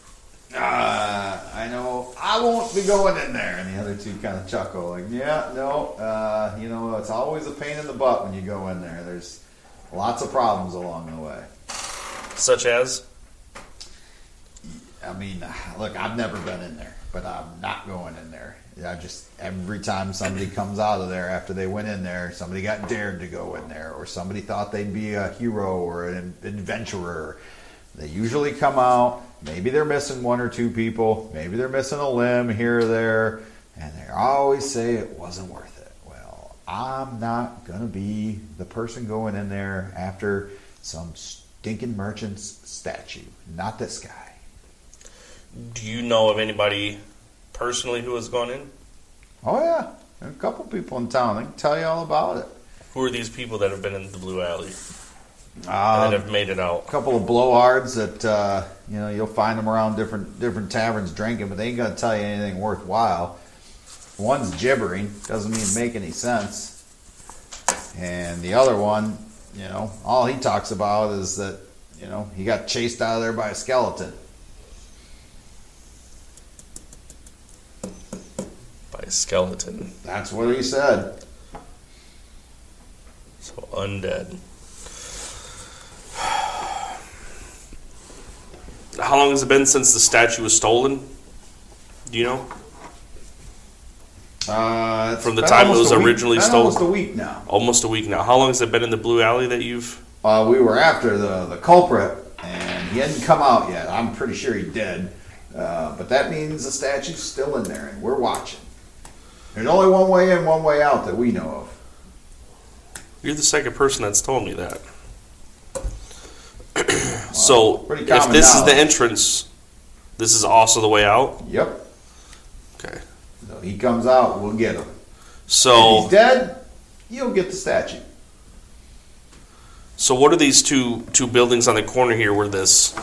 Speaker 1: Uh, I know I won't be going in there. And the other two kind of chuckle, like, yeah, no, uh, you know, it's always a pain in the butt when you go in there. There's lots of problems along the way.
Speaker 3: Such as?
Speaker 1: I mean, look, I've never been in there, but I'm not going in there. I just every time somebody comes out of there after they went in there, somebody got dared to go in there, or somebody thought they'd be a hero or an adventurer. They usually come out. Maybe they're missing one or two people. Maybe they're missing a limb here or there, and they always say it wasn't worth it. Well, I'm not gonna be the person going in there after some stinking merchant's statue. Not this guy.
Speaker 3: Do you know of anybody personally who has gone in?
Speaker 1: Oh yeah, there are a couple people in town. They can tell you all about it.
Speaker 3: Who are these people that have been in the Blue Alley and that
Speaker 1: Um,
Speaker 3: have made it out?
Speaker 1: a couple of blowhards that uh, you know you'll find them around different different taverns drinking, but they ain't gonna tell you anything worthwhile. One's gibbering, doesn't even make any sense, and the other one, you know, all he talks about is that you know he got chased out of there by a skeleton.
Speaker 3: By a skeleton.
Speaker 1: That's what he said.
Speaker 3: So undead. How long has it been since the statue was stolen? Do you know?
Speaker 1: Uh, it's
Speaker 3: From the
Speaker 1: been
Speaker 3: time it
Speaker 1: almost
Speaker 3: was
Speaker 1: a week-
Speaker 3: originally
Speaker 1: been
Speaker 3: stolen.
Speaker 1: almost a week now.
Speaker 3: Almost a week now. How long has it been in the Blue Alley that you've.
Speaker 1: Uh, we were after the, the culprit, and he hadn't come out yet. I'm pretty sure he did. Uh, but that means the statue's still in there, and we're watching. There's only one way in, one way out that we know of.
Speaker 3: You're the second person that's told me that. <clears throat> so,
Speaker 1: pretty
Speaker 3: if
Speaker 1: common
Speaker 3: this is
Speaker 1: knowledge.
Speaker 3: the entrance, this is also the way out?
Speaker 1: Yep.
Speaker 3: Okay.
Speaker 1: So he comes out, we'll get him. If
Speaker 3: So.
Speaker 1: he's dead, you'll get the statue.
Speaker 3: So what are these two two buildings on the corner here where this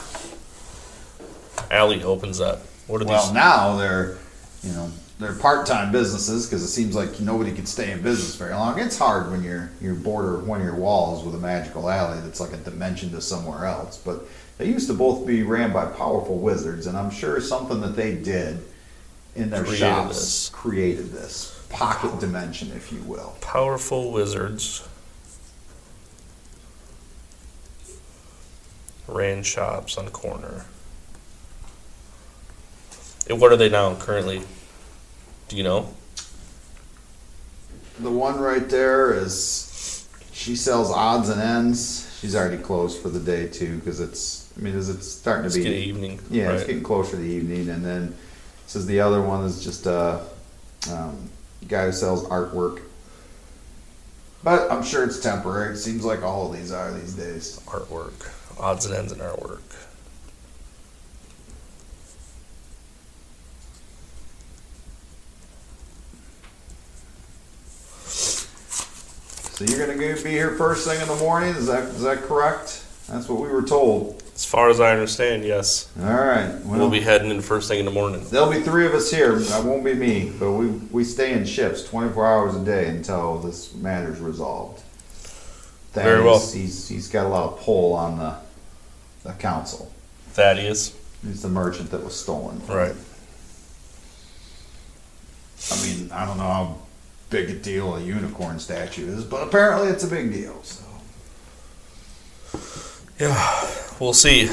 Speaker 3: alley opens up? What are
Speaker 1: Well,
Speaker 3: these?
Speaker 1: now they're, you know, they're part-time businesses because it seems like nobody can stay in business very long. It's hard when you're you border one of your walls with a magical alley that's like a dimension to somewhere else. But they used to both be ran by powerful wizards, and I'm sure something that they did in their
Speaker 3: Created
Speaker 1: shops
Speaker 3: this.
Speaker 1: created this pocket dimension, if you will.
Speaker 3: Powerful wizards ran shops on the corner. And what are they now currently? Do you know?
Speaker 1: The one right there is she sells odds and ends. She's already closed for the day too because it's. I mean, is it starting to
Speaker 3: It's
Speaker 1: be
Speaker 3: getting evening.
Speaker 1: Yeah, it's
Speaker 3: right?
Speaker 1: getting close for the evening, and then says the other one is just a um, guy who sells artwork. But I'm sure it's temporary. It seems like all of these are these days.
Speaker 3: artwork, odds and ends in artwork.
Speaker 1: So you're gonna go- be here first thing in the morning. Is that is that correct? That's what we were told.
Speaker 3: As far as I understand, yes,
Speaker 1: All right. Well,
Speaker 3: we'll be heading in first thing in the morning.
Speaker 1: there'll be three of us here. That won't be me, but we we stay in shifts 24 hours a day until this matter's resolved. That
Speaker 3: Very well.
Speaker 1: is- He's he's got a lot of pull on the the council.
Speaker 3: Thaddeus,
Speaker 1: It's the merchant that was stolen.
Speaker 3: right?
Speaker 1: I mean, I don't know how big a deal a unicorn statue is, but apparently it's a big deal. So
Speaker 3: Yeah, we'll see.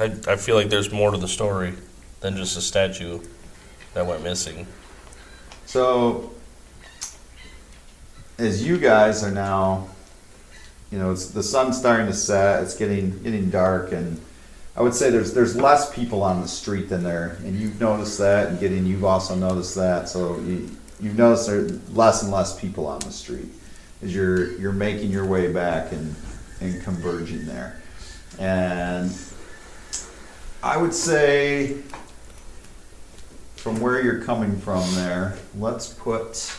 Speaker 3: I, I feel like there's more to the story than just a statue that went missing.
Speaker 1: So, as you guys are now, you know, it's, the sun's starting to set. It's getting getting dark, and I would say there's there's less people on the street than there, and you've noticed that, and getting you've also noticed that. So you you've noticed there's less and less people on the street as you're you're making your way back and and converging there, and I would say from where you're coming from there, let's put.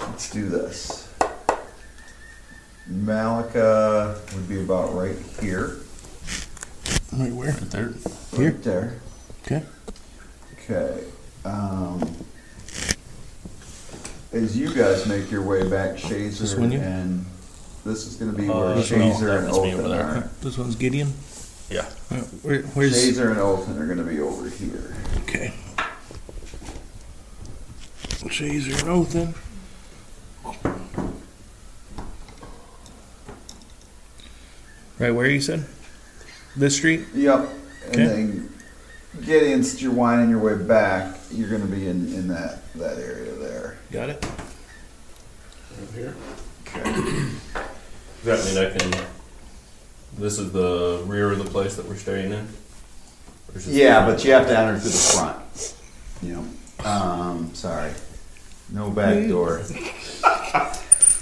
Speaker 1: Let's do this. Malika would be about right here.
Speaker 6: Right where? There. Here?
Speaker 1: Right there.
Speaker 6: Okay.
Speaker 1: Okay. Um, as you guys make your way back, Shazer
Speaker 6: This one you-
Speaker 1: and this is going to be
Speaker 3: Uh,
Speaker 1: where
Speaker 3: no,
Speaker 1: Shazer
Speaker 3: that
Speaker 1: and
Speaker 3: must be
Speaker 1: Olfen
Speaker 3: over there.
Speaker 1: are.
Speaker 6: This one's Gideon.
Speaker 3: Yeah.
Speaker 6: Uh, where, where's
Speaker 1: Shazer and Olfen are going to be over here.
Speaker 6: okay? Shazer and Othin. Right where you said? This street.
Speaker 1: Yep.
Speaker 6: Okay.
Speaker 1: And then Gideon, since you're winding your way back, you're going to be in, in that, that area there.
Speaker 6: Got it.
Speaker 2: Does that mean I can? This is the rear of the place that we're staying in. Or is it-
Speaker 1: Yeah, but you have to enter through the front. Yep. Um, sorry. No back door.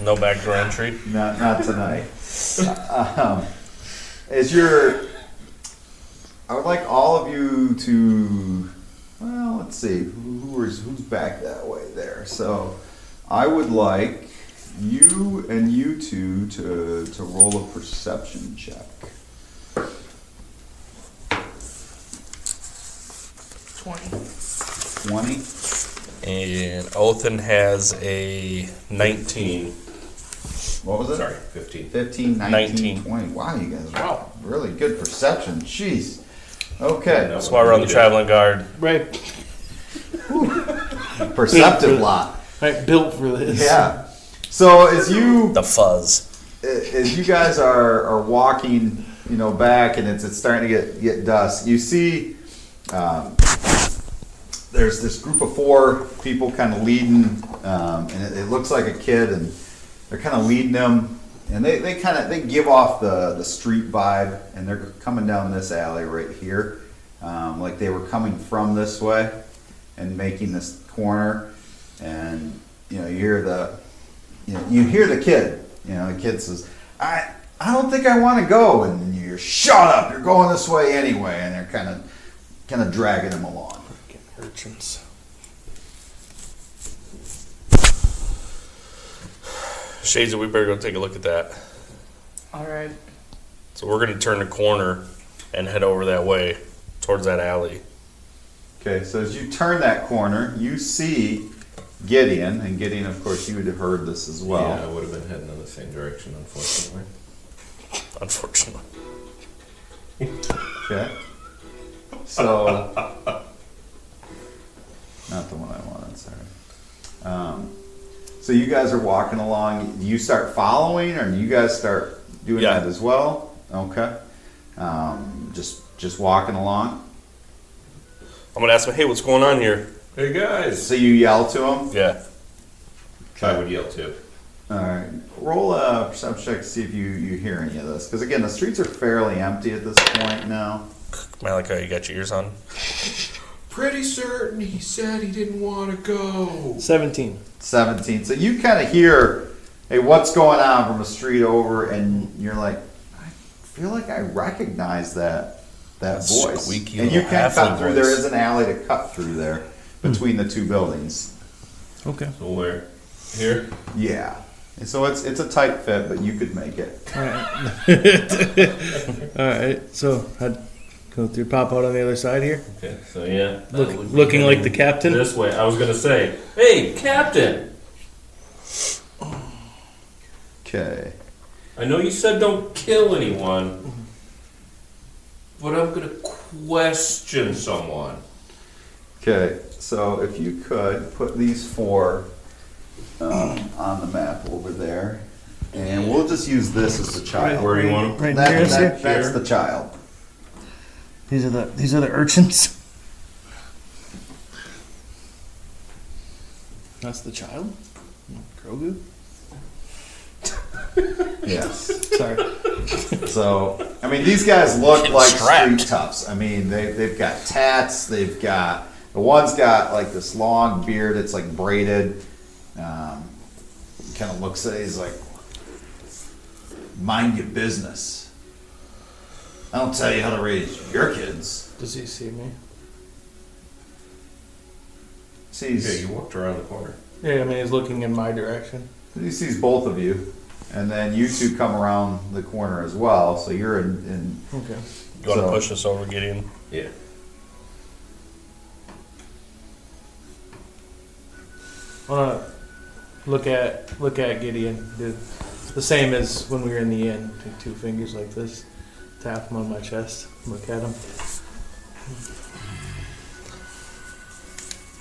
Speaker 3: No backdoor entry.
Speaker 1: Not, not tonight. um, as you're, I would like all of you to, well, let's see, who, who is, who's back that way there? So I would like you and you two to, to roll a perception check.
Speaker 5: 20.
Speaker 1: 20?
Speaker 3: And Othin has a 19.
Speaker 1: What was it?
Speaker 2: Sorry, fifteen.
Speaker 1: 15, 19,
Speaker 3: 19.
Speaker 1: 20. Wow, you guys wow. really good perception. Jeez. Okay.
Speaker 3: That's why we're on the traveling guard.
Speaker 4: Right,
Speaker 1: Perceptive lot.
Speaker 4: right, built for this.
Speaker 1: Yeah. So as you
Speaker 3: The fuzz.
Speaker 1: as you guys are, are walking, you know, back and it's, it's starting to get, get dusk, you see um, there's this group of four people kind of leading, um, and it, it looks like a kid, and they're kind of leading them, and they, they kind of they give off the, the street vibe, and they're coming down this alley right here, um, like they were coming from this way and making this corner, and you know you hear the you know, you hear the kid. You know, the kid says, "I I don't think I want to go," and you're shut up. You're going this way anyway, and they're kind of kind of dragging him along.
Speaker 3: Urchins. Shades, we better go take a look at that.
Speaker 5: All right.
Speaker 3: So we're going to turn the corner and head over that way towards that alley.
Speaker 1: Okay, so as you turn that corner, you see Gideon, and Gideon, of course, you would have heard this as well.
Speaker 2: yeah, I would have been heading in the same direction, unfortunately.
Speaker 3: Unfortunately.
Speaker 1: Okay. So, not the one I wanted. Sorry. Um, so you guys are walking along. Do you start following, or do you guys start doing
Speaker 3: Yeah.
Speaker 1: that as well? Okay. Um, just just walking along.
Speaker 3: I'm going to ask him, hey, what's going on here?
Speaker 2: Hey guys!
Speaker 1: So you yell to them.
Speaker 3: Yeah.
Speaker 2: I would yell too.
Speaker 1: All right. Roll a perception check to see if you you hear any of this. Because again, the streets are fairly empty at this point now.
Speaker 3: Malachi, uh, you got your ears on?
Speaker 2: Pretty certain he said he didn't want to go.
Speaker 4: Seventeen.
Speaker 1: 17. So you kind of hear, hey, what's going on from a street over, and you're like, I feel like I recognize that that
Speaker 3: That
Speaker 1: voice.
Speaker 3: squeaky
Speaker 1: and you
Speaker 3: little
Speaker 1: can't
Speaker 3: halfling
Speaker 1: cut through. There
Speaker 3: voice.
Speaker 1: is an alley to cut through there between the two buildings.
Speaker 6: Okay.
Speaker 2: So where? Here?
Speaker 1: Yeah. And so it's it's a tight fit, but you could make it.
Speaker 6: All right. <laughs> All right. So I'd go through, pop out on the other side here,
Speaker 2: Okay, so yeah. that
Speaker 6: Look-
Speaker 2: would be
Speaker 6: looking like
Speaker 2: heading
Speaker 6: the captain?
Speaker 2: This way. I was gonna say, hey, captain!
Speaker 1: Okay.
Speaker 2: I know you said don't kill anyone, but I'm gonna question someone.
Speaker 1: Okay. So if you could put these four um, on the map over there, and we'll just use this as the child.
Speaker 2: Where you want
Speaker 6: right
Speaker 1: That-
Speaker 6: here.
Speaker 1: that-
Speaker 2: here?
Speaker 1: that's the child.
Speaker 6: These are the these are the urchins. <laughs>
Speaker 4: That's the child. Grogu.
Speaker 1: Yes.
Speaker 6: <laughs>
Speaker 4: Sorry.
Speaker 1: So, I mean, these guys look
Speaker 3: Getting
Speaker 1: like
Speaker 3: strapped.
Speaker 1: street toughs. I mean, they, they've got tats. They've got the one's got like this long beard. It's like braided. Um, kind of looks at. it, He's like, mind your business. I don't tell you how to raise your kids.
Speaker 4: Does he see me?
Speaker 2: Yeah,
Speaker 1: sees
Speaker 2: you walked around the corner.
Speaker 4: Yeah, I mean, he's looking in my direction.
Speaker 1: he sees both of you, and then you two come around the corner as well. So you're in. in
Speaker 4: Okay.
Speaker 3: You want to
Speaker 1: So-
Speaker 3: push us over, Gideon?
Speaker 2: Yeah.
Speaker 4: I want to look at look at Gideon. The, the same as when we were in the inn. Take two fingers like this, tap him on my chest, look at him.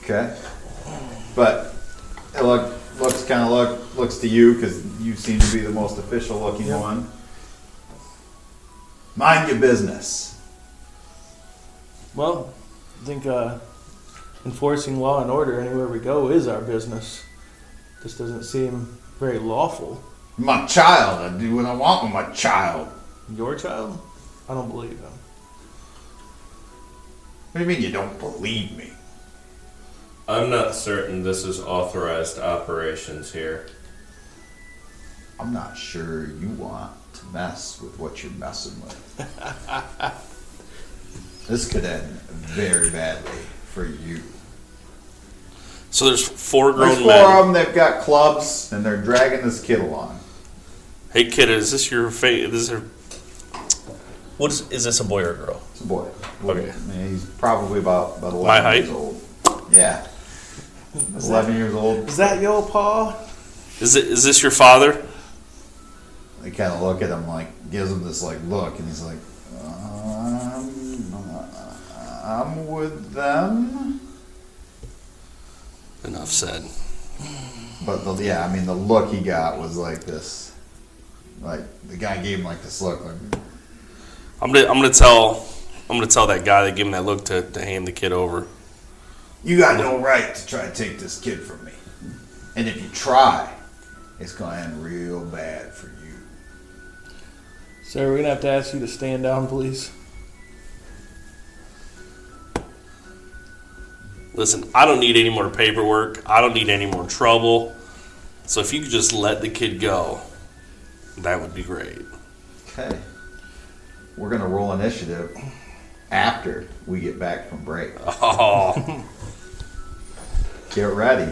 Speaker 1: okay, but it look looks kind of look looks to you because you seem to be the most official looking
Speaker 4: Yeah.
Speaker 1: one. Mind your business.
Speaker 4: Well, I think uh, enforcing law and order anywhere we go is our business. This doesn't seem very lawful.
Speaker 1: My child, I do what I want with my child.
Speaker 4: Your child? I don't believe him.
Speaker 1: What do you mean you don't believe me?
Speaker 2: I'm not certain this is authorized operations here.
Speaker 1: I'm not sure you want to mess with what you're messing with. this could end very badly for you.
Speaker 3: So there's four
Speaker 1: There's
Speaker 3: grown
Speaker 1: four of
Speaker 3: men.
Speaker 1: them. They've got clubs, and they're dragging this kid along.
Speaker 3: Hey, kid, is this your fa This is your. What is, is this a boy or a girl?
Speaker 1: It's a boy.
Speaker 3: Okay.
Speaker 1: I mean, he's probably about, about 11
Speaker 3: My height?
Speaker 1: years old. Yeah. 11 years old.
Speaker 4: Is that yo, Paul?
Speaker 3: Is it? Is this your father?
Speaker 1: They kind of look at him like, gives him this like look, and he's like, um, uh, I'm with them.
Speaker 3: Enough said.
Speaker 1: But the, yeah, I mean, the look he got was like this. Like the guy gave him like this look, like
Speaker 3: I'm gonna. I'm gonna tell. I'm gonna tell that guy that gave him that look to, to hand the kid over.
Speaker 1: you got no right to try to take this kid from me. And if you try, it's gonna end real bad for you.
Speaker 4: Sir, we're going to have to ask you to stand down, please.
Speaker 3: Listen, I don't need any more paperwork. I don't need any more trouble. So if you could just let the kid go, that would be great.
Speaker 1: Okay, we're gonna roll initiative after we get back from break.
Speaker 3: Oh,
Speaker 1: Get ready.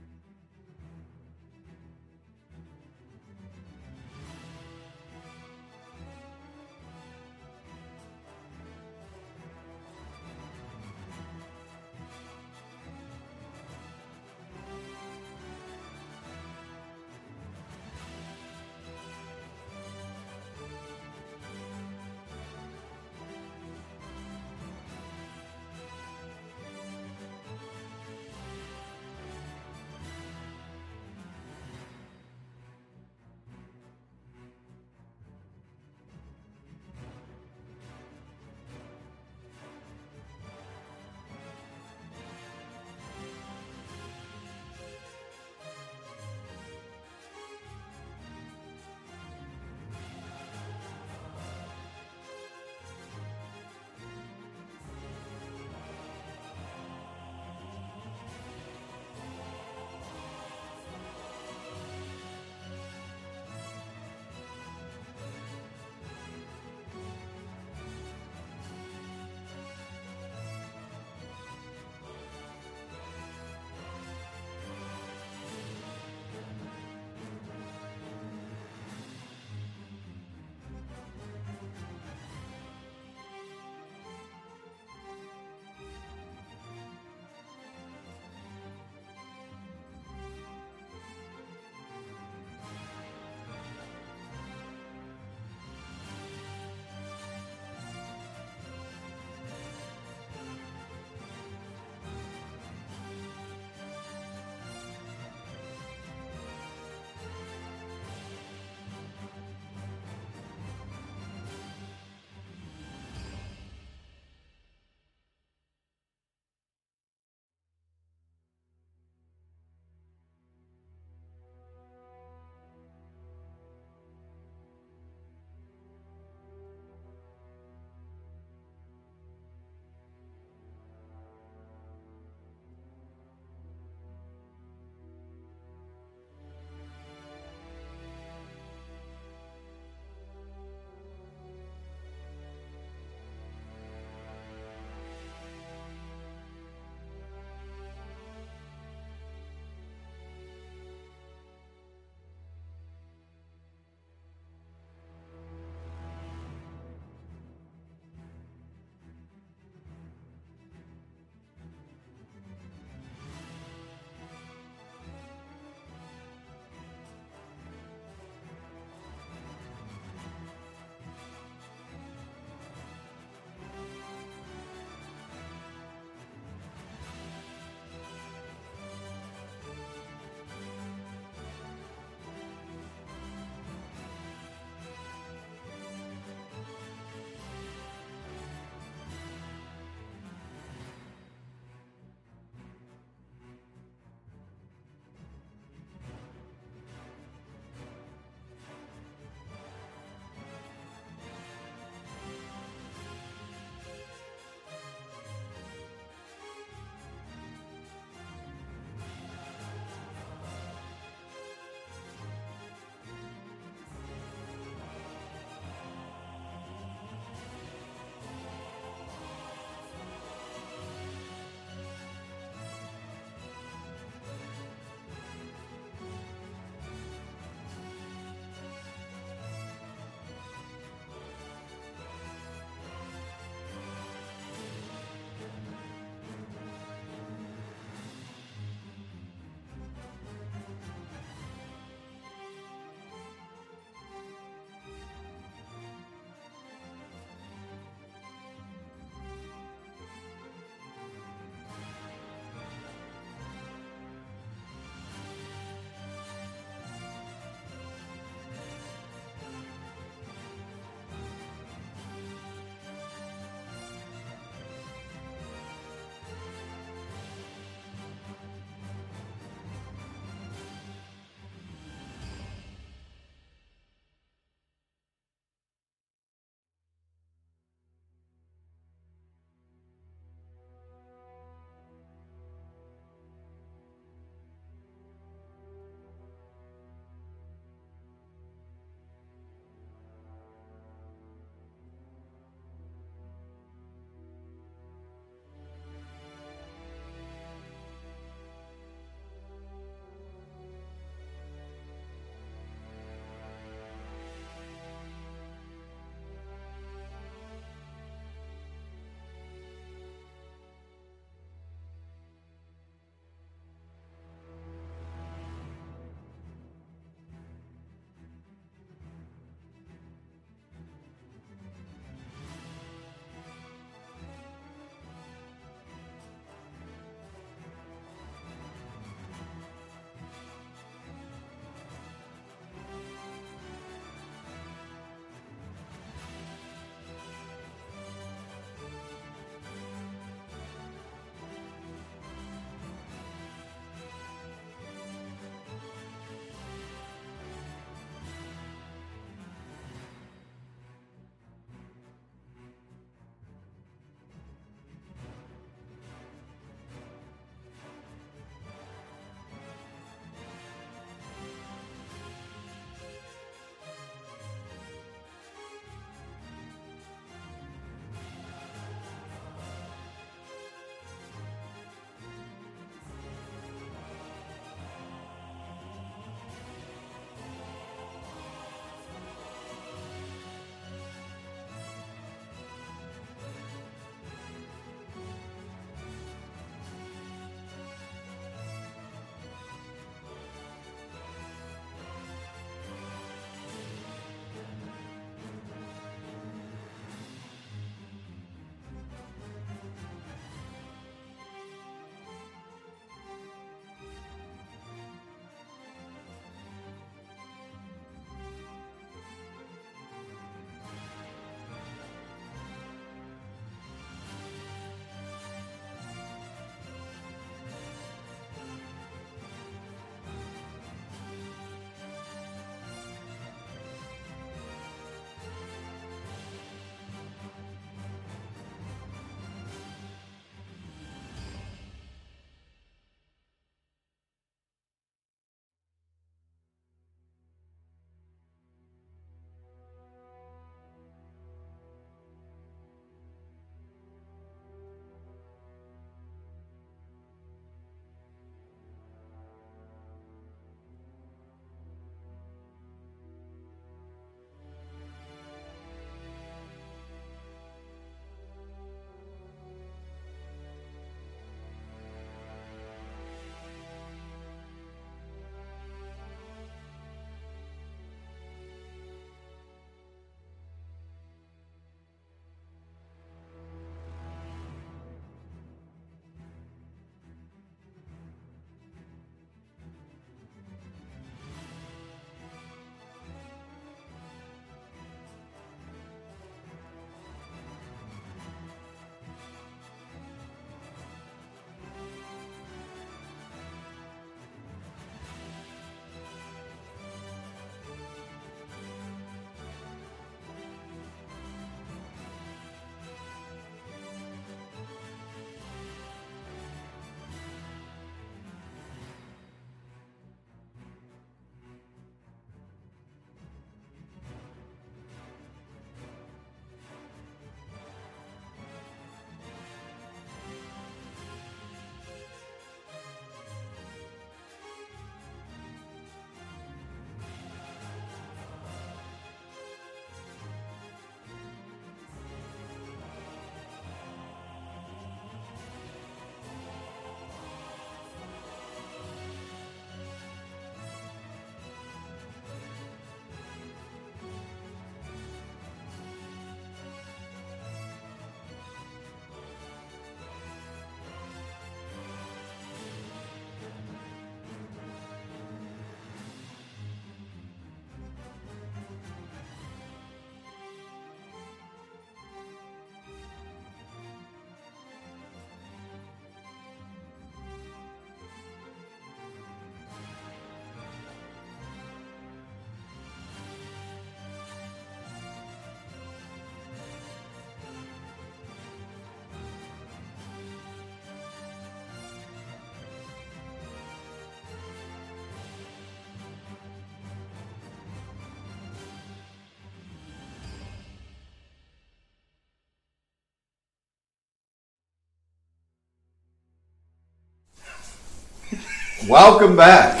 Speaker 1: Welcome back,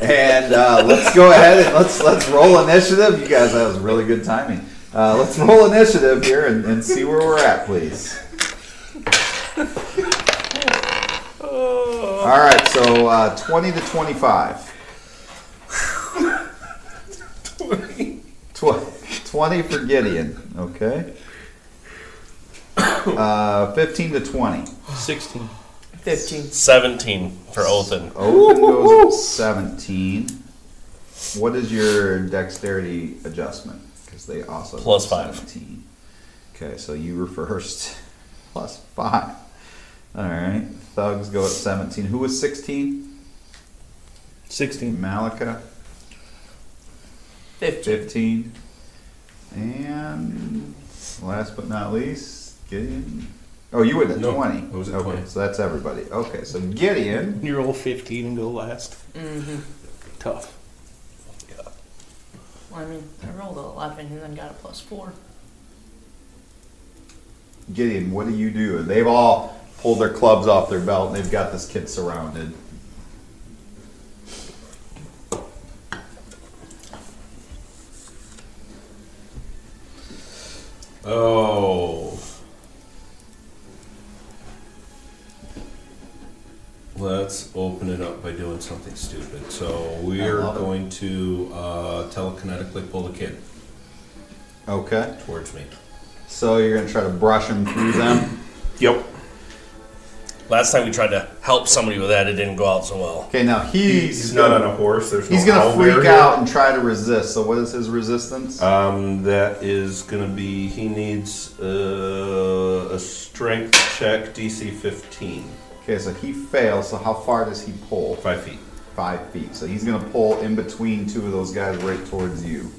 Speaker 1: and uh, let's go ahead and let's let's roll initiative. You guys, that was really good timing. Uh, let's roll initiative here and, and see where we're at, please. All right, so uh, twenty to twenty-five. Tw- Twenty for Gideon. Okay. Uh, Fifteen to twenty.
Speaker 4: 16.
Speaker 5: 15.
Speaker 3: 17 for Othan.
Speaker 1: Odin Oh, goes 17. What is your dexterity adjustment? Because they also go
Speaker 3: Plus five.
Speaker 1: 17. Okay, so you were first. <laughs> Plus five. All right. Thugs go at 17. Who was 16?
Speaker 6: Sixteen.
Speaker 1: Malika.
Speaker 5: 15.
Speaker 1: 15. And last but not least, Gideon. Oh, you were at
Speaker 2: No,
Speaker 1: 20.
Speaker 2: I was at
Speaker 1: okay,
Speaker 2: 20.
Speaker 1: So that's everybody. Okay, so Gideon.
Speaker 4: You roll 15 and go last. Tough.
Speaker 5: Well, I mean, I rolled a 11 and then got a plus 4.
Speaker 1: Gideon, what do you do? And they've all pulled their clubs off their belt and they've got this kid surrounded.
Speaker 2: Oh. Let's open it up by doing something stupid. So we're
Speaker 1: I love it.
Speaker 2: going to uh, telekinetically pull the kid
Speaker 1: Okay.
Speaker 2: towards me.
Speaker 1: So you're going to try to brush him through them.
Speaker 3: Yep. Last time we tried to help somebody with that, it didn't go out so well.
Speaker 1: Okay, now he's
Speaker 2: a horse. There's
Speaker 1: He's going to freak out and try to resist. So what is his resistance?
Speaker 2: Um, that is going to be. He needs uh, a strength check, DC 15,
Speaker 1: Okay, so he fails. So how far does he pull?
Speaker 2: five feet.
Speaker 1: Five feet. So he's going to pull in between two of those guys right towards you.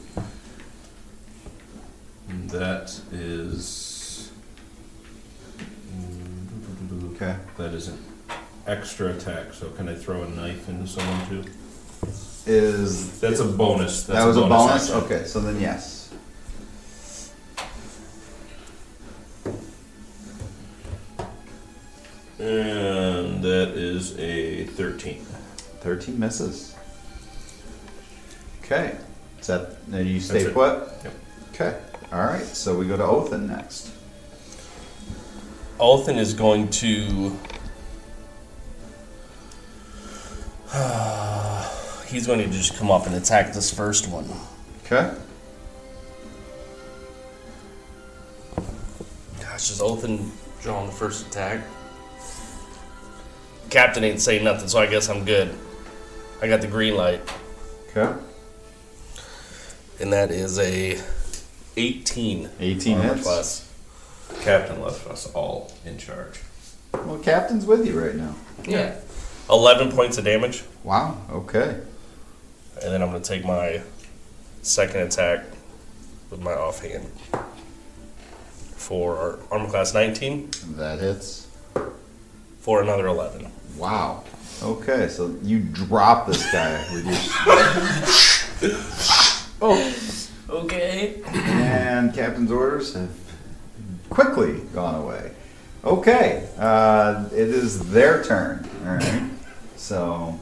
Speaker 2: That is.
Speaker 1: mm, Okay.
Speaker 2: That is an extra attack. So can I throw a knife into someone too?
Speaker 1: Is
Speaker 2: That's a bonus. That's
Speaker 1: that was a bonus?
Speaker 2: action.
Speaker 1: Okay, so then yes.
Speaker 2: And that is a thirteen.
Speaker 1: 13 misses. Okay. Is that, now you
Speaker 2: That's
Speaker 1: stay
Speaker 2: it.
Speaker 1: put?
Speaker 2: Yep.
Speaker 1: Okay. All right. So we go to Othan next.
Speaker 3: Othan is going to. <sighs> He's going to just come up and attack this first one.
Speaker 1: Okay.
Speaker 3: Gosh, is Othan drawing the first attack? Captain ain't saying nothing, so I guess I'm good. I got the green light,
Speaker 1: Okay.
Speaker 3: and that is a 18
Speaker 1: 18
Speaker 3: armor
Speaker 1: hits.
Speaker 3: plus.
Speaker 2: Captain left us all in charge.
Speaker 1: Well, Captain's with you right now.
Speaker 3: Yeah. 11 points of damage,
Speaker 1: Wow. Okay.
Speaker 3: and then I'm going to take my second attack with my offhand for armor class 19
Speaker 1: That hits.
Speaker 3: for another 11.
Speaker 1: Wow. Okay. So you drop this guy with your.
Speaker 5: Okay.
Speaker 1: And Captain's orders have quickly gone away. Okay. Uh, it is their turn. All right. So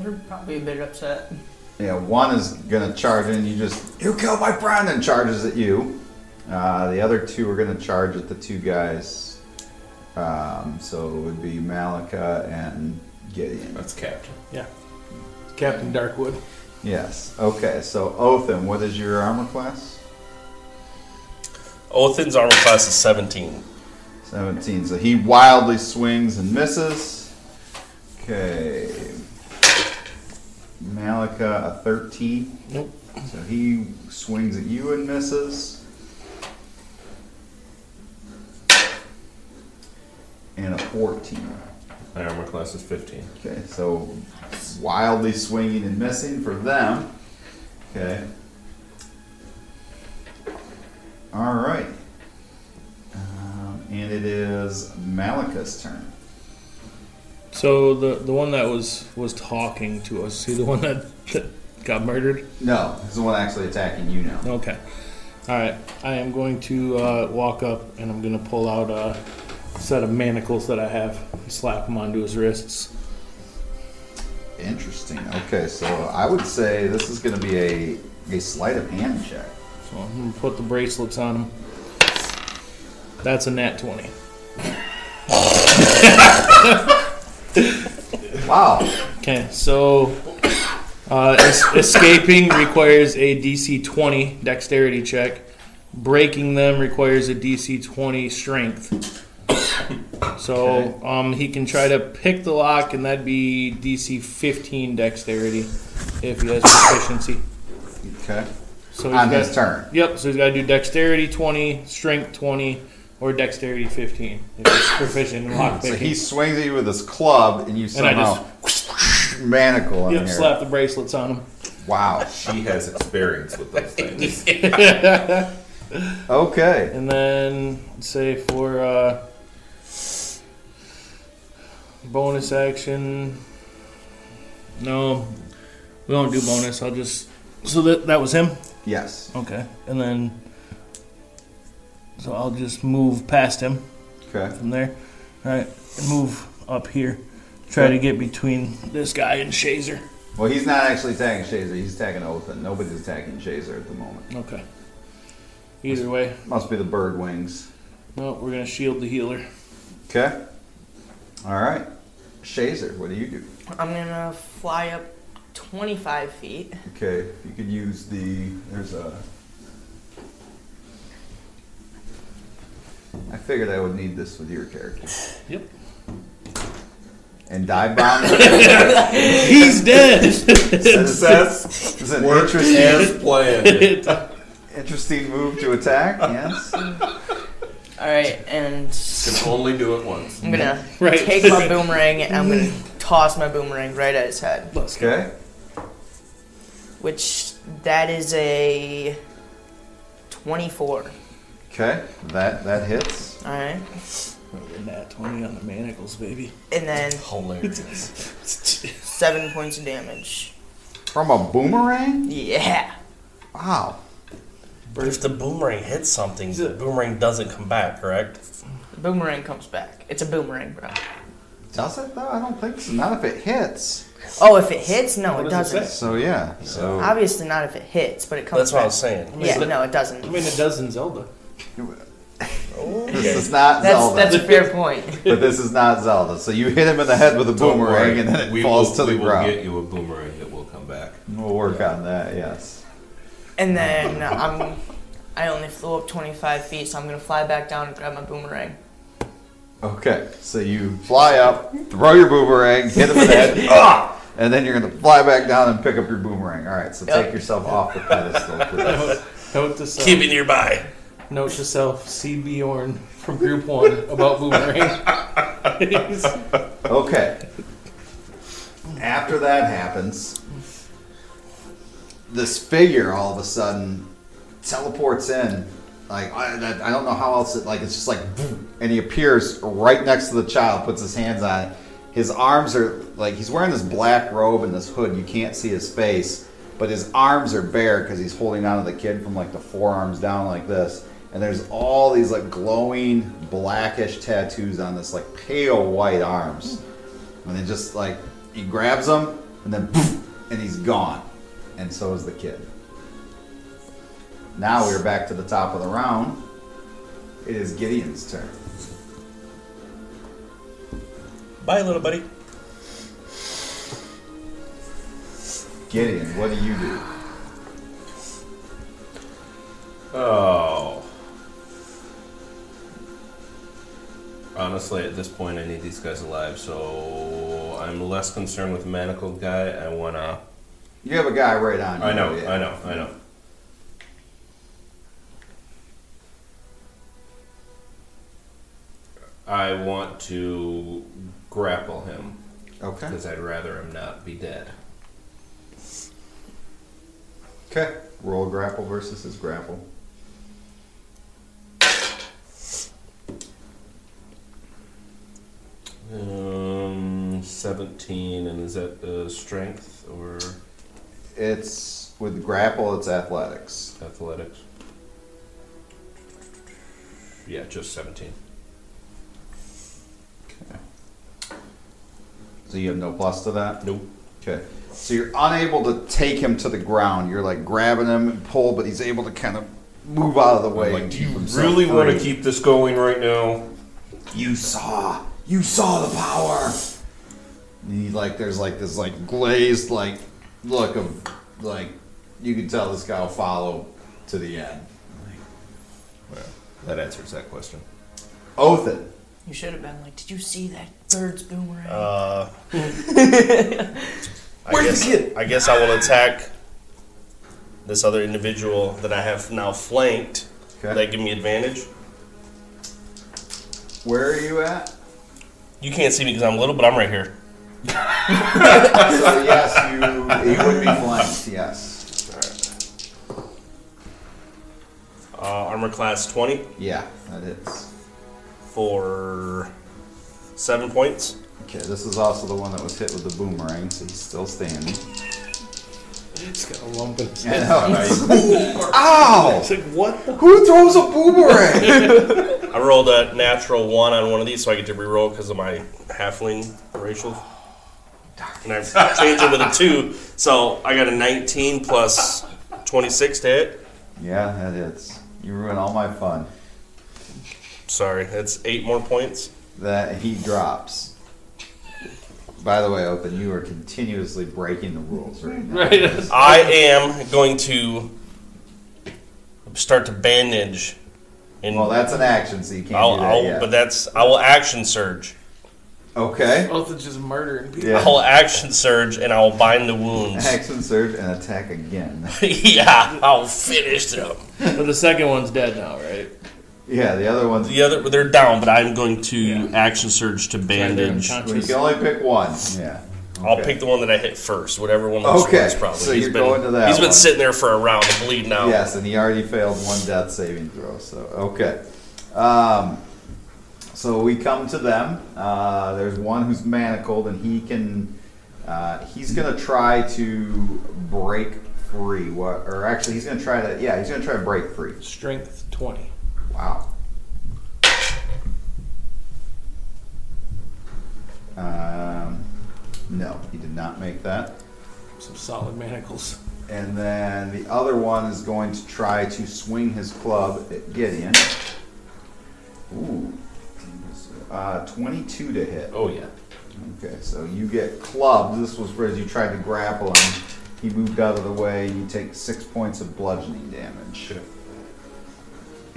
Speaker 5: They're probably a bit upset.
Speaker 1: Yeah, one is gonna charge in. You just you killed my friend and charges at you. Uh, the other two are gonna charge at the two guys. Um, so it would be Malika and Gideon.
Speaker 2: That's Captain.
Speaker 4: Yeah. Captain Darkwood.
Speaker 1: Yes. Okay. So Othan, what is your armor class?
Speaker 3: Othan's armor class is 17.
Speaker 1: Seventeen. So he wildly swings and misses. Okay. Malika a thirteen.
Speaker 4: Nope.
Speaker 1: So he swings at you and misses. And a 14.
Speaker 2: My armor class is fifteen.
Speaker 1: Okay, so wildly swinging and missing for them. Okay. All right. Um, and it is Malika's turn.
Speaker 6: So the the one that was was talking to us. See the one that, that got murdered.
Speaker 1: No, this is the one actually attacking you now.
Speaker 6: Okay.
Speaker 4: All right, I am going to uh, walk up and I'm going to pull out a set of manacles that I have and slap them onto his wrists.
Speaker 1: Interesting. Okay, so I would say this is going to be a a sleight of hand check.
Speaker 4: So I'm gonna put the bracelets on him. That's a nat twenty.
Speaker 1: Wow.
Speaker 4: Okay, so uh, es- escaping requires a DC 20 dexterity check. Breaking them requires a DC 20 strength. So um, he can try to pick the lock, and that'd be DC 15 dexterity if he has proficiency.
Speaker 1: Okay.
Speaker 4: So he's
Speaker 1: On his
Speaker 4: got-
Speaker 1: turn.
Speaker 4: Yep, so he's got to do dexterity 20, strength 20, or dexterity 15 if he's proficient in lock
Speaker 1: So
Speaker 4: picking.
Speaker 1: he swings at you with his club, and you
Speaker 4: And I
Speaker 1: somehow <laughs> manacle in
Speaker 4: yep,
Speaker 1: here.
Speaker 4: slap the bracelets on him.
Speaker 1: Wow.
Speaker 2: She has experience with those
Speaker 1: <laughs>
Speaker 2: things.
Speaker 1: Okay.
Speaker 4: And then say for uh, bonus action. No, we don't do bonus. I'll just so that that was him.
Speaker 1: Yes.
Speaker 4: Okay, and then so I'll just move past him
Speaker 1: Okay.
Speaker 4: from there. All right, and move up here. Try to get between this guy and Shazer.
Speaker 1: Well, he's not actually attacking Shazer. He's attacking Othan. Nobody's attacking Shazer at the moment.
Speaker 4: Okay. Either way,
Speaker 1: Must be the bird wings.
Speaker 4: no, we're gonna shield the <laughs> healer.
Speaker 1: Okay. All right. Shazer, what do you do?
Speaker 5: I'm gonna fly up 25 feet.
Speaker 1: Okay. You could use the. There's a. I figured I would need this with your character.
Speaker 4: Yep.
Speaker 1: And dive bomb.
Speaker 4: He's dead.
Speaker 1: Success. This is an
Speaker 2: Work
Speaker 1: interesting,
Speaker 2: as
Speaker 1: <laughs>
Speaker 2: planned.
Speaker 1: interesting move to attack. Yes.
Speaker 5: Alright, and
Speaker 2: Can only do it once.
Speaker 5: I'm <laughs> gonna
Speaker 4: Right.
Speaker 5: take my boomerang and I'm gonna toss my boomerang right at his head.
Speaker 4: Let's go.
Speaker 1: Okay.
Speaker 5: Which that is a 24.
Speaker 1: Okay. That that hits.
Speaker 5: Alright.
Speaker 4: Nat 20 on the manacles, baby.
Speaker 5: And then
Speaker 2: Hilarious.
Speaker 5: seven points of damage.
Speaker 1: From a boomerang?
Speaker 5: Yeah.
Speaker 1: Wow.
Speaker 3: But if the boomerang hits something, the boomerang doesn't come back, correct?
Speaker 5: The boomerang comes back. It's a boomerang, bro.
Speaker 1: Does it though? I don't think so. Not if it hits.
Speaker 5: Oh, if it hits? No, it
Speaker 7: does it
Speaker 5: doesn't.
Speaker 1: So yeah. So
Speaker 5: Obviously not if it hits, but it comes
Speaker 3: That's what I
Speaker 5: back. Mm-hmm.
Speaker 3: was saying.
Speaker 5: Yeah, no, it doesn't.
Speaker 7: I mean, it does in Zelda.
Speaker 1: this is not
Speaker 5: That's,
Speaker 1: Zelda.
Speaker 5: that's a fair point.
Speaker 1: but this is not Zelda. So you hit him in the head with a
Speaker 2: Don't
Speaker 1: boomerang,
Speaker 2: worry.
Speaker 1: and then it
Speaker 2: we
Speaker 1: falls
Speaker 2: will,
Speaker 1: to
Speaker 2: we
Speaker 1: the ground.
Speaker 2: will get you a boomerang that will come back.
Speaker 1: We'll work on that. Yes.
Speaker 5: And then uh, I'm, I only flew up 25 feet, so I'm gonna fly back down and grab my boomerang.
Speaker 1: Okay. So you fly up, throw your boomerang, hit him in the
Speaker 5: <laughs>
Speaker 1: head, ah! and then you're gonna fly back down and pick up your boomerang. All right. So
Speaker 5: Yep.
Speaker 1: take yourself off the pedestal, please.
Speaker 7: Note to self.
Speaker 3: Keep it nearby.
Speaker 7: Note to self. See Bjorn from Group One about boomerang.
Speaker 1: Okay. After that happens, this figure all of a sudden teleports in. Like I, I I don't know how else it like it's just like boom, and he appears right next to the child, puts his hands on it. His arms are like he's wearing this black robe and this hood. You can't see his face, but his arms are bare because he's holding onto the kid from like the forearms down like this. And there's all these like glowing blackish tattoos on this like pale white arms. And then just like he grabs him and then poof, and he's gone. And so is the kid. Now we're back to the top of the round. It is Gideon's turn.
Speaker 3: Bye, little buddy.
Speaker 1: Gideon, what do you do?
Speaker 2: Oh. Honestly, at this point, I need these guys alive, so I'm less concerned with manacled guy. I wanna.
Speaker 1: You have a guy right on you.
Speaker 2: I know,
Speaker 1: yeah.
Speaker 2: I know, I know. I want to grapple him
Speaker 1: Okay.
Speaker 2: because I'd rather him not be dead.
Speaker 1: Okay. Roll grapple versus his grapple.
Speaker 2: Um, 17, and is that uh, strength or
Speaker 1: It's with grapple, it's athletics.
Speaker 2: athletics? Yeah, just 17.
Speaker 1: So you have no plus to that?
Speaker 2: Nope.
Speaker 1: Okay. So you're unable to take him to the ground. You're like grabbing him and pull, but he's able to kind of move out of the way.
Speaker 2: Like,
Speaker 1: and
Speaker 2: do
Speaker 1: keep
Speaker 2: you
Speaker 1: himself
Speaker 2: really want to
Speaker 1: free.
Speaker 2: keep this going right now?
Speaker 1: You saw. You saw the power. And he, like there's like this like glazed like look of like you can tell this guy will follow to the end.
Speaker 8: Well, that answers that question.
Speaker 1: Othin.
Speaker 5: You should have been like, did you see that bird's boomerang?
Speaker 3: Uh, I,
Speaker 1: Where's the
Speaker 3: guess,
Speaker 1: kid?
Speaker 3: I guess I will attack this other individual that I have now flanked.
Speaker 1: Okay.
Speaker 3: Will that give me advantage?
Speaker 1: Where are you at?
Speaker 3: You can't see me because I'm little, but I'm right here.
Speaker 1: So yes, you he would be flanked, yes.
Speaker 3: Uh, armor class 20
Speaker 1: Yeah, that is.
Speaker 3: for seven points.
Speaker 1: Okay, this is also the one that was hit with the boomerang, so he's still standing. <laughs>
Speaker 6: It's got a lump in
Speaker 7: <laughs>
Speaker 6: his
Speaker 1: I know, right? Ow!
Speaker 6: It's like, what the?
Speaker 1: Who throws a boomerang? <laughs>
Speaker 3: I rolled a natural one on one of these, so I get to reroll because of my halfling racial. And I changed it with a two, so I got a 19 plus 26 to hit.
Speaker 1: yeah, that is. You ruin all my fun.
Speaker 3: Sorry, that's eight more points.
Speaker 1: that he drops. By the way, Open, you are continuously breaking the rules right now.
Speaker 6: Right.
Speaker 3: I am going to start to bandage, and
Speaker 1: Well, that's an action, so you can't
Speaker 3: I'll,
Speaker 1: do that
Speaker 3: I'll
Speaker 1: yet.
Speaker 3: but that's I will action surge.
Speaker 1: okay.
Speaker 4: Both is just murdering people.
Speaker 1: Yeah.
Speaker 3: I'll action surge, and I will bind the wounds.
Speaker 1: Action surge and attack again.
Speaker 3: <laughs>
Speaker 1: <laughs>
Speaker 3: yeah, I'll finish them.
Speaker 6: But the second one's dead now, right?
Speaker 1: Yeah, the other one's.
Speaker 3: The other they're down, but I'm going to action surge to bandage.
Speaker 1: Well, you can only pick one. Yeah.
Speaker 3: I'll
Speaker 1: Okay.
Speaker 3: pick the one that I hit first, whatever one looks
Speaker 1: Okay,
Speaker 3: worse. Probably.
Speaker 1: so
Speaker 3: He's
Speaker 1: you're
Speaker 3: been,
Speaker 1: going to that
Speaker 3: He's been
Speaker 1: one.
Speaker 3: sitting there for a round, bleeding out.
Speaker 1: Yes, and he already failed one death saving throw. So okay, um, so we come to them. Uh, there's one who's manacled, and he can. Uh, he's gonna try to break free. What? Or actually, he's gonna try to. Yeah, he's gonna try to break free.
Speaker 4: Strength 20.
Speaker 1: Wow. Um, no, he did not make that.
Speaker 4: Some solid manacles.
Speaker 1: And then the other one is going to try to swing his club at Gideon. Ooh. Uh, 22 to hit.
Speaker 2: Oh yeah.
Speaker 1: Okay, so you get clubbed. This was where you tried to grapple him. He moved out of the way. You take six points of bludgeoning damage.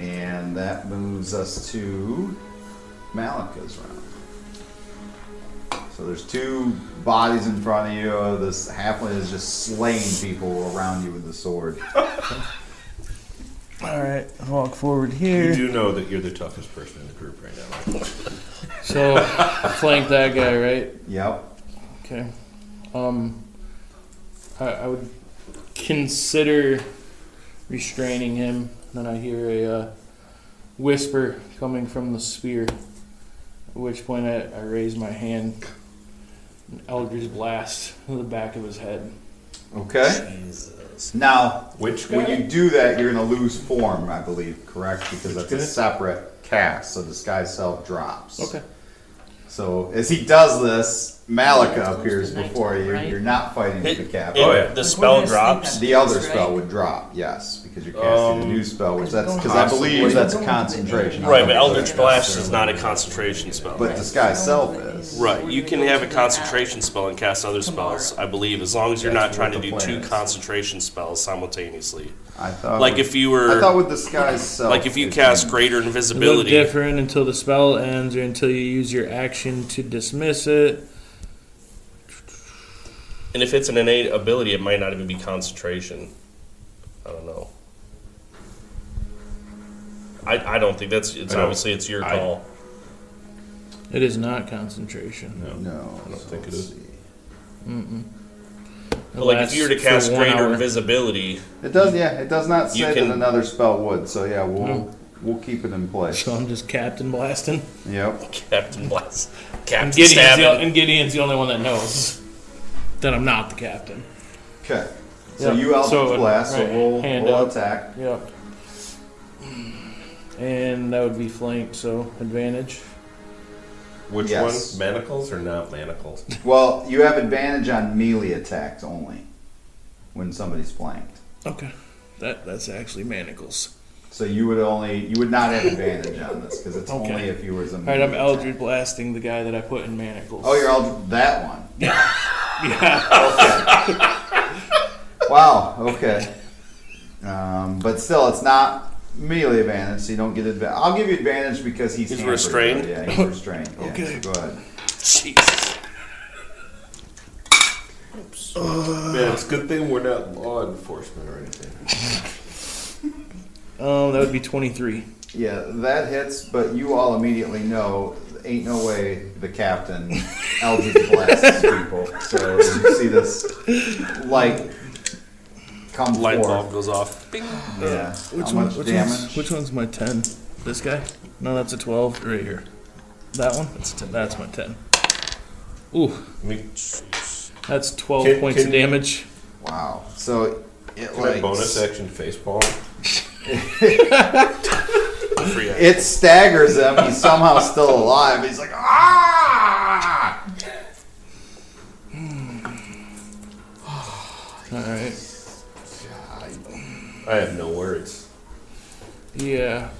Speaker 1: And that moves us to Malika's round. So there's two bodies in front of you. Uh, This halfling is just slaying people around you with the sword.
Speaker 6: All right, walk forward
Speaker 2: You
Speaker 6: here.
Speaker 2: do know that you're the toughest person in the group right now.
Speaker 6: So, flank that guy, right?
Speaker 1: Yep.
Speaker 6: Okay. Um, I, I would consider restraining him. Then I hear a uh, whisper coming from the spear. At which point I, I raise my hand. An Eldritch blast to the back of his head.
Speaker 1: Okay.
Speaker 3: Jesus.
Speaker 1: Now,
Speaker 2: Which
Speaker 1: when
Speaker 2: guy?
Speaker 1: you do that, you're going to lose form, I believe, correct? Because that's a separate cast, so disguise self drops.
Speaker 6: Okay.
Speaker 1: So as he does this, Malika appears
Speaker 5: Close to
Speaker 1: before you.
Speaker 5: right?
Speaker 1: You're not fighting with the cap.
Speaker 3: It-
Speaker 2: Oh, yeah.
Speaker 3: The
Speaker 5: Like,
Speaker 3: spell
Speaker 5: we're gonna
Speaker 3: drops.
Speaker 5: sleep
Speaker 1: The other
Speaker 5: That's right.
Speaker 1: spell would drop, yes, because you're casting a new spell, which that's because I believe
Speaker 2: possibly-
Speaker 1: that's a concentration.
Speaker 3: Um, Right, but
Speaker 1: I don't think
Speaker 3: Eldritch
Speaker 1: that's
Speaker 3: Blast is
Speaker 1: necessarily-
Speaker 3: not a concentration spell.
Speaker 1: But disguise self is.
Speaker 3: Right, you can have a concentration spell and cast other spells, I believe, as long as you're not
Speaker 1: That's
Speaker 3: trying to
Speaker 1: what the
Speaker 3: do
Speaker 1: plan
Speaker 3: two
Speaker 1: is.
Speaker 3: concentration spells simultaneously.
Speaker 1: I thought.
Speaker 3: Like
Speaker 1: with-
Speaker 3: if you
Speaker 1: I thought
Speaker 3: were,
Speaker 1: with disguise self.
Speaker 3: like if you
Speaker 1: it-
Speaker 3: cast Greater
Speaker 6: They Look
Speaker 3: Invisibility,
Speaker 6: different until the spell ends or until you use your action to dismiss it.
Speaker 3: and if it's an innate ability, it might not even be concentration. I don't know. I, I don't think that's, it's
Speaker 2: I don't-
Speaker 3: obviously, it's your
Speaker 2: I-
Speaker 3: call.
Speaker 6: It is not concentration.
Speaker 2: No.
Speaker 1: No,
Speaker 2: I don't
Speaker 1: so
Speaker 2: think it
Speaker 1: let's
Speaker 2: is.
Speaker 1: see.
Speaker 6: It
Speaker 3: But like if you were to
Speaker 6: lasts for
Speaker 3: cast
Speaker 6: one
Speaker 3: Greater
Speaker 6: hour.
Speaker 3: Invisibility,
Speaker 1: It does, yeah. It does not
Speaker 3: You
Speaker 1: say
Speaker 3: can-
Speaker 1: that another spell would. So yeah, we'll
Speaker 6: No.
Speaker 1: we'll keep it in place.
Speaker 6: Hmm. So I'm just Captain Blasting.
Speaker 1: Yep.
Speaker 3: <laughs> Captain Blast,
Speaker 6: And
Speaker 3: Captain
Speaker 6: Gideon's, the,
Speaker 3: Stabbing.
Speaker 6: and Gideon's the only one that knows that I'm not the captain.
Speaker 1: Okay. So
Speaker 6: Yep.
Speaker 1: you Eldritch
Speaker 6: So,
Speaker 1: Blast.
Speaker 6: right,
Speaker 1: so we'll,
Speaker 6: hand
Speaker 1: we'll
Speaker 6: up.
Speaker 1: attack.
Speaker 6: Yep. And that would be flanked, so advantage.
Speaker 8: Which
Speaker 1: Yes.
Speaker 8: one? Manacles or not
Speaker 3: <sighs>
Speaker 8: manacles?
Speaker 1: Well, you have advantage on melee attacks only when somebody's flanked.
Speaker 6: Okay. That that's actually manacles.
Speaker 1: So you would only you would not have advantage on this because it's
Speaker 6: Okay.
Speaker 1: only if you were as a.
Speaker 6: All right, I'm
Speaker 1: melee
Speaker 6: Eldritch
Speaker 1: attack.
Speaker 6: blasting the guy that I put in manacles.
Speaker 1: Oh, you're Eldred. That
Speaker 6: <laughs>
Speaker 1: one.
Speaker 6: yeah.
Speaker 1: Wow. Okay. Um, but still, it's not melee advantage, so you don't get advantage. I'll give you advantage because he's,
Speaker 3: He's
Speaker 1: hampered,
Speaker 3: restrained?
Speaker 1: though. Yeah,
Speaker 6: <laughs>
Speaker 1: he's restrained. Yeah,
Speaker 6: Okay.
Speaker 1: So go ahead.
Speaker 3: Jesus.
Speaker 8: Man, it's a good thing we're not law enforcement or anything.
Speaker 6: Um, that would be 23.
Speaker 1: Yeah, that hits, but you all immediately know ain't no way the captain Eldritch blasts people. So you see this light come
Speaker 2: Light
Speaker 1: forth.
Speaker 2: bulb goes off. Bing.
Speaker 1: Yeah.
Speaker 6: Which
Speaker 1: How
Speaker 6: one?
Speaker 1: much
Speaker 6: which,
Speaker 1: damage?
Speaker 6: one's, which one's my 10? This guy? No, that's a 12. Right here. That one? That's, a 10. that's my 10. Ooh,
Speaker 8: I mean, s- s-
Speaker 6: that's 12
Speaker 8: Can-
Speaker 6: points
Speaker 8: can-
Speaker 6: of damage.
Speaker 1: Wow. So it
Speaker 8: can I
Speaker 1: like
Speaker 8: bonus action facepalm?
Speaker 2: Free action.
Speaker 1: it staggers him. He's somehow still alive. He's like ah.
Speaker 6: All right.
Speaker 8: I have no words.
Speaker 6: Yeah.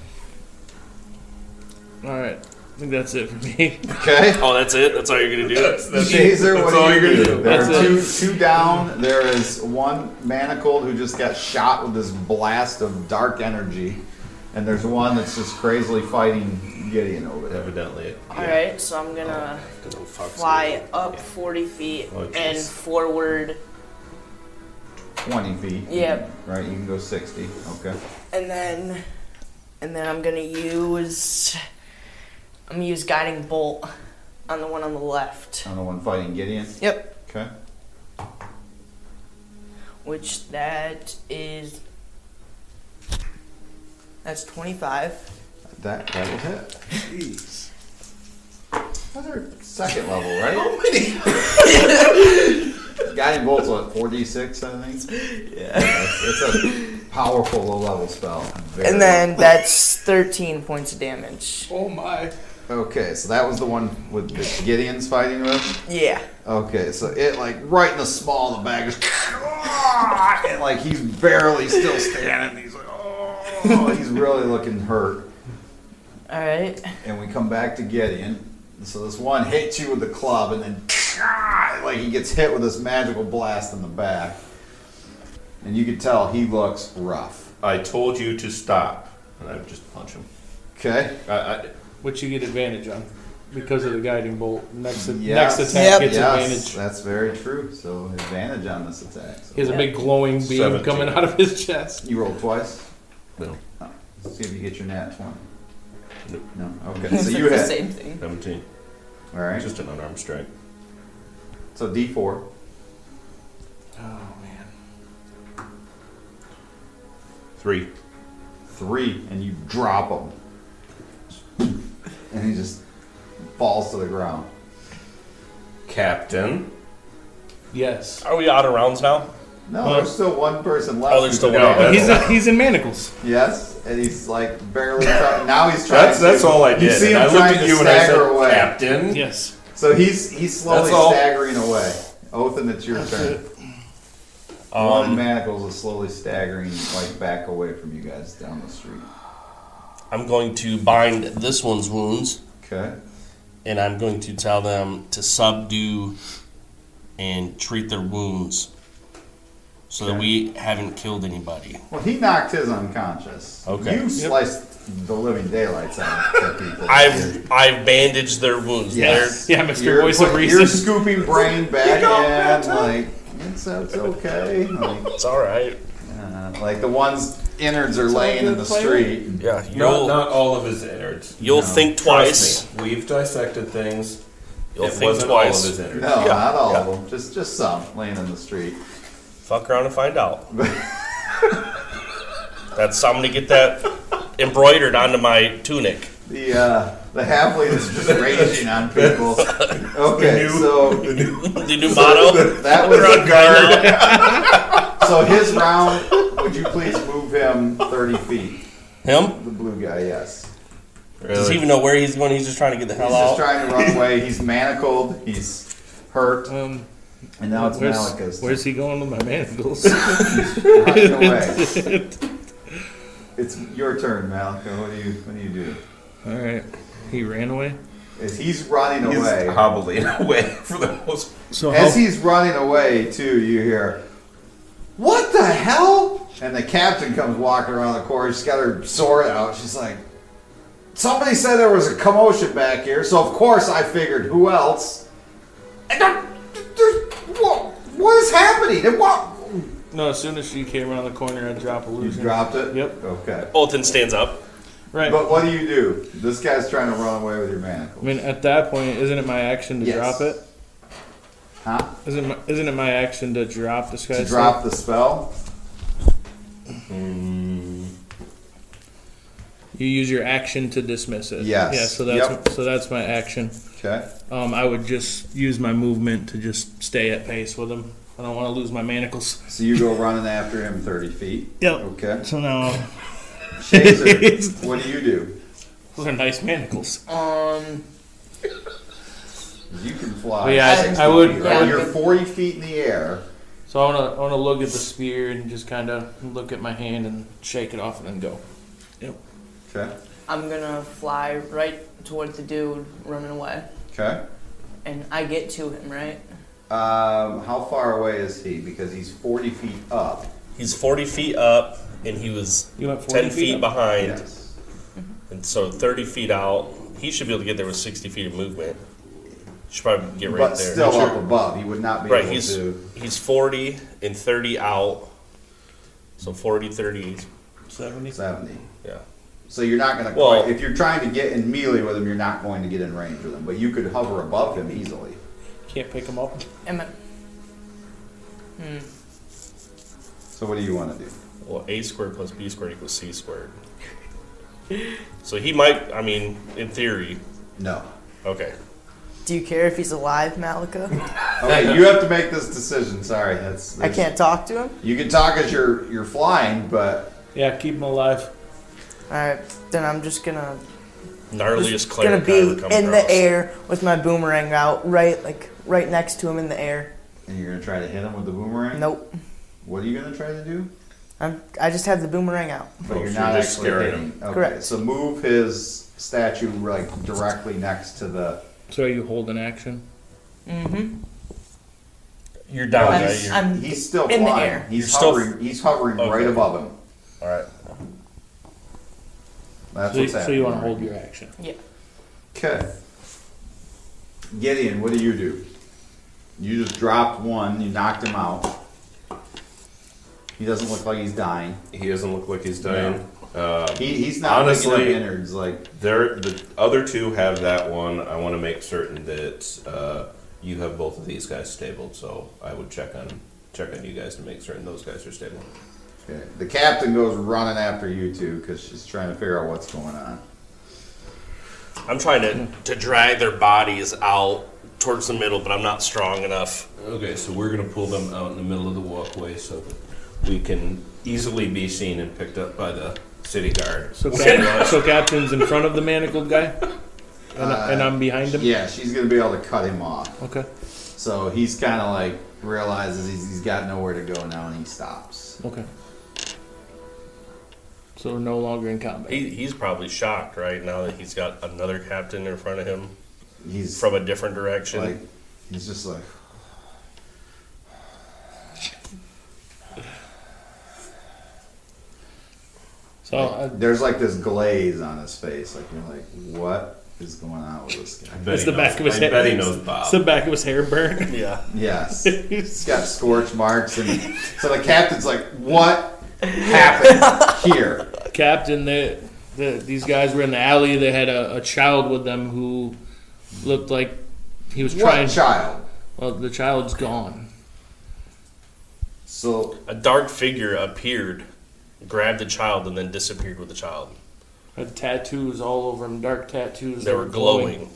Speaker 6: All right. I think that's it for
Speaker 4: <laughs>
Speaker 6: me.
Speaker 1: Okay.
Speaker 3: Oh, that's it? That's all you're going to do?
Speaker 1: Chaser, what are you gonna do? There
Speaker 6: That's
Speaker 1: are two, two down. There is one manacled who just got shot with this blast of dark energy, and there's one that's just crazily fighting Gideon over there.
Speaker 8: Evidently.
Speaker 5: All right, so I'm gonna
Speaker 2: Gonna fuck
Speaker 5: fly up 40 feet
Speaker 8: Oh, jeez.
Speaker 5: and forward.
Speaker 1: Twenty feet.
Speaker 5: Yep.
Speaker 1: Right. You can go sixty. Okay.
Speaker 5: and then and then I'm gonna use I'm gonna use guiding bolt on the one on the
Speaker 3: Oh.
Speaker 5: left.
Speaker 1: On the one fighting Gideon.
Speaker 5: Yep.
Speaker 1: Okay.
Speaker 5: Which that is that's 25.
Speaker 1: That that will hit. Jeez. Those are second level, right? How many? <laughs> Guiding bolt's what four d six, I think. Yeah. It's, it's a powerful low level spell. Very-
Speaker 5: And <laughs> then that's 13 points of damage.
Speaker 4: Oh my.
Speaker 1: Okay, so that was the one with the Gideon's fighting with.
Speaker 5: Yeah.
Speaker 1: Okay, so it like right in the small of the bag, just, <laughs> and like he's barely still standing. He's like, oh, he's really looking hurt.
Speaker 5: All right.
Speaker 1: and we come back to Gideon. So this one hits you with the club, and then <laughs> like he gets hit with this magical blast in the back, and you can tell he looks rough.
Speaker 8: I told you to stop, and I would just punch him.
Speaker 1: Okay,
Speaker 8: I, I,
Speaker 4: Which you get advantage on because of the guiding bolt. Next
Speaker 1: Yes.
Speaker 4: next
Speaker 5: Yep.
Speaker 4: attack gets
Speaker 1: yes,
Speaker 4: advantage.
Speaker 1: that's very true. So advantage on this attack. So
Speaker 4: He has a big glowing beam
Speaker 8: 17.
Speaker 4: coming out of his chest.
Speaker 1: you roll twice.
Speaker 8: no,
Speaker 1: Oh, let's see if you get your nat twenty.
Speaker 8: Nope.
Speaker 1: No. Okay. So
Speaker 5: <laughs> It's
Speaker 1: you
Speaker 5: the
Speaker 1: hit.
Speaker 5: same thing.
Speaker 8: 17.
Speaker 1: All right.
Speaker 8: Just an unarmed strike.
Speaker 1: So D four.
Speaker 4: Oh man.
Speaker 8: Three.
Speaker 1: three and you drop him. And he just falls to the ground.
Speaker 8: Captain.
Speaker 4: Yes.
Speaker 3: Are we out of rounds now?
Speaker 1: No,
Speaker 6: Well-
Speaker 1: there's still one person left.
Speaker 3: Oh, there's still
Speaker 1: who-
Speaker 3: one.
Speaker 8: No,
Speaker 6: He's, he's in manacles.
Speaker 1: Yes, and he's like barely trying. Now he's trying.
Speaker 8: That's
Speaker 1: to-
Speaker 8: that's all I did.
Speaker 1: You see him
Speaker 8: and I
Speaker 1: trying to stagger away.
Speaker 8: Captain.
Speaker 6: Yes.
Speaker 1: So he's he's slowly
Speaker 8: That's all.
Speaker 1: staggering away. Othan, it's your turn. one in
Speaker 3: Um,
Speaker 1: manacles is slowly staggering like back away from you guys down the street.
Speaker 3: I'm going to bind this one's wounds,
Speaker 1: Okay.
Speaker 3: and I'm going to tell them to subdue and treat their wounds so that
Speaker 1: Okay.
Speaker 3: we haven't killed anybody.
Speaker 1: Well, he knocked his unconscious.
Speaker 3: Okay.
Speaker 1: You sliced the living daylights out
Speaker 8: <laughs>
Speaker 1: of people.
Speaker 3: I've I've bandaged their wounds.
Speaker 1: Yes.
Speaker 6: Yeah, Mr.
Speaker 1: You're,
Speaker 6: Voice of
Speaker 1: put-
Speaker 6: Reason.
Speaker 1: You're
Speaker 6: <laughs>
Speaker 1: scooping brain back in, like it's, it's okay. Like,
Speaker 3: They're- It's all right.
Speaker 1: uh, like the ones innards are laying in the street.
Speaker 3: Yeah,
Speaker 8: Not,
Speaker 3: you'll
Speaker 8: not all of his innards.
Speaker 3: you'll think twice.
Speaker 8: Trust me, we've dissected things.
Speaker 3: You'll
Speaker 8: it
Speaker 3: think
Speaker 8: wasn't all
Speaker 3: twice.
Speaker 8: of his innards.
Speaker 1: No,
Speaker 3: Yeah,
Speaker 1: not all of
Speaker 3: yeah.
Speaker 1: them. Just just some laying in the street.
Speaker 3: Fuck around and find out.
Speaker 1: <laughs>
Speaker 3: That's I'm gonna get that embroidered onto my tunic.
Speaker 1: The uh, the halfling is
Speaker 3: <laughs>
Speaker 1: just raging on people. Okay, so
Speaker 3: the new motto.
Speaker 1: that
Speaker 3: We're on
Speaker 1: was
Speaker 3: guard.
Speaker 1: <laughs> so his round. Would you please move him thirty feet?
Speaker 3: Him?
Speaker 1: The blue guy, yes.
Speaker 3: Does he even know where he's going? He's just trying to get the hell
Speaker 1: He's just
Speaker 3: out.
Speaker 1: trying to run away. He's manacled. He's hurt.
Speaker 6: Mm.
Speaker 4: Um,
Speaker 1: And now it's
Speaker 4: where's,
Speaker 1: Malika's.
Speaker 4: where's he going with my manacles? <laughs>
Speaker 1: running away? It's your turn, Malika. What do you What do you do?
Speaker 4: All right, he ran away.
Speaker 1: As he's running
Speaker 9: He's
Speaker 8: <laughs>
Speaker 1: away,
Speaker 9: hobbling away for the most.
Speaker 4: So
Speaker 1: as he's running away, too, you hear, "What the hell?" And the captain comes walking around the corner. She's got her sword out. She's like, "Somebody said there was a commotion back here, so of course I figured who else." And I- there's- what, what is happening? And what?
Speaker 10: No, as soon as she came around the corner, I dropped
Speaker 1: You
Speaker 10: illusion.
Speaker 1: dropped it.
Speaker 10: Yep.
Speaker 1: Okay.
Speaker 3: Bolton stands up.
Speaker 10: Right.
Speaker 1: But what do you do? This guy's trying to run away with your manacle.
Speaker 4: I mean, at that point, isn't it my action to
Speaker 1: Yes.
Speaker 4: drop it?
Speaker 1: Huh?
Speaker 4: Isn't my, isn't it my action to drop this
Speaker 1: To
Speaker 4: guy's?
Speaker 1: drop the spell?
Speaker 4: You use your action to dismiss it.
Speaker 1: Yes.
Speaker 4: Yeah. So that's
Speaker 1: Yep.
Speaker 4: so that's my action.
Speaker 1: Okay.
Speaker 4: Um, I would just use my movement to just stay at pace with him. I don't want to lose my manacles.
Speaker 1: So you go running after him 30 feet.
Speaker 4: Yep.
Speaker 1: Okay.
Speaker 10: <laughs>
Speaker 4: So now <laughs>
Speaker 1: Shazer, what do you do?
Speaker 4: those are nice manacles.
Speaker 5: Um,
Speaker 1: You can fly.
Speaker 10: Yeah, I-
Speaker 1: 60
Speaker 10: I would-
Speaker 1: feet,
Speaker 5: yeah.
Speaker 1: right? You're 40 feet in the air.
Speaker 10: So I want to I want to look at the spear and just kind of look at my hand and shake it off and then go.
Speaker 1: Okay.
Speaker 5: I'm gonna fly right towards the dude running away,
Speaker 1: Okay.
Speaker 5: and I get to him right.
Speaker 1: Um, how far away is he? Because he's 40 feet up.
Speaker 3: He's 40 feet up, and he was
Speaker 10: You went 40
Speaker 3: 10 feet,
Speaker 10: up.
Speaker 3: behind,
Speaker 1: Yes.
Speaker 3: and so 30 feet out. He should be able to get there with 60 feet of movement. Should probably get right
Speaker 1: but
Speaker 3: there.
Speaker 1: still
Speaker 3: Sure.
Speaker 1: up above. He would not be
Speaker 3: Right,
Speaker 1: able
Speaker 3: he's
Speaker 1: to.
Speaker 3: he's 40 and 30 out. So 40, 30,
Speaker 4: 70.
Speaker 1: 70.
Speaker 3: yeah.
Speaker 1: So you're not going to.
Speaker 3: Well-
Speaker 1: quite if you're trying to get in melee with him, you're not going to get in range with him. But you could hover above him easily.
Speaker 10: Can't pick him up.
Speaker 5: Am I?
Speaker 1: So what do you want to do?
Speaker 3: Well, a squared plus b squared equals c squared. So he might, I mean, in theory,
Speaker 1: No.
Speaker 3: okay.
Speaker 5: Do you care if he's alive, Malika?
Speaker 1: Okay, you have to make this decision. Sorry, that's.
Speaker 5: I can't talk to him.
Speaker 1: You can talk as you're you're flying, but
Speaker 10: Yeah, keep him alive.
Speaker 5: All right, then I'm just gonna
Speaker 3: Gnarliest
Speaker 5: gonna
Speaker 3: cleric
Speaker 5: be
Speaker 3: I ever come
Speaker 5: in
Speaker 3: across.
Speaker 5: the air with my boomerang out, right, like right next to him in the air.
Speaker 1: and you're gonna try to hit him with the boomerang.
Speaker 5: Nope,
Speaker 1: What are you gonna try to do?
Speaker 5: I'm. I just had the boomerang out.
Speaker 1: But
Speaker 9: Oh,
Speaker 1: you're
Speaker 9: so
Speaker 1: not
Speaker 9: you're just
Speaker 1: actually
Speaker 9: scaring
Speaker 1: hitting. Okay,
Speaker 5: Correct.
Speaker 1: so move his statue like directly next to the.
Speaker 4: So are you holding action?
Speaker 3: You're down,
Speaker 1: Well,
Speaker 3: right?
Speaker 1: he's,
Speaker 3: You're-
Speaker 5: I'm
Speaker 1: he's still
Speaker 5: in the
Speaker 1: flying.
Speaker 5: air.
Speaker 1: He's
Speaker 3: You're still-
Speaker 1: hovering. he's hovering
Speaker 3: Okay.
Speaker 1: right above him.
Speaker 3: All right.
Speaker 1: That's
Speaker 4: So you,
Speaker 1: what's
Speaker 4: so
Speaker 1: happening.
Speaker 4: you want to hold your action?
Speaker 5: Yeah.
Speaker 1: Okay. Gideon, what do you do? You just dropped one. You knocked him out. He doesn't look like he's dying.
Speaker 2: He doesn't look like he's dying.
Speaker 8: Uh,
Speaker 1: He, he's not picking up
Speaker 2: Honestly-
Speaker 1: innards like.
Speaker 2: There, the other two have that one. I want to make certain that uh, you have both of these guys stabled. So I would check on check on you guys to make certain those guys are stable.
Speaker 1: Okay. The captain goes running after you two because she's trying to figure out what's going on.
Speaker 3: I'm trying to, to drag their bodies out towards the middle, but I'm not strong enough.
Speaker 2: Okay, so we're gonna pull them out in the middle of the walkway so that we can easily be seen and picked up by the city guard.
Speaker 4: So, cap- so captain's in front of the manacled guy, and, I- and I'm behind him.
Speaker 1: Uh, Yeah, she's gonna be able to cut him off.
Speaker 4: Okay.
Speaker 1: So he's kind of like realizes he's, he's got nowhere to go now, and he stops.
Speaker 4: Okay. So we're no longer in combat.
Speaker 3: He, he's probably shocked right now that he's got another captain in front of him
Speaker 1: He's
Speaker 3: from a different direction.
Speaker 1: like, he's just like,
Speaker 4: So uh,
Speaker 1: there's like this glaze on his face. Like you're like, what is going on with this
Speaker 3: <laughs>
Speaker 1: guy?
Speaker 2: Bet
Speaker 4: it's
Speaker 2: he
Speaker 4: the
Speaker 2: knows-
Speaker 4: back of his
Speaker 2: I
Speaker 4: head.
Speaker 2: bet he knows Bob.
Speaker 4: It's the back of his
Speaker 3: <laughs>
Speaker 4: hair burnt.
Speaker 3: yeah.
Speaker 1: Yes, he's got scorch marks, and so the captain's like, what happened here?
Speaker 4: <laughs> Captain, they, the, these guys were in the alley. They had a, a child with them who looked like he was
Speaker 1: What
Speaker 4: trying.
Speaker 1: child?
Speaker 4: well, the child's gone.
Speaker 1: So
Speaker 3: A dark figure appeared, grabbed the child, and then disappeared with the child.
Speaker 10: Had tattoos all over him, dark tattoos.
Speaker 3: They
Speaker 10: that
Speaker 3: were glowing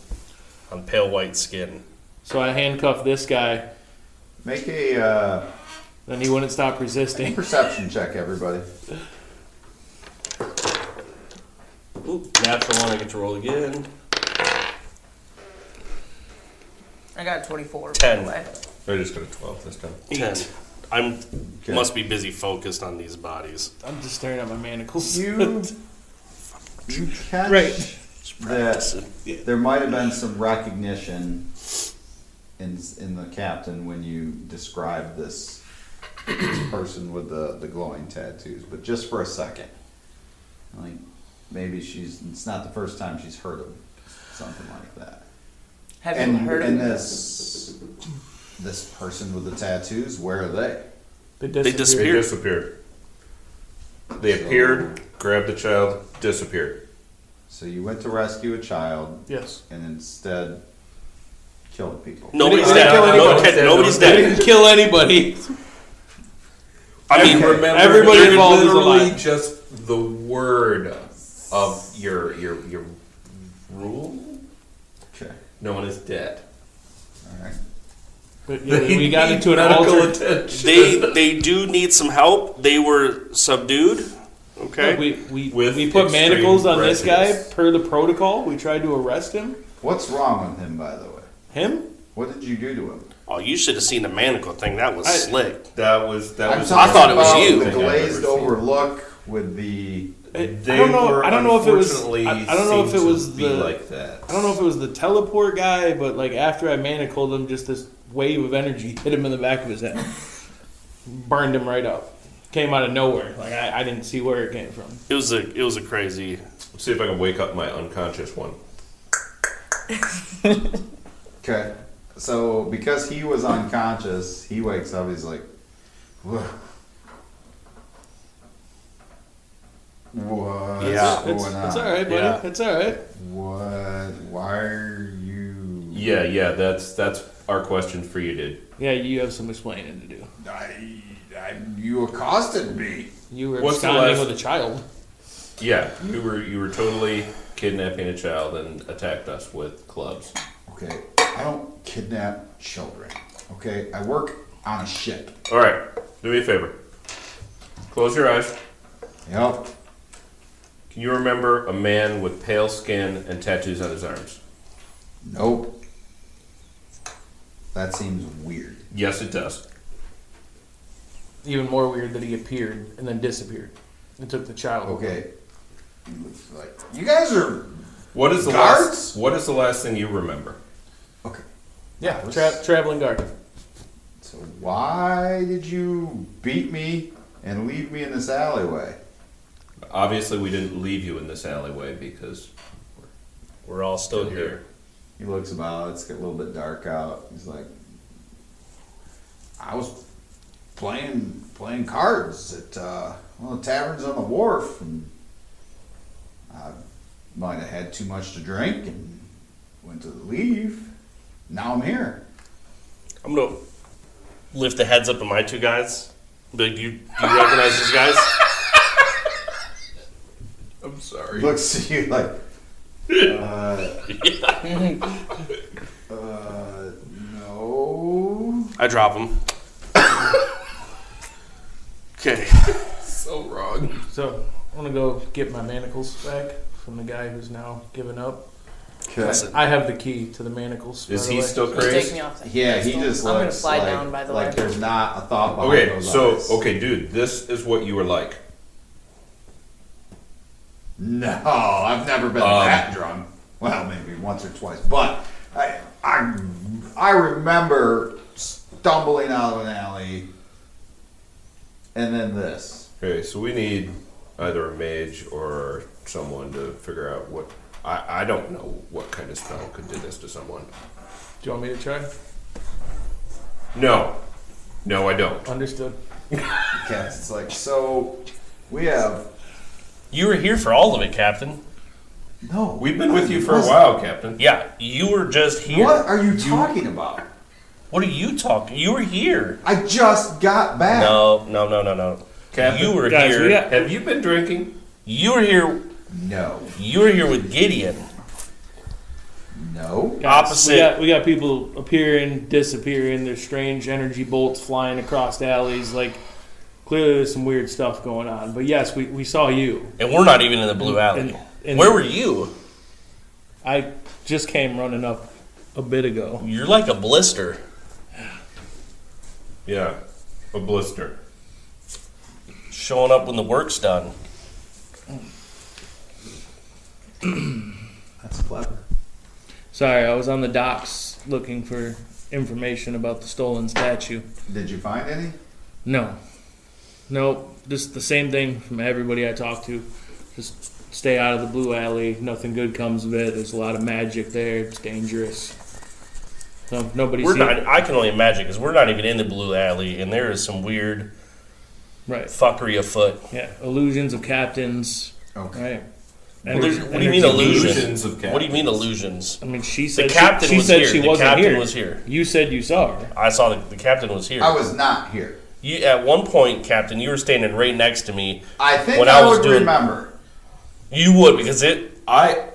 Speaker 3: on pale white skin.
Speaker 10: So I handcuffed this guy.
Speaker 1: make a uh,
Speaker 10: Then he wouldn't stop resisting.
Speaker 1: perception check, everybody.
Speaker 11: Ooh, natural one. I get to roll again.
Speaker 5: I got 24.
Speaker 3: Ten.
Speaker 5: By the way.
Speaker 2: I just got a 12 this time.
Speaker 3: Ten. I'm must be busy focused on these bodies.
Speaker 4: I'm just staring at my manacles.
Speaker 1: You, you catch
Speaker 12: Right.
Speaker 1: that
Speaker 3: Yeah.
Speaker 1: there might have been some recognition in in the captain when you described this, this person with the, the glowing tattoos, but just for a second. Like maybe she's it's not the first time she's heard of something like that.
Speaker 5: Have
Speaker 1: and
Speaker 5: you heard of
Speaker 1: and this this person with the tattoos, where are they?
Speaker 3: They
Speaker 2: They
Speaker 3: disappeared.
Speaker 2: disappeared. They appeared, grabbed the child, disappeared.
Speaker 1: So you went to rescue a child
Speaker 4: Yes.
Speaker 1: and instead killed people.
Speaker 3: Nobody's
Speaker 2: They
Speaker 3: dead.
Speaker 2: didn't kill
Speaker 3: No,
Speaker 2: anybody.
Speaker 3: okay, nobody's
Speaker 2: They
Speaker 3: dead.
Speaker 4: Kill anybody.
Speaker 3: I mean,
Speaker 1: Okay.
Speaker 2: Remember,
Speaker 4: Everybody
Speaker 2: you're
Speaker 4: involved is
Speaker 2: literally
Speaker 4: alive.
Speaker 2: just the word of your your your rule.
Speaker 1: Okay.
Speaker 2: No one is dead.
Speaker 1: All right.
Speaker 4: But yeah,
Speaker 2: They
Speaker 4: we got
Speaker 2: need
Speaker 4: into an
Speaker 2: medical
Speaker 4: alter.
Speaker 2: attention.
Speaker 3: they they do need some help. They were subdued. Okay.
Speaker 4: We, we,
Speaker 2: With
Speaker 4: we put
Speaker 2: extreme
Speaker 4: manacles on this guy
Speaker 2: prejudice.
Speaker 4: per the protocol. We tried to arrest him.
Speaker 1: What's wrong with him, by the way?
Speaker 4: Him?
Speaker 1: What did you do to him?
Speaker 3: oh, you should have seen the manacle thing. That was
Speaker 4: I-
Speaker 3: slick.
Speaker 2: That was that was.
Speaker 3: I thought it was
Speaker 1: about
Speaker 3: you.
Speaker 1: The
Speaker 2: Thing I've ever
Speaker 1: glazed
Speaker 2: seen.
Speaker 1: over look with the
Speaker 4: I-
Speaker 2: They
Speaker 4: I don't know.
Speaker 2: Were
Speaker 4: I don't know if it was. I,
Speaker 2: unfortunately
Speaker 4: I don't know if
Speaker 2: seemed
Speaker 4: it
Speaker 2: to
Speaker 4: was
Speaker 2: be
Speaker 4: the.
Speaker 2: like that.
Speaker 4: I don't know if it was the teleport guy, but like after I manacled him, just this wave of energy <laughs> hit him in the back of his head, burned him right up. Came out of nowhere. Like I, I didn't see where it came from.
Speaker 3: It was a it was a crazy.
Speaker 2: Let's see if I can wake up my unconscious one.
Speaker 1: okay. So because he was unconscious, he wakes up. He's like, "Whoa, what's
Speaker 11: Yeah.
Speaker 1: going
Speaker 4: It's,
Speaker 1: on?
Speaker 4: it's all right, buddy.
Speaker 2: Yeah.
Speaker 4: It's all right.
Speaker 1: What? Why are you?
Speaker 2: Yeah, yeah. That's that's our question for you, dude.
Speaker 4: Yeah, you have some explaining to do.
Speaker 1: I, I, you accosted me.
Speaker 4: You were
Speaker 2: What's the
Speaker 4: absconding
Speaker 2: last-
Speaker 4: with a child.
Speaker 2: Yeah, you were you were totally kidnapping a child and attacked us with clubs.
Speaker 1: Okay, I don't kidnap children. Okay, I work on a ship.
Speaker 2: All right, do me a favor. Close your eyes.
Speaker 1: Yep.
Speaker 2: Can you remember a man with pale skin and tattoos on his arms?
Speaker 1: Nope. That seems weird.
Speaker 2: Yes, it does.
Speaker 4: Even more weird that he appeared and then disappeared and took the child.
Speaker 1: Okay. Like you guys are
Speaker 2: What is the
Speaker 1: Guards?
Speaker 2: last? What is the last thing you remember?
Speaker 1: okay.
Speaker 4: Yeah,
Speaker 1: That
Speaker 4: tra-
Speaker 1: was-
Speaker 4: traveling guard.
Speaker 1: So why did you beat me and leave me in this alleyway?
Speaker 2: Obviously, we didn't leave you in this alleyway because
Speaker 3: We're all still
Speaker 2: we're
Speaker 3: here.
Speaker 2: here.
Speaker 1: He looks about. It's a little bit dark out. He's like, I was playing playing cards at uh, one of the taverns on the wharf, and I might have had too much to drink and went to leave. Now I'm here.
Speaker 3: I'm gonna lift the heads up of my two guys. Like, do you do you recognize these guys?
Speaker 2: I'm
Speaker 1: He
Speaker 2: sorry.
Speaker 1: looks at you like, uh, <laughs> uh, no.
Speaker 3: <laughs> I drop them. okay.
Speaker 2: so wrong.
Speaker 4: So I'm gonna go get my manacles back from the guy who's now given up.
Speaker 3: Listen,
Speaker 4: I have the key to the manacles.
Speaker 2: Is
Speaker 4: by the
Speaker 2: he
Speaker 4: way.
Speaker 2: still
Speaker 5: Just take
Speaker 2: crazy?
Speaker 5: me off. the
Speaker 1: Yeah, he
Speaker 5: pedestal.
Speaker 1: just
Speaker 5: I'm gonna
Speaker 1: looks
Speaker 5: slide
Speaker 1: like,
Speaker 5: down. By the
Speaker 1: like
Speaker 5: way,
Speaker 1: there's not a thought behind
Speaker 2: Okay,
Speaker 1: those
Speaker 2: so
Speaker 1: eyes.
Speaker 2: okay, dude, this is what you were like.
Speaker 1: No, I've never been
Speaker 2: Um,
Speaker 1: that drunk. Well, maybe once or twice, but I, I, I remember stumbling out of an alley, and then this.
Speaker 2: Okay, so we need either a mage or someone to figure out what. I, I don't know what kind of spell could do this to someone.
Speaker 4: Do you want me to try?
Speaker 2: No. No, I don't.
Speaker 4: Understood.
Speaker 1: Okay, it's like so. We have
Speaker 3: you were here for all of it, Captain.
Speaker 1: no.
Speaker 2: We've been with you for a while, Captain.
Speaker 3: Yeah, you were just here.
Speaker 1: What are you talking about?
Speaker 3: What are you talking? You were here.
Speaker 1: I just got back.
Speaker 3: No, no, no, no, no.
Speaker 2: Captain,
Speaker 3: you were
Speaker 12: guys,
Speaker 3: here.
Speaker 12: we got-
Speaker 2: Have you been drinking?
Speaker 3: You were here.
Speaker 1: No,
Speaker 3: You were here with Gideon.
Speaker 1: no.
Speaker 12: Guys,
Speaker 3: Opposite.
Speaker 12: We got, we got people appearing, disappearing. There's strange energy bolts flying across alleys. Like, clearly there's some weird stuff going on. But yes, we, we saw you.
Speaker 3: And we're not even in the blue alley.
Speaker 12: And,
Speaker 4: And
Speaker 3: Where were you?
Speaker 4: I just came running up a bit ago.
Speaker 3: You're like a blister.
Speaker 2: Yeah, a blister.
Speaker 3: Showing up when the work's done.
Speaker 1: That's clever.
Speaker 4: Sorry, I was on the docks looking for information about the stolen statue.
Speaker 1: Did you find any?
Speaker 4: No. Nope. Just the same thing from everybody I talk to. Just stay out of the blue alley. Nothing good comes of it. There's a lot of magic there. It's dangerous. So nobody's
Speaker 3: We're
Speaker 4: seen-
Speaker 3: not. I can only imagine because we're not even in the blue alley, and there is some weird
Speaker 4: right.
Speaker 3: fuckery afoot.
Speaker 4: Yeah. Illusions of captains.
Speaker 1: Okay.
Speaker 4: Right.
Speaker 3: What do you-
Speaker 4: Ener-
Speaker 3: what do you mean
Speaker 4: energy-
Speaker 3: illusion?
Speaker 2: Illusions of
Speaker 3: What do you mean illusions?
Speaker 4: I mean, she
Speaker 3: The
Speaker 4: said
Speaker 3: captain
Speaker 4: she, she
Speaker 3: was
Speaker 4: said
Speaker 3: here.
Speaker 4: she
Speaker 3: the
Speaker 4: wasn't
Speaker 3: captain
Speaker 4: here.
Speaker 3: was here.
Speaker 4: You said you saw her.
Speaker 3: I saw the, the captain was here.
Speaker 1: I was not here.
Speaker 3: you, at one point, Captain, you were standing right next to me.
Speaker 1: I think
Speaker 3: When
Speaker 1: I,
Speaker 3: I was
Speaker 1: would
Speaker 3: doing-
Speaker 1: remember.
Speaker 3: You would because it.
Speaker 2: I,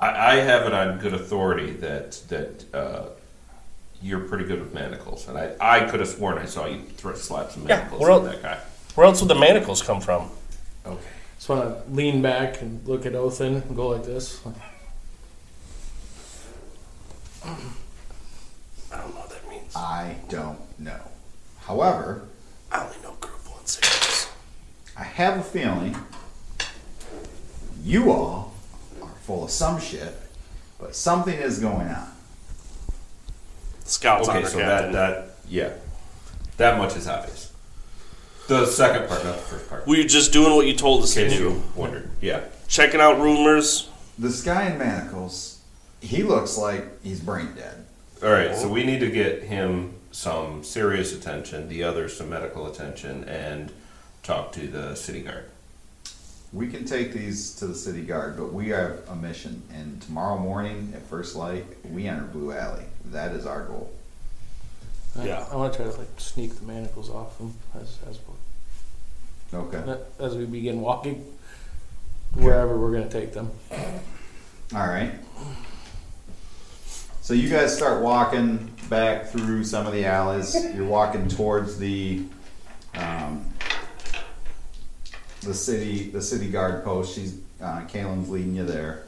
Speaker 2: I, I have it on good authority that that uh, you're pretty good with manacles, and I, I could have sworn I saw you thr- slap some
Speaker 3: Yeah,
Speaker 2: manacles
Speaker 3: we're
Speaker 2: on
Speaker 3: all-
Speaker 2: that guy.
Speaker 3: Where else would the manacles come from?
Speaker 1: Okay.
Speaker 13: Just want to lean back and look at Othin and go like this.
Speaker 3: I don't know what that means.
Speaker 1: I don't know. However,
Speaker 3: I only know group one six.
Speaker 1: I have a feeling you all are full of some shit, but something is going on.
Speaker 3: Scouts
Speaker 2: okay,
Speaker 3: honor
Speaker 2: so that
Speaker 3: captain.
Speaker 2: that yeah, that much is obvious. The second part, not the first part.
Speaker 3: We're just doing what you told us
Speaker 2: In
Speaker 3: to
Speaker 2: case
Speaker 3: do.
Speaker 2: you wondered, yeah.
Speaker 3: Checking out rumors.
Speaker 1: This guy in manacles, he looks like he's brain dead.
Speaker 2: All right, so we need to get him some serious attention, the other some medical attention, and talk to the city guard.
Speaker 1: We can take these to the city guard, but we have a mission, and tomorrow morning at first light, we enter Blue Alley. That is our goal.
Speaker 3: Yeah.
Speaker 13: I, want to try to like sneak the manacles off him as as,
Speaker 1: Okay.
Speaker 13: as we begin walking wherever we're gonna take them.
Speaker 1: All right. So you guys start walking back through some of the alleys. You're walking towards the um, the city the city guard post. She's uh, Kaylin's leading you there.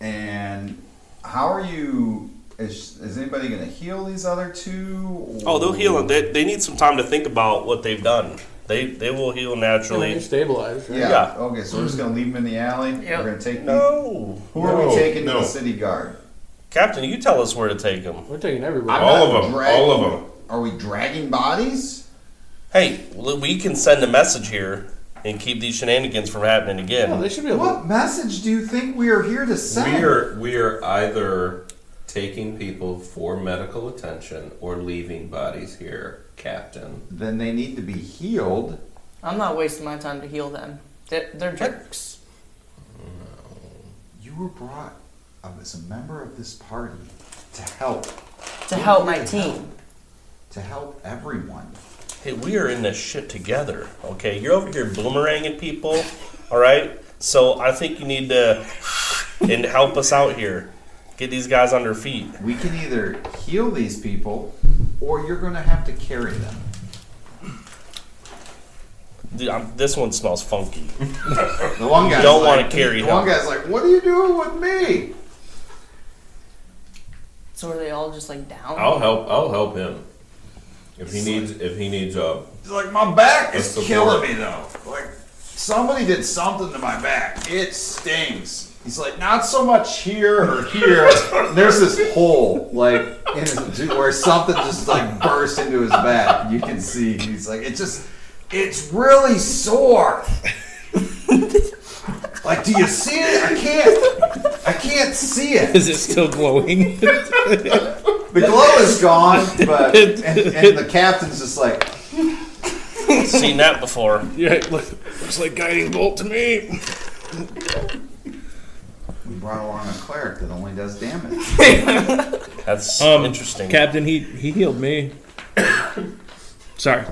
Speaker 1: And how are you? Is, is anybody going to heal these other two?
Speaker 3: Oh, they'll heal. They, they need some time to think about what they've done. They they will heal
Speaker 13: And then you
Speaker 3: naturally.
Speaker 13: stabilize. Right?
Speaker 1: Yeah.
Speaker 3: Yeah.
Speaker 1: Okay, so we're just going to leave them in the alley.
Speaker 5: Yep.
Speaker 1: We're going to take these-
Speaker 3: No,
Speaker 1: Who are we
Speaker 2: No,
Speaker 1: taking to
Speaker 2: no.
Speaker 1: the city guard?
Speaker 3: Captain, you tell us where to take them.
Speaker 13: We're taking everybody.
Speaker 1: I'm
Speaker 2: All
Speaker 1: not
Speaker 2: of 'em,
Speaker 1: dragging-
Speaker 2: all of 'em.
Speaker 1: Are we dragging bodies?
Speaker 3: Hey, well, we can send a message here and keep these shenanigans from happening again.
Speaker 13: No, they should be able.
Speaker 1: What message do you think we are here to send?
Speaker 2: We are we are either taking people for medical attention or leaving bodies here, Captain.
Speaker 1: Then they need to be healed.
Speaker 5: I'm not wasting my time to heal them. They're, they're jerks.
Speaker 1: You were brought up as a member of this party to help,
Speaker 5: To help my team.
Speaker 1: to help everyone.
Speaker 3: Hey, we are in this shit together, okay? You're over here boomeranging people, all right? So I think you need to and help us out here. Get these guys on their feet.
Speaker 1: We can either heal these people, or you're going to have to carry them.
Speaker 3: Dude, I'm, this one
Speaker 1: <laughs>
Speaker 3: smells funky.
Speaker 1: The one guy
Speaker 3: don't wanna carry
Speaker 1: The
Speaker 3: them.
Speaker 1: one guy's like, "What are you doing with me?"
Speaker 5: So are they all just like down?
Speaker 2: I'll help. I'll help him if he needs. If he needs uh, a
Speaker 1: He's like, "My back
Speaker 2: That's
Speaker 1: is
Speaker 2: the
Speaker 1: killing
Speaker 2: board.
Speaker 1: me though. Like somebody did something to my back. It stings." He's like, "Not so much here or
Speaker 2: <laughs>
Speaker 1: here." There's this hole like in his, where something just like burst into his back. You can see. He's like, "It just, it's really sore." Like, do you see it? I can't. I can't see it.
Speaker 4: Is it
Speaker 13: <laughs>
Speaker 4: still glowing? <laughs>
Speaker 1: The glow is gone, but and, and the captain's just like,
Speaker 3: Seen that before.
Speaker 4: yeah, it look- looks like guiding bolt to me.
Speaker 1: "We brought along a cleric that only does damage."
Speaker 3: That's interesting.
Speaker 4: Captain, he he healed
Speaker 13: <coughs>
Speaker 4: me. Sorry.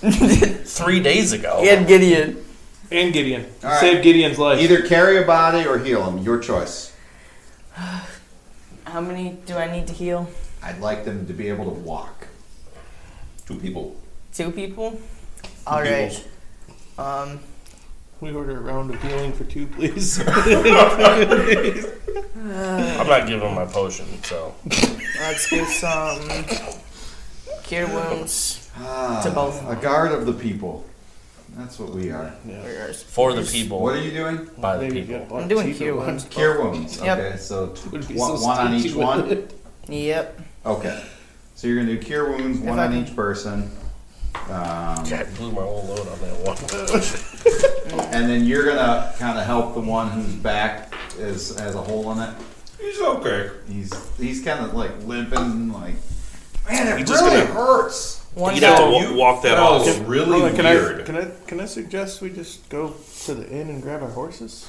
Speaker 3: Three days ago.
Speaker 5: And Gideon.
Speaker 13: And Gideon.
Speaker 1: All right.
Speaker 13: Save Gideon's life.
Speaker 1: Either carry a body or heal him. Your choice.
Speaker 5: How many do I need to heal?
Speaker 1: I'd like them to be able to walk.
Speaker 2: two people.
Speaker 5: Two people? All right. Um,
Speaker 4: We order a round of healing for two, please.
Speaker 3: I'm not giving him my potion, so
Speaker 5: let's do some cure wounds.
Speaker 1: Ah,
Speaker 5: To both.
Speaker 1: A guard of the people. That's what we are.
Speaker 13: <laughs>
Speaker 3: for the people,
Speaker 1: What are you doing?
Speaker 3: by the
Speaker 4: Maybe
Speaker 3: people.
Speaker 4: get
Speaker 5: I'm doing
Speaker 4: cheaper
Speaker 5: cure
Speaker 4: ones.
Speaker 5: wounds.
Speaker 1: Cure wounds.
Speaker 5: Yep.
Speaker 1: Okay, so, t-
Speaker 4: Would be
Speaker 1: one,
Speaker 4: so
Speaker 1: one on
Speaker 4: stingy
Speaker 1: each
Speaker 4: with
Speaker 1: one.
Speaker 2: <laughs>
Speaker 4: it.
Speaker 5: Yep.
Speaker 1: Okay. So you're gonna do cure wounds, one
Speaker 5: I
Speaker 1: on
Speaker 5: can-
Speaker 1: each person, um,
Speaker 3: God, I blew my whole load on that one.
Speaker 1: and then you're gonna kind of help the one whose back is has a hole in it.
Speaker 2: He's okay.
Speaker 1: He's he's kind of like limping, like man, it
Speaker 2: He's just
Speaker 1: really
Speaker 2: gonna-
Speaker 1: hurts.
Speaker 5: One
Speaker 2: You'd have to
Speaker 5: down.
Speaker 2: wa- walk that off. It's really
Speaker 4: Hold on, can
Speaker 2: weird.
Speaker 4: I, can I can I suggest we just go to the inn and grab our horses?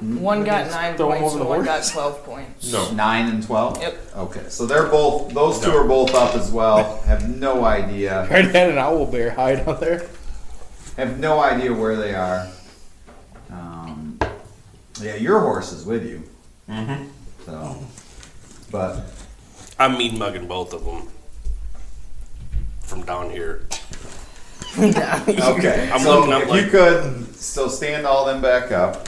Speaker 5: One got nine
Speaker 4: Throw 'em
Speaker 5: points
Speaker 4: over
Speaker 5: and
Speaker 4: the
Speaker 5: one got
Speaker 4: horse.
Speaker 5: twelve points. <laughs>
Speaker 2: no.
Speaker 1: Nine and twelve.
Speaker 5: Yep.
Speaker 1: Okay, so they're both those two are both up as well. Have no idea.
Speaker 4: already had an owl bear hide on there.
Speaker 1: Have no idea where they are. Um, yeah, your horse is with you. Mm-hmm. So,
Speaker 14: <laughs>
Speaker 1: but
Speaker 14: I'm mean mugging both of them from down here.
Speaker 1: Okay,
Speaker 14: I'm
Speaker 1: so
Speaker 14: looking up
Speaker 1: if
Speaker 14: like-
Speaker 1: you could, so stand all them back up.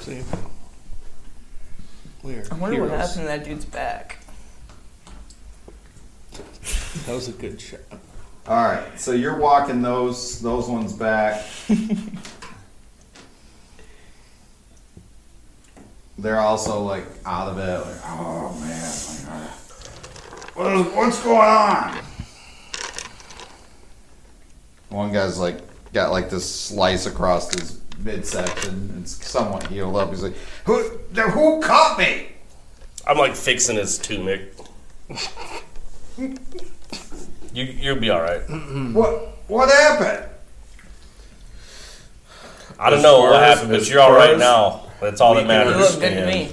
Speaker 4: See, we are
Speaker 5: I wonder what
Speaker 4: heroes.
Speaker 5: happened to that dude's back.
Speaker 4: That was a good shot.
Speaker 1: All right, so you're walking those those ones back. They're also like out of it. Like, oh man, like, uh, what is, what's going on? One guy's like got like this slice across his midsection. and somewhat healed up. He's like, who who caught me?
Speaker 3: I'm like fixing his tunic. you you'll be all right.
Speaker 1: What what happened?
Speaker 3: I don't
Speaker 2: As
Speaker 3: know
Speaker 2: far
Speaker 3: what
Speaker 2: as-
Speaker 3: happened, but
Speaker 2: as
Speaker 3: you're all
Speaker 2: far
Speaker 3: right
Speaker 2: as
Speaker 3: now. That's all that
Speaker 2: we can
Speaker 5: You
Speaker 3: matters.
Speaker 5: look good to me.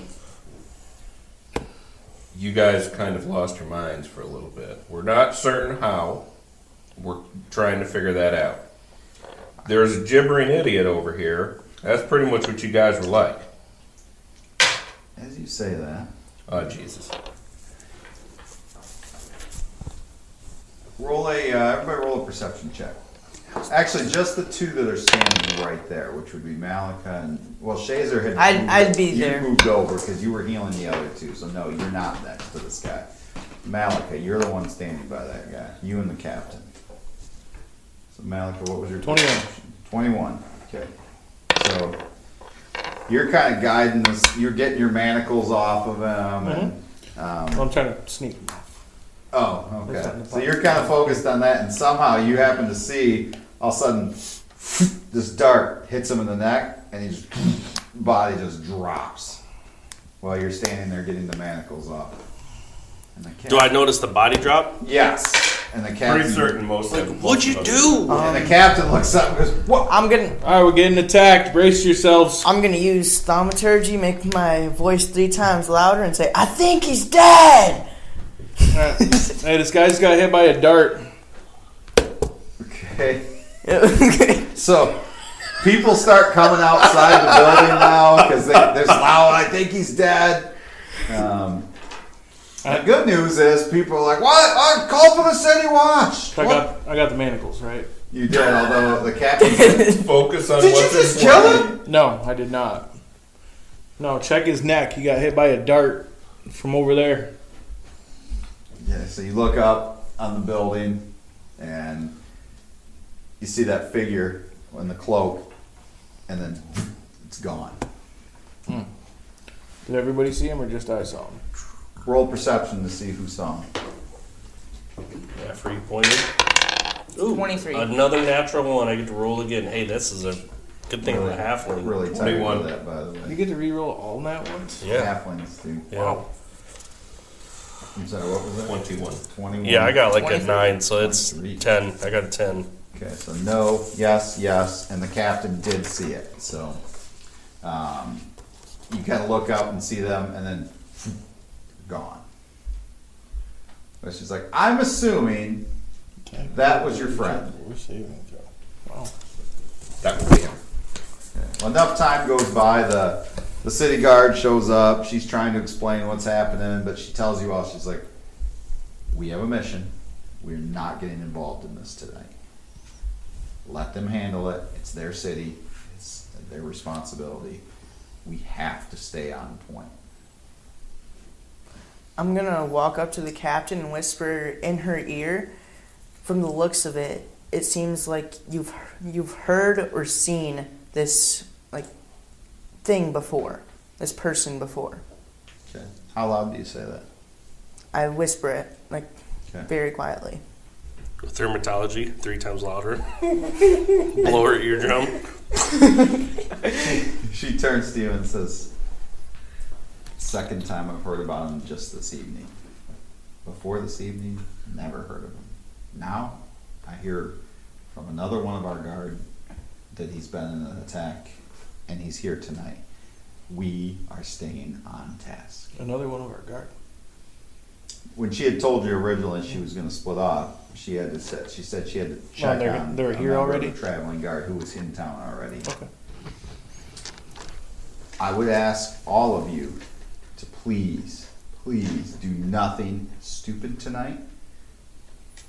Speaker 2: you guys kind of lost your minds for a little bit. We're not certain how. We're trying to figure that out. There's a gibbering idiot over here. That's pretty much what you guys were like.
Speaker 1: As you say that,
Speaker 2: Oh, Jesus.
Speaker 1: roll a uh, everybody roll a perception check. Actually, just the two that are standing right there, which would be Malika and well, Shazer had.
Speaker 5: I'd-
Speaker 1: moved-
Speaker 5: I'd be
Speaker 1: you
Speaker 5: there.
Speaker 1: Moved over because you were healing the other two, so no, you're not next to this guy. Malika, you're the one standing by that guy. You and the captain. So Malika, what was your
Speaker 4: 21.
Speaker 1: Twenty-one. Okay. So you're kind of guiding this. You're getting your manacles off of him, and
Speaker 4: Well, I'm trying to sneak. him off.
Speaker 1: Oh,
Speaker 4: That's
Speaker 1: okay.
Speaker 4: not in the
Speaker 1: So you're kind of focused on that, and somehow you happen to see all of a sudden <sniffs> this dart hits him in the neck, and he just <sniffs> body just drops while you're standing there getting the manacles off. And the cat,
Speaker 14: Do I notice the body drop?
Speaker 1: Yes. And the
Speaker 2: Pretty
Speaker 1: captain.
Speaker 2: certain most
Speaker 14: Like,
Speaker 2: of
Speaker 14: what'd you
Speaker 2: most of us-
Speaker 14: do?
Speaker 1: And the captain looks up and goes, "What?" <laughs>
Speaker 5: I'm gonna
Speaker 4: All right, we're getting attacked. Brace yourselves.
Speaker 5: I'm gonna use thaumaturgy, make my voice three times louder, and say, "I think he's dead." <laughs>
Speaker 4: Alright. hey, this guy's got hit by a dart.
Speaker 1: Okay. So people start coming outside the building now because there's loud. I think he's dead. Um, the good news is people are like, "What? I call for the city watch."
Speaker 4: I
Speaker 1: What?"
Speaker 4: got I got the manacles right.
Speaker 1: You did, although the captain. Did
Speaker 2: <laughs> Focus on
Speaker 1: you
Speaker 2: what's
Speaker 1: just kill
Speaker 2: important.
Speaker 1: him?
Speaker 4: No, I did not. No, check his neck. He got hit by a dart from over there.
Speaker 1: Yeah. So you look up on the building, and you see that figure in the cloak, and then it's gone.
Speaker 4: Did everybody see him or just I saw him?
Speaker 1: Roll perception to see who saw him.
Speaker 3: Yeah, free pointed.
Speaker 5: Twenty-three.
Speaker 3: Another natural one. I get to roll again. Hey, this is a good thing I'm a halfling.
Speaker 1: Really tired of
Speaker 2: 21.
Speaker 1: that, by the way.
Speaker 4: You get to reroll all that once.
Speaker 3: Yeah.
Speaker 1: Halflings too.
Speaker 3: Yeah.
Speaker 1: I'm sorry, what was that?
Speaker 2: 21.
Speaker 1: 21.
Speaker 3: Yeah, I got like a
Speaker 5: 23.
Speaker 3: nine, so it's
Speaker 1: 23.
Speaker 3: ten. I got a ten.
Speaker 1: Okay, so no, yes, yes, and the captain did see it. So um, you kind of look up and see them, and then gone. But she's like, I'm assuming that was your friend.
Speaker 2: That would be him.
Speaker 1: Well, enough time goes by. The the city guard shows up. She's trying to explain what's happening, but she tells you all. She's like, "We have a mission. We're not getting involved in this tonight." Let them handle it. It's their city. It's their responsibility. We have to stay on point.
Speaker 5: I'm gonna walk up to the captain and whisper in her ear. From the looks of it, it seems like you've you've heard or seen this like thing before, this person before.
Speaker 1: Okay. How loud do you say that?
Speaker 5: I whisper it like
Speaker 1: Okay.
Speaker 5: very quietly.
Speaker 3: Thermatology, three times
Speaker 4: <laughs>
Speaker 3: louder. Blow her eardrum.
Speaker 1: <laughs> She turns to you and says, Second time I've heard about him just this evening. Before this evening, never heard of him. Now, I hear from another one of our guard that he's been in an attack and he's here tonight. We are staying on task.
Speaker 15: Another one of our guard.
Speaker 1: When she had told you originally she was going to split off, she had to set, she said she had to check
Speaker 4: they're-
Speaker 1: on
Speaker 4: they're
Speaker 1: a
Speaker 4: here
Speaker 1: member of
Speaker 4: already?
Speaker 1: the traveling guard who was in town already.
Speaker 4: Okay.
Speaker 1: I would ask all of you to please, please do nothing stupid tonight.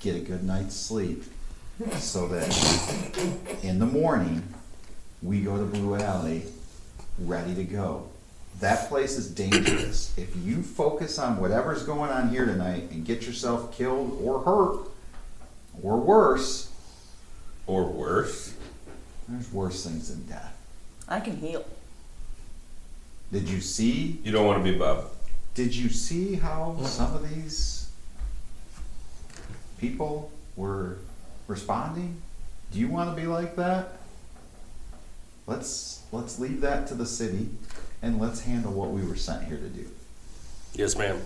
Speaker 1: Get a good night's sleep so that in the morning we go to Blue Alley ready to go. That place is dangerous. If you focus on whatever's going on here tonight and get yourself killed or hurt or worse,
Speaker 2: Or worse.
Speaker 1: there's worse things than death.
Speaker 5: I can heal.
Speaker 1: Did you see
Speaker 2: You don't want to be Bob.
Speaker 1: Did you see how some of these people were responding? Do you want to be like that? Let's let's leave that to the city and let's handle what we were sent here to do.
Speaker 3: Yes, ma'am.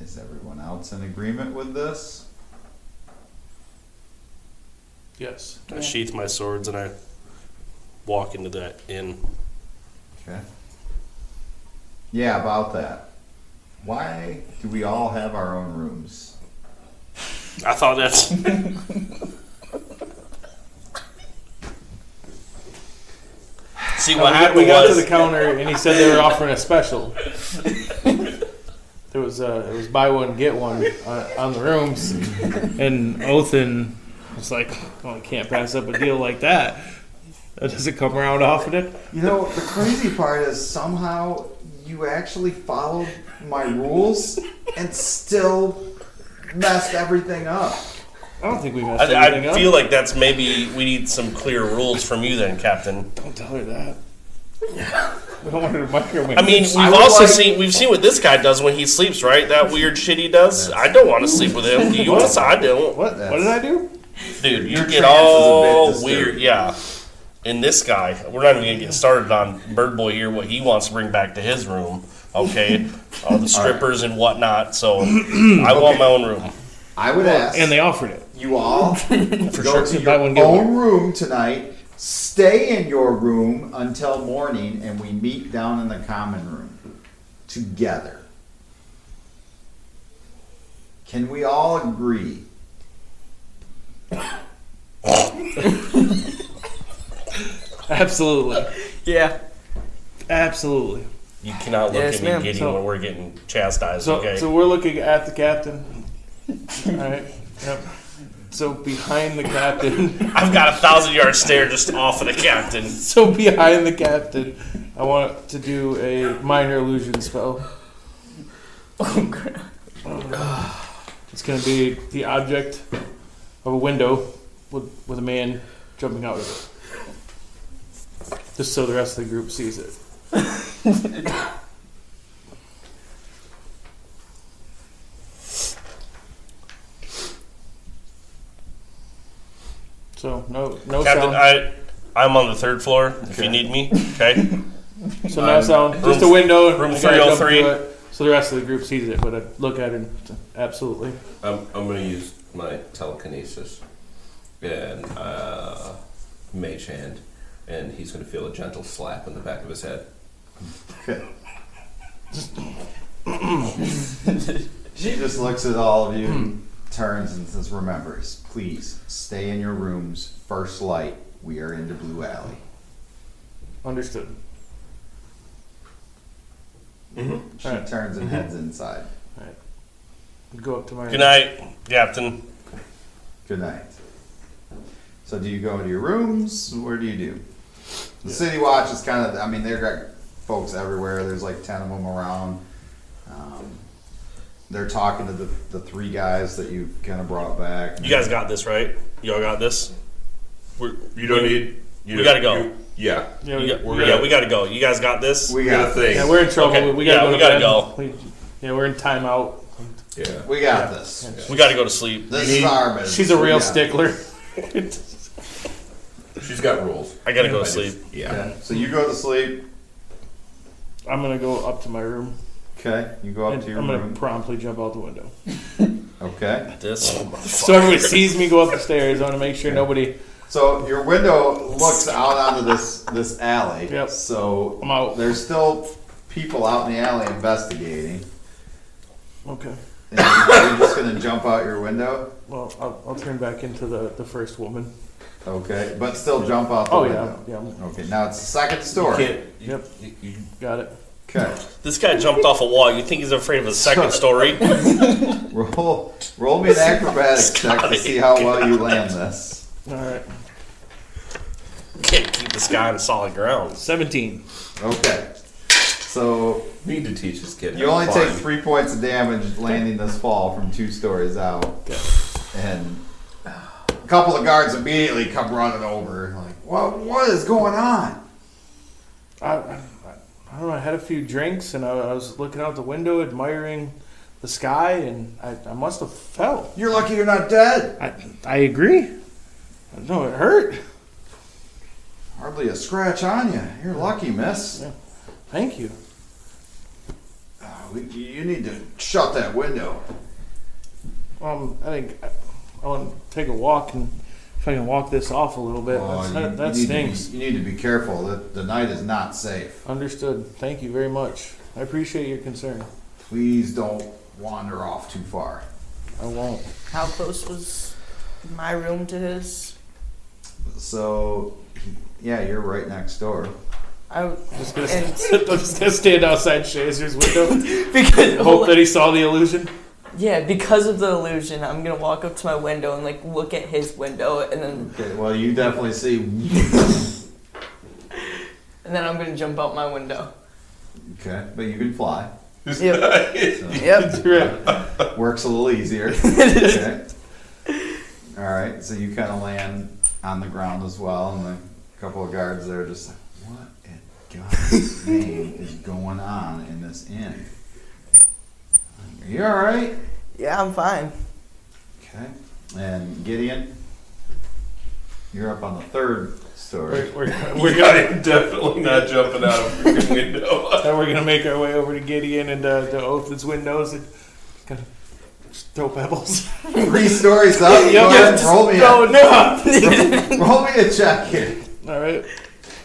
Speaker 1: Is everyone else in agreement with this?
Speaker 15: Yes.
Speaker 3: I sheath my swords and I walk into that inn.
Speaker 1: Okay. Yeah, about that. Why do we all have our own rooms?
Speaker 3: I thought
Speaker 4: <laughs>
Speaker 3: that's See what
Speaker 4: we, got, we
Speaker 3: happened
Speaker 4: got to
Speaker 3: was
Speaker 4: the counter and he said they were offering a special. There was uh, it was buy one get one on, on the rooms, and Othin was like, "Well, I can't pass up a deal like that. That doesn't come around often."
Speaker 1: You know, the crazy part is somehow you actually followed my rules and still messed everything up.
Speaker 4: I don't think we messed
Speaker 3: I,
Speaker 4: anything
Speaker 3: I
Speaker 4: up.
Speaker 3: feel like that's maybe we need some clear rules from you then, Captain.
Speaker 4: don't tell her that. We don't want her to microwave.
Speaker 3: I mean, we've
Speaker 1: I would
Speaker 3: also
Speaker 1: like-
Speaker 3: seen we've seen what this guy does when he sleeps, right? That weird shit he does. I don't want to sleep with
Speaker 4: <laughs>
Speaker 3: him. Do you want to? I don't.
Speaker 4: what? What did I do?
Speaker 3: Dude, you
Speaker 1: Your trance is a
Speaker 3: get
Speaker 1: bit
Speaker 3: all
Speaker 1: disturbing.
Speaker 3: weird. Yeah. And this guy, we're not even gonna get started on Bird Boy here. What he wants to bring back to his room,
Speaker 1: <laughs>
Speaker 3: okay? All the strippers and whatnot.
Speaker 1: <clears throat>
Speaker 3: So I want my own room.
Speaker 1: I would ask
Speaker 4: And they offered it.
Speaker 1: you
Speaker 4: <laughs>
Speaker 1: all go to your
Speaker 4: Buy one, get
Speaker 1: own room tonight, stay in your room until morning, and we meet down in the common room together. Can we all agree?
Speaker 4: Absolutely,
Speaker 5: Yeah.
Speaker 4: absolutely.
Speaker 3: You cannot look
Speaker 5: Yes,
Speaker 3: at me
Speaker 5: ma'am.
Speaker 3: giddy
Speaker 4: So-
Speaker 3: when we're getting chastised.
Speaker 4: So,
Speaker 3: okay.
Speaker 4: so we're looking at the captain. All right. Yep. So behind the captain.
Speaker 3: I've got a thousand yard stare just off of the captain.
Speaker 4: <laughs> So behind the captain, I want to do a minor illusion spell.
Speaker 5: Oh, crap.
Speaker 4: <sighs> It's going to be the object of a window with, with a man jumping out of it. Just so the rest of the group sees it.
Speaker 5: <laughs>
Speaker 4: So no no
Speaker 3: Captain,
Speaker 4: sound.
Speaker 3: I, I'm on the third floor. If you need me, okay.
Speaker 4: <laughs> So no
Speaker 3: Um,
Speaker 4: sound,
Speaker 3: room-
Speaker 4: just a window. and
Speaker 3: room
Speaker 4: I gotta jump
Speaker 3: 303.
Speaker 4: through it, So the rest of the group sees it, but I look at it. Absolutely.
Speaker 2: I'm, I'm going to use my telekinesis and uh, mage hand, and he's going to feel a gentle slap in the back of his head.
Speaker 1: She just looks at all of you, and
Speaker 4: Hmm.
Speaker 1: turns and says, "Remembers, please stay in your rooms. First light. We are into Blue Alley."
Speaker 4: Understood.
Speaker 1: She
Speaker 4: Alright.
Speaker 1: turns and heads inside.
Speaker 4: Go up to my.
Speaker 3: Good night, Captain.
Speaker 1: Good night. So do you go into your rooms? Where do you do? The city watch is kind of. I mean, they've got folks everywhere. There's like ten of them around. Um, they're talking to the, the three guys that you kind of brought back.
Speaker 3: You guys got this, right? Y'all got this. We're,
Speaker 2: You don't
Speaker 3: we-
Speaker 2: need. You
Speaker 3: we
Speaker 2: don't-
Speaker 3: gotta go.
Speaker 2: you- yeah.
Speaker 4: Yeah,
Speaker 3: You
Speaker 4: we,
Speaker 3: got,
Speaker 2: We're
Speaker 3: yeah,
Speaker 2: gonna-
Speaker 3: we got to go. You guys got this.
Speaker 1: we
Speaker 2: We got a
Speaker 1: got
Speaker 2: thing.
Speaker 4: yeah, we're in trouble.
Speaker 3: Okay.
Speaker 4: We, we gotta
Speaker 3: Yeah, we
Speaker 4: go.
Speaker 3: gotta
Speaker 4: to bed. We- yeah, we're in timeout.
Speaker 2: yeah.
Speaker 1: we got this.
Speaker 3: we got to go to sleep.
Speaker 1: This is our business.
Speaker 4: She's a real
Speaker 1: Yeah.
Speaker 4: stickler. <laughs>
Speaker 2: She's got rules.
Speaker 3: I gotta go to
Speaker 2: just-
Speaker 3: sleep.
Speaker 2: Yeah.
Speaker 1: Okay. So you go to sleep.
Speaker 4: I'm gonna go up to my room.
Speaker 1: Okay, you go
Speaker 4: And
Speaker 1: up to your
Speaker 4: I'm gonna
Speaker 1: room.
Speaker 4: promptly jump out the window.
Speaker 1: Okay,
Speaker 3: This.
Speaker 4: So everybody sees me go up the stairs. I want to make sure nobody.
Speaker 1: so your window looks out onto this this alley.
Speaker 4: Yep.
Speaker 1: So
Speaker 4: I'm out.
Speaker 1: there's still people out in the alley investigating.
Speaker 4: Okay.
Speaker 1: And you're you're just gonna jump out your window,
Speaker 4: Well, I'll, I'll turn back into the, the first woman.
Speaker 1: okay? But still jump out the
Speaker 4: Oh yeah,
Speaker 1: window.
Speaker 4: yeah. I'm-
Speaker 1: Okay, now it's the second story.
Speaker 2: Can't- you-
Speaker 4: Yep,
Speaker 2: you- you-
Speaker 4: got it.
Speaker 1: Okay,
Speaker 3: This guy jumped off a wall. You think he's afraid of a second story?
Speaker 1: roll roll me an acrobatics
Speaker 4: <laughs>
Speaker 1: check to see how well you land this.
Speaker 4: All right.
Speaker 3: Can't keep this guy on solid ground.
Speaker 4: Seventeen.
Speaker 1: Okay, so
Speaker 2: Need to teach this kid.
Speaker 1: you
Speaker 2: how
Speaker 1: only
Speaker 2: to
Speaker 1: take
Speaker 2: climb.
Speaker 1: three points of damage landing this fall from two stories out, and a couple of guards immediately come running over, like, "What? What is going on?"
Speaker 4: I, I, I don't know. I had a few drinks and I, I was looking out the window, admiring the sky, and I, I must have fell.
Speaker 1: You're lucky you're not dead.
Speaker 4: I I agree. No, it hurt.
Speaker 1: Hardly a scratch on you. You're lucky, miss.
Speaker 4: Thank you.
Speaker 1: "Ah, We, you need to shut that window.
Speaker 4: Um, I think I, I want to take a walk and if I can walk this off a little bit.
Speaker 1: Oh,
Speaker 4: That's,
Speaker 1: you-
Speaker 4: that that
Speaker 1: you need to be-
Speaker 4: stinks.
Speaker 1: you need to be careful. That the night is not safe.
Speaker 4: Understood. Thank you very much. I appreciate your concern.
Speaker 1: Please don't wander off too far.
Speaker 4: I won't.
Speaker 5: How close was my room to his?
Speaker 1: So, yeah, you're right next door.
Speaker 5: I w- <laughs>
Speaker 4: Just gonna, <laughs>
Speaker 5: And-
Speaker 4: I'm just gonna stand outside Shazer's window,
Speaker 5: because
Speaker 4: hope that he saw the illusion.
Speaker 5: <laughs>
Speaker 4: <laughs>
Speaker 5: yeah, because of the illusion, I'm gonna walk up to my window and like look at his window, and then
Speaker 1: Okay, well, you definitely see.
Speaker 5: and then I'm gonna jump out my window.
Speaker 1: Okay, but you can fly.
Speaker 5: Yep. yep.
Speaker 4: Right.
Speaker 1: Works a little easier. Okay. All right, so you kind of land on the ground as well, and a couple of guards there just like, what in God's name is going on in this inn? Are you all right?
Speaker 5: Yeah, I'm fine.
Speaker 1: Okay. And Gideon, you're up on the third story.
Speaker 4: We're, we're,
Speaker 2: We're
Speaker 4: we're,
Speaker 2: gonna, definitely not jumping out of the window. <laughs>
Speaker 4: now we're gonna make our way over to Gideon and uh, to Oath's windows and kind of just throw pebbles. <laughs>
Speaker 1: Three stories up. Go ahead and roll, me
Speaker 4: no,
Speaker 1: a, <laughs> roll me a check here.
Speaker 4: <laughs> All right.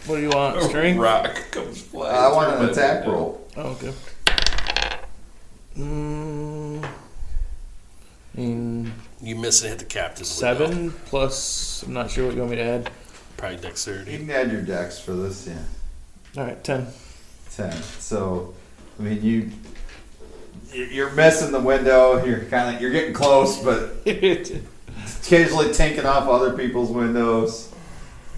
Speaker 4: What do you want? String?
Speaker 2: Rock comes flying.
Speaker 1: I want
Speaker 2: through
Speaker 1: an
Speaker 2: my
Speaker 1: attack
Speaker 2: window.
Speaker 1: roll.
Speaker 4: Oh, okay. Mm, in
Speaker 3: You miss and hit the captain.
Speaker 4: seven plus, I'm not sure what you want me to add.
Speaker 3: Probably
Speaker 1: You
Speaker 3: dexterity.
Speaker 1: can add your dex for this, yeah.
Speaker 4: All right, ten. <laughs>
Speaker 1: 10. So, I mean, you. You're missing the window. You're kind of you're getting close, but occasionally tinking off other people's windows.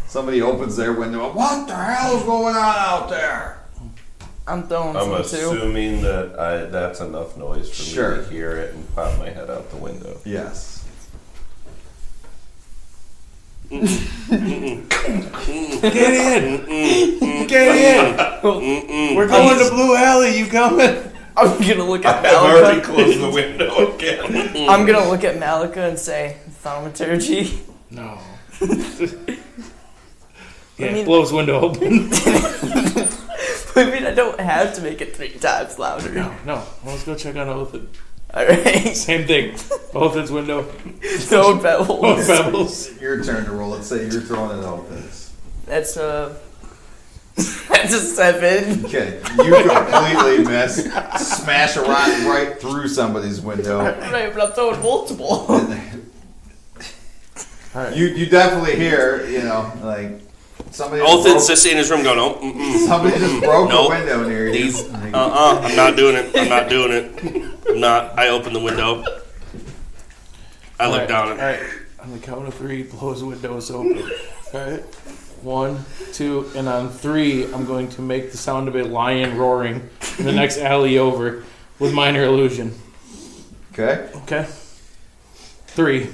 Speaker 1: Somebody opens their window. What the hell is going on out there?
Speaker 5: I'm throwing
Speaker 2: I'm
Speaker 5: some too.
Speaker 2: assuming that I, that's enough noise for
Speaker 1: Sure.
Speaker 2: me to hear it and pop my head out the window.
Speaker 1: Yes.
Speaker 4: Get in! We're going to Blue Alley. You coming?
Speaker 5: I'm gonna look
Speaker 2: <laughs> I
Speaker 5: at
Speaker 2: have already
Speaker 5: Malika.
Speaker 2: closed the
Speaker 5: <laughs>
Speaker 2: window again.
Speaker 5: I'm gonna look at Malika and say thaumaturgy. <laughs>
Speaker 4: No. yeah,
Speaker 5: I mean-
Speaker 4: blows window open.
Speaker 5: I mean, I don't have to make it three times louder.
Speaker 4: no, no. Well, let's go check on Oath.
Speaker 5: <laughs>
Speaker 2: <laughs>
Speaker 5: All right, <laughs>
Speaker 4: Same thing. Oath's window.
Speaker 5: throw pebbles.
Speaker 4: Throw pebbles.
Speaker 1: Your turn to roll. Let's say you're throwing it out this.
Speaker 5: That's a <laughs> that's a seven. <laughs>
Speaker 1: Okay, you
Speaker 4: <laughs>
Speaker 1: completely miss. Smash a rock right through somebody's window.
Speaker 5: Right, but I'm throwing multiple. <laughs>
Speaker 1: You you definitely hear you know like somebody just
Speaker 3: Othan's
Speaker 1: broke,
Speaker 3: just in his room going, oh, mm-mm.
Speaker 1: somebody
Speaker 3: <laughs>
Speaker 1: just broke
Speaker 3: Nope.
Speaker 1: a window near you.
Speaker 3: These-
Speaker 1: Like,
Speaker 3: uh-uh, I'm not doing it. I'm not doing it. I'm not. I open the window. I look down
Speaker 4: All
Speaker 3: at
Speaker 4: right. on the count of three, blows windows open. All right, one, two, and on three, I'm going to make the sound of a lion roaring in the next alley over with minor illusion.
Speaker 1: Okay.
Speaker 4: Okay. Three.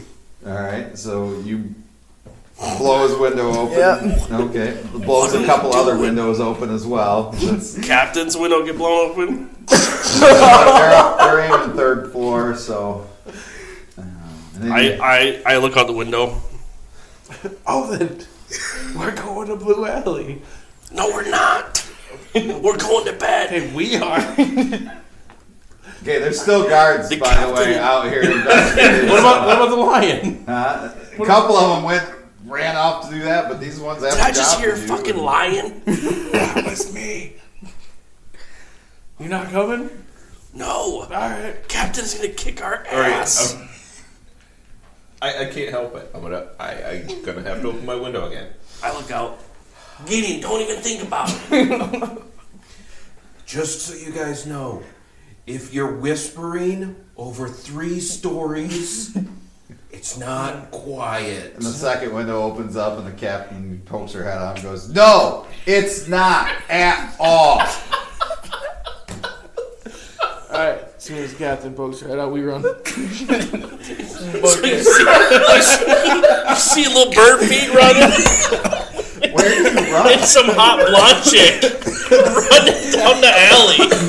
Speaker 1: All right. So you blow his window open.
Speaker 5: Yep.
Speaker 1: Okay. Blows a couple other windows open as
Speaker 3: <laughs>
Speaker 1: well. That's-
Speaker 3: Captain's window get blown open.
Speaker 1: they're, up, they're aiming third floor, so. um, and then you-
Speaker 3: I, I, I look out the window.
Speaker 4: Oh, then we're going to Blue Alley.
Speaker 3: No, we're not. We're going to bed.
Speaker 4: Hey, we are.
Speaker 1: okay, there's still guards,
Speaker 3: The
Speaker 1: by the way,
Speaker 3: captain-
Speaker 1: out
Speaker 3: <laughs>
Speaker 1: here. investigating.
Speaker 4: What about what about the lion?
Speaker 1: Uh, a couple of them went ran off to do that, but these ones have
Speaker 3: Did I
Speaker 1: a
Speaker 3: just
Speaker 1: job
Speaker 3: hear
Speaker 1: to do.
Speaker 3: fucking lion?
Speaker 4: That was me. You not coming?
Speaker 3: No.
Speaker 4: All right.
Speaker 3: Captain's gonna kick our
Speaker 8: All right,
Speaker 3: ass.
Speaker 8: I'm- I, I can't help it. I'm gonna I, I'm gonna have to open my window again.
Speaker 3: I look out. Gideon, don't even think about it.
Speaker 16: Just so you guys know, if you're whispering over three stories, it's not quiet.
Speaker 1: And the second window opens up, and the captain pokes her head out and goes, "No, it's not at all."
Speaker 4: All right. As soon as Captain pokes her head out,
Speaker 6: <laughs>
Speaker 4: we run.
Speaker 3: So you, see, you see little bird feet running
Speaker 1: Where did you run?
Speaker 3: and some hot blonde chick running down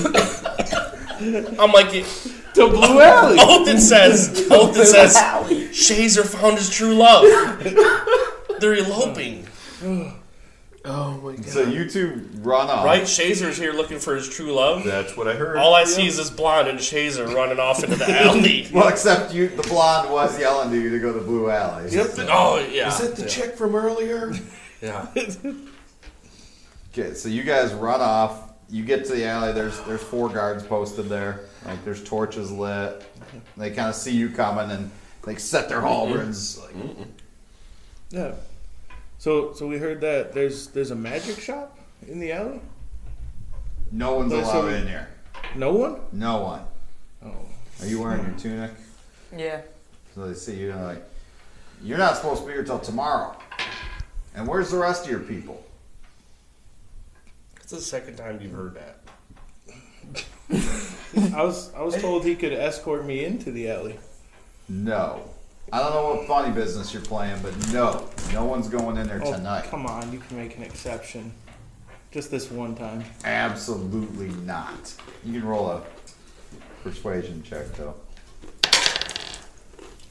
Speaker 3: the alley. I'm like,
Speaker 4: to <laughs> Blue Alley.
Speaker 3: oath it says, oath it says, Shazer found his true love. They're eloping,
Speaker 4: Oh my
Speaker 1: <laughs>
Speaker 4: god.
Speaker 1: So you two run off.
Speaker 3: right? Shazer's here looking for his true love.
Speaker 8: That's what I heard.
Speaker 3: All I see is this blonde and Shazer running off into the alley.
Speaker 1: Well, except you, the blonde was yelling to you to go to Blue Alley.
Speaker 3: Oh yeah,
Speaker 16: Is that the chick
Speaker 8: <laughs>
Speaker 16: from earlier? <laughs>
Speaker 3: yeah.
Speaker 1: Okay, so you guys run off. You get to the alley. There's there's four guards posted there. Like there's torches lit. They kind of see you coming and they set their
Speaker 8: Mm-hmm.
Speaker 1: halberds. Like,
Speaker 6: Yeah. So so we heard that there's there's a magic shop in the alley.
Speaker 1: no one's
Speaker 6: There's
Speaker 1: allowed
Speaker 6: some-
Speaker 1: in here.
Speaker 6: No one.
Speaker 1: No one.
Speaker 6: Oh.
Speaker 1: Are you wearing your tunic?
Speaker 5: Yeah.
Speaker 1: So they see you and they're like, you're not supposed to be here till tomorrow. And where's the rest of your people?
Speaker 3: It's the second time you've heard that.
Speaker 6: I was I was told he could escort me into the alley.
Speaker 1: No. I don't know what funny business you're playing, but no, no one's going in
Speaker 4: Oh,
Speaker 1: there tonight.
Speaker 6: Oh, come on, you can make an exception. Just this one time.
Speaker 1: Absolutely not. You can roll a persuasion check though.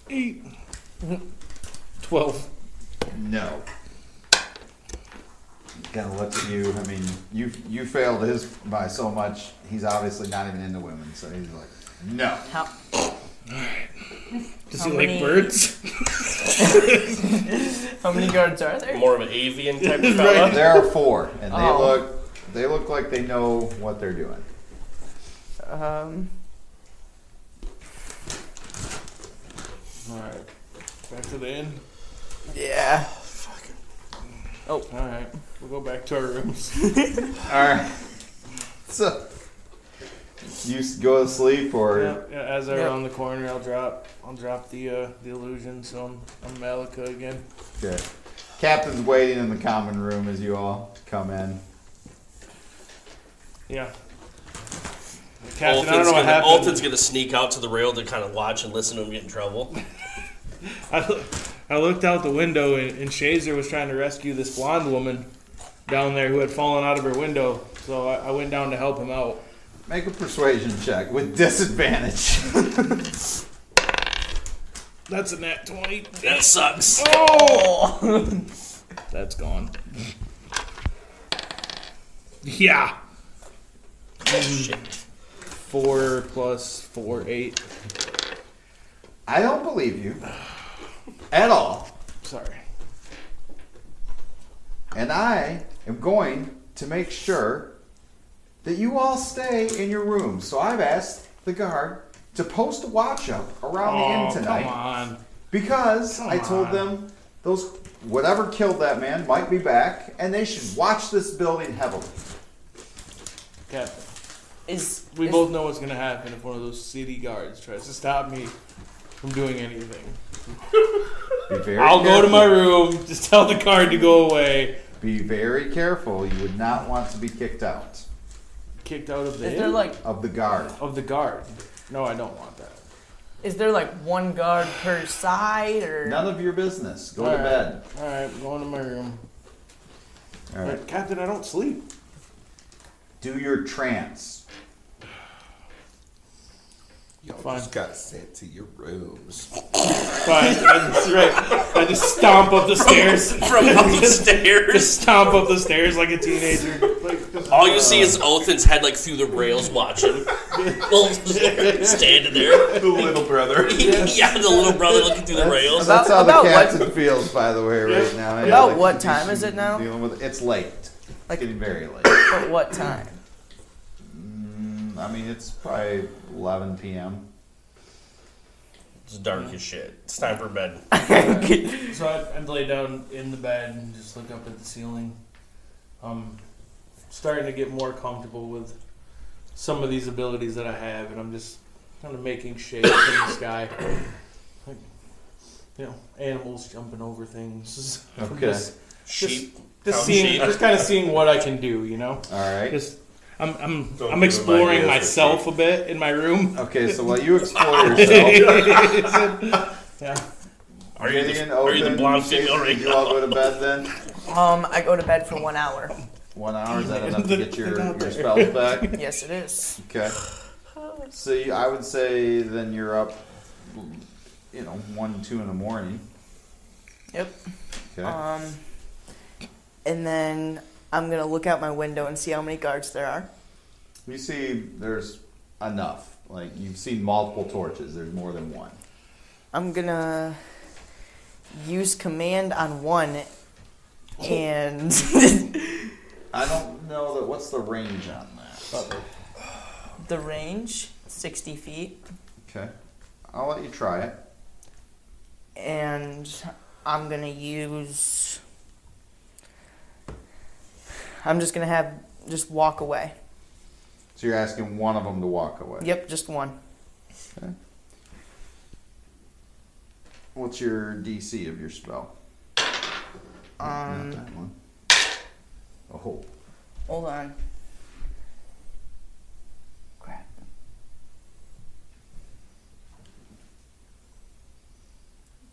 Speaker 6: Eight. Twelve.
Speaker 1: No. Kind of looks at you. I mean, you you failed his by so much. He's obviously not even into women, so he's like, no.
Speaker 5: How,
Speaker 6: Does
Speaker 5: How
Speaker 6: he
Speaker 5: many-
Speaker 6: like birds? <laughs>
Speaker 5: how many guards are there?
Speaker 3: More of an avian type of fella.
Speaker 1: There are four, and they
Speaker 5: Oh.
Speaker 1: look they look like they know what they're doing.
Speaker 5: Um,
Speaker 4: All right. Back to the inn.
Speaker 5: yeah.
Speaker 4: All right. We'll go back to our rooms.
Speaker 1: All right. <laughs> So you s- go to sleep, or
Speaker 4: Yeah, yeah, as I
Speaker 5: Yep.
Speaker 4: round the corner, I'll drop. I'll drop the uh, the illusion. So I'm, I'm Malika again.
Speaker 1: Okay. captain's waiting in the common room as you all come in.
Speaker 4: Yeah. The
Speaker 3: Captain,
Speaker 4: Captain, <laughs> I don't know what
Speaker 3: gonna,
Speaker 4: happened.
Speaker 3: Alton's gonna sneak out to the rail to kind of watch and listen to him get in trouble.
Speaker 6: I, loo- I looked out the window and, and Shazer was trying to rescue this blonde woman down there who had fallen out of her window. So I, I went down to help him out.
Speaker 1: Make a persuasion check with disadvantage. <laughs>
Speaker 6: That's a nat 20.
Speaker 3: That sucks.
Speaker 6: That's gone. Yeah.
Speaker 3: Shit.
Speaker 6: Four plus four, eight.
Speaker 1: I don't believe you at all.
Speaker 6: Sorry.
Speaker 1: And I am going to make sure that you all stay in your room. So I've asked the guard to post a watch up around
Speaker 6: Oh,
Speaker 1: the inn
Speaker 6: come
Speaker 1: tonight
Speaker 6: on.
Speaker 1: because I told
Speaker 6: on.
Speaker 1: them those whatever killed that man might be back and they should watch this building heavily.
Speaker 4: Captain,
Speaker 5: Is
Speaker 4: we
Speaker 5: is-
Speaker 4: both know what's gonna happen if one of those city guards tries to stop me from doing anything.
Speaker 1: Be very
Speaker 6: I'll go to
Speaker 1: careful.
Speaker 6: my
Speaker 4: <laughs>
Speaker 6: room. Just tell the card to go away.
Speaker 1: Be very careful. You would not want to be kicked out
Speaker 4: Kicked out of the
Speaker 5: Is there
Speaker 4: inn?
Speaker 5: like
Speaker 1: of the guard.
Speaker 4: of the guard. No, I don't want that.
Speaker 5: is there like one guard per side or
Speaker 1: None of your business. Go to
Speaker 4: All right.
Speaker 1: bed.
Speaker 4: All right, I'm going to my room.
Speaker 1: All right.
Speaker 4: But Captain, I don't sleep.
Speaker 1: Do your trance.
Speaker 16: Y'all
Speaker 4: Fine.
Speaker 16: just got sent to your rooms.
Speaker 6: Fine. That's right. I just stomp up the stairs.
Speaker 1: <laughs>
Speaker 3: From up the stairs.
Speaker 6: Just stomp up the stairs like a teenager.
Speaker 4: Like, just-
Speaker 3: All you see is Othan's head like through the rails watching. Well, <laughs> standing there.
Speaker 8: The little brother.
Speaker 3: <laughs> yeah, the little brother looking through the rails.
Speaker 1: That's how
Speaker 5: about
Speaker 1: the
Speaker 5: what-
Speaker 1: captain feels, by the way, right now. Yeah,
Speaker 5: About
Speaker 1: like,
Speaker 5: what
Speaker 1: she's
Speaker 5: time is it now?
Speaker 1: Dealing with it. It's late.
Speaker 5: Like-
Speaker 1: It's getting very late.
Speaker 5: at what
Speaker 4: <laughs>
Speaker 5: time?
Speaker 1: Mm, I mean, it's probably 11 p.m.
Speaker 3: It's dark as shit. It's time for bed.
Speaker 4: So I, I lay down in the bed and just look up at the ceiling. I'm starting to get more comfortable with some of these abilities that I have, and I'm just kind of making shapes in the sky. Like, you know, animals jumping over things. <laughs> I'm
Speaker 1: Okay.
Speaker 4: Just,
Speaker 3: Sheep.
Speaker 4: just
Speaker 3: Count
Speaker 4: seeing,
Speaker 3: sheep.
Speaker 4: just kind of seeing what I can do, you know.
Speaker 1: All
Speaker 6: <laughs>
Speaker 1: right.
Speaker 6: Just I'm I'm
Speaker 8: Don't give him
Speaker 6: I'm exploring
Speaker 8: ideas,
Speaker 6: myself a bit in my room.
Speaker 1: Okay, so while you explore yourself,
Speaker 3: Are you
Speaker 1: Gideon,
Speaker 3: the, are you the
Speaker 1: Othan,
Speaker 3: blonde
Speaker 1: Jason,
Speaker 3: female right
Speaker 1: You all
Speaker 3: now?
Speaker 1: go to
Speaker 3: <laughs>
Speaker 1: bed then?
Speaker 5: Um, I go to bed for one hour.
Speaker 1: One hour, is that enough to get your, your spells back?
Speaker 5: Yes, it is.
Speaker 1: Okay. So you, I would say then you're up, you know, 1, 2 in the morning.
Speaker 5: Yep.
Speaker 1: Okay.
Speaker 5: Um, and then I'm gonna look out my window and see how many guards there are.
Speaker 1: You see, there's enough. Like you've seen multiple torches. There's more than one.
Speaker 5: I'm gonna use command on one, and
Speaker 4: Oh.
Speaker 1: I don't know that. What's the range on that?
Speaker 5: <laughs> the range sixty feet,
Speaker 1: Okay, I'll let you try it.
Speaker 5: and I'm gonna use. I'm just gonna have just walk away.
Speaker 1: So you're asking one of them to walk away.
Speaker 5: Yep, just one.
Speaker 1: What's your DC of your spell? Not
Speaker 5: Um,
Speaker 1: that one. Oh,
Speaker 5: Hold on. Crap.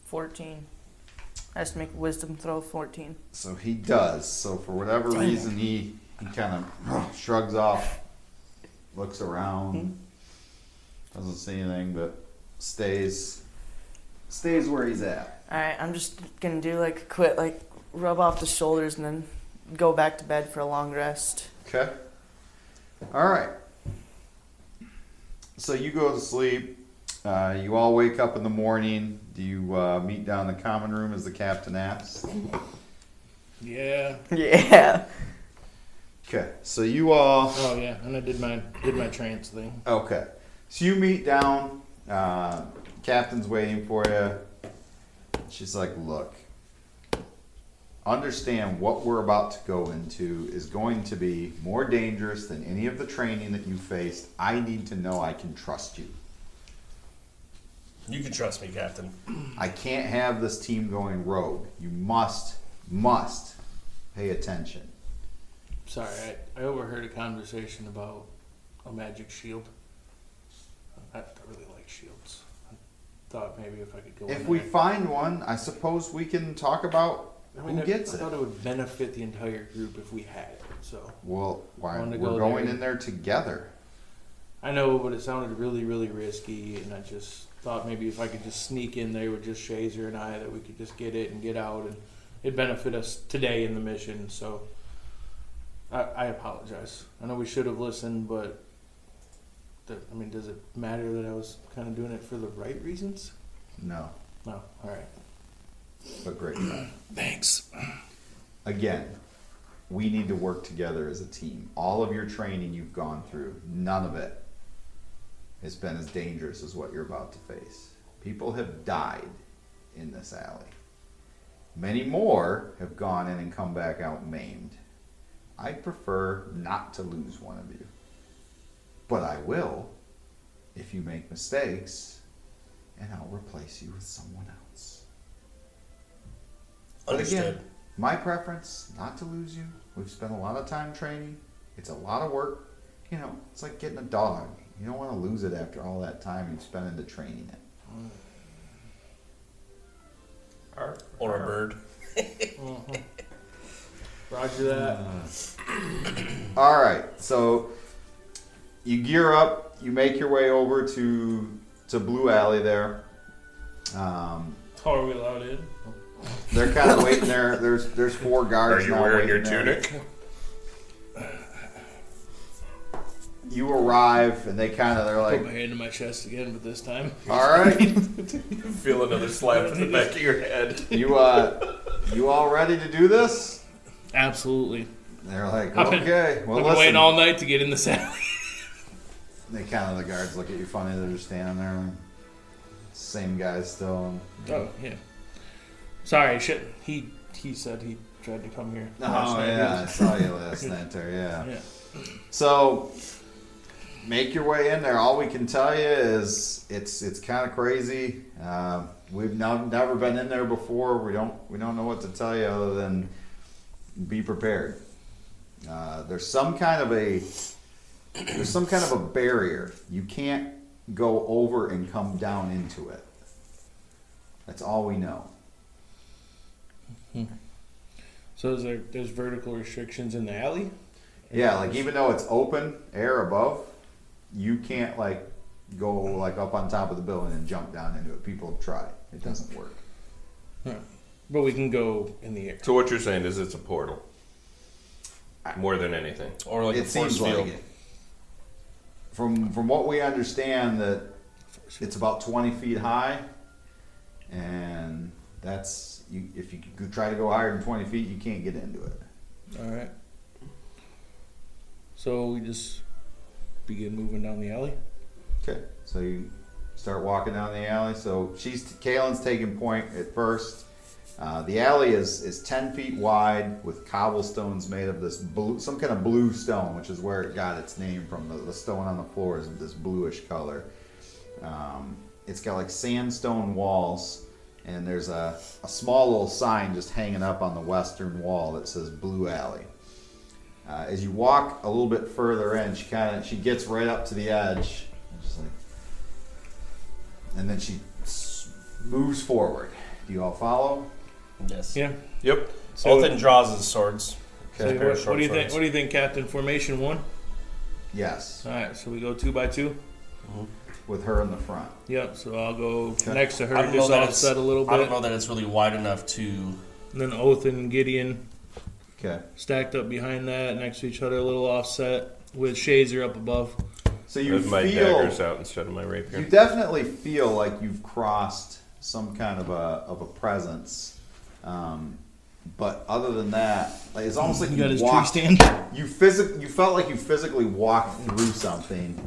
Speaker 5: Fourteen. I just make a wisdom throw fourteen.
Speaker 1: so he does. So for whatever reason, he he kind of shrugs off, looks around, doesn't see anything, but stays stays where he's at.
Speaker 5: Alright, I'm just gonna do like a quit, like rub off the shoulders and then go back to bed for a long rest.
Speaker 1: Okay. All right. So you go to sleep. Uh, you all wake up in the morning. Do you uh, meet down in the common room as the captain asks?
Speaker 6: Yeah.
Speaker 5: <laughs> Yeah.
Speaker 1: Okay. So you all.
Speaker 6: Oh yeah. And I did my did my trance thing.
Speaker 1: Okay. So you meet down. Uh, captain's waiting for you. She's like, look, understand what we're about to go into is going to be more dangerous than any of the training that you faced. I need to know I can trust you.
Speaker 3: You can trust me, Captain.
Speaker 1: I can't have this team going rogue. You must, must pay attention.
Speaker 4: Sorry, I, I overheard a conversation about a magic shield. I, I really like shields. I thought maybe if I could go
Speaker 1: If
Speaker 4: in
Speaker 1: we
Speaker 4: there-
Speaker 1: find one, I suppose we can talk about
Speaker 4: I mean,
Speaker 1: who
Speaker 4: I,
Speaker 1: gets
Speaker 4: I
Speaker 1: it.
Speaker 4: thought it would benefit the entire group if we had it. So
Speaker 1: Well, why
Speaker 4: Wanna
Speaker 1: we're
Speaker 4: go
Speaker 1: going
Speaker 4: there.
Speaker 1: in there together.
Speaker 4: I know, but it sounded really, really risky, and I just thought maybe if I could just sneak in there with just Shazer and I, that we could just get it and get out, and it'd benefit us today in the mission. So I, I apologize. I know we should have listened, but th- I mean, does it matter that I was kind of doing it for the right reasons?
Speaker 1: No,
Speaker 4: No. All right.
Speaker 1: but great. <clears throat> try.
Speaker 6: Thanks.
Speaker 1: Again, we need to work together as a team. All of your training you've gone through, none of it has been as dangerous as what you're about to face. People have died in this alley. Many more have gone in and come back out maimed. I prefer not to lose one of you. But I will if you make mistakes, and I'll replace you with someone else. But
Speaker 3: Understood.
Speaker 1: again, my preference not to lose you. We've spent a lot of time training. It's a lot of work. You know, it's like getting a dog. You don't want to lose it after all that time you've spent into training it.
Speaker 3: Or a bird.
Speaker 4: Roger
Speaker 1: Uh,
Speaker 4: that.
Speaker 1: All right, so you gear up, you make your way over to to Blue Alley. There, um,
Speaker 4: How are we allowed in?
Speaker 1: they're kind of waiting there. There's there's four
Speaker 8: Are
Speaker 1: guards.
Speaker 8: you
Speaker 1: now
Speaker 8: wearing your
Speaker 1: waiting there.
Speaker 8: tunic?
Speaker 1: You arrive, and they kind of they're
Speaker 6: Put my
Speaker 1: like,
Speaker 6: hand to my chest again, but this time
Speaker 1: "All right, <laughs>
Speaker 8: Feel another slap
Speaker 3: <laughs>
Speaker 8: in the back of your head.
Speaker 1: you uh, you all ready to do this?"
Speaker 6: absolutely.
Speaker 1: And they're like,
Speaker 6: I've been-
Speaker 1: "Okay, well
Speaker 6: I've been
Speaker 1: listen."
Speaker 6: waiting all night to get <laughs> in this alley.
Speaker 1: They kind of the guards look at you funny. They're just standing there. and Same guys still.
Speaker 6: Oh yeah. Sorry, shit. He he said he tried to come here. last
Speaker 1: Oh
Speaker 6: night.
Speaker 1: yeah, I saw you last night there. Yeah.
Speaker 6: <laughs> Yeah.
Speaker 1: So make your way in there. All we can tell you is it's it's kind of crazy. Uh, we've no, never been in there before. We don't we don't know what to tell you other than be prepared. Uh, there's some kind of a there's some kind of a barrier. You can't go over and come down into it. That's all we know.
Speaker 6: So is there there's vertical restrictions in the alley?
Speaker 1: Yeah, like even though it's open air above, you can't like go like up on top of the building and jump down into it. People try. It doesn't work.
Speaker 6: But we can go in the air.
Speaker 8: So what you're saying is it's a portal. More than anything.
Speaker 3: Or like
Speaker 1: it
Speaker 3: a
Speaker 1: seems
Speaker 3: force field.
Speaker 1: like it. From from what we understand that it's about twenty feet high and that's you if you could try to go higher than twenty feet you can't get into it.
Speaker 6: All right. So we just begin moving down the alley.
Speaker 1: Okay. So you start walking down the alley. So she's Kaylin's taking point at first. Uh, the alley is is ten feet wide with cobblestones made of this blue, some kind of blue stone, which is where it got its name from. The, the stone on the floor is this bluish color. Um, it's got like sandstone walls, and there's a, a small little sign just hanging up on the western wall that says Blue Alley. Uh, as you walk a little bit further in, she kind of she gets right up to the edge, and, she's like- and then she s- moves forward. Do you all follow?
Speaker 3: Yes.
Speaker 6: Yeah.
Speaker 8: Yep.
Speaker 6: So,
Speaker 3: Olthin draws his swords.
Speaker 6: so
Speaker 1: Okay.
Speaker 3: pair of
Speaker 6: what, what do you
Speaker 3: short
Speaker 6: think? What do you think, Captain? Formation one.
Speaker 1: Yes,
Speaker 6: All right. So we go two by two.
Speaker 1: with her in the front.
Speaker 6: Yep. So I'll go
Speaker 1: Okay.
Speaker 6: next to her,
Speaker 3: I don't know
Speaker 6: just
Speaker 3: that it's
Speaker 6: offset a little
Speaker 3: I don't
Speaker 6: bit.
Speaker 3: know that it's really wide enough to
Speaker 6: And then Oath and Gideon
Speaker 1: Okay.
Speaker 6: stacked up behind that, next to each other, a little offset with Shazer up above.
Speaker 1: So you
Speaker 8: With my
Speaker 1: feel
Speaker 8: daggers out instead of my rapier.
Speaker 1: you definitely feel like you've crossed some kind of a of a presence. Um, but other than that, like, it's almost like
Speaker 6: You
Speaker 1: you,
Speaker 6: got his tree
Speaker 1: walked
Speaker 6: stand.
Speaker 1: <laughs> you physic you felt like you physically walked through something,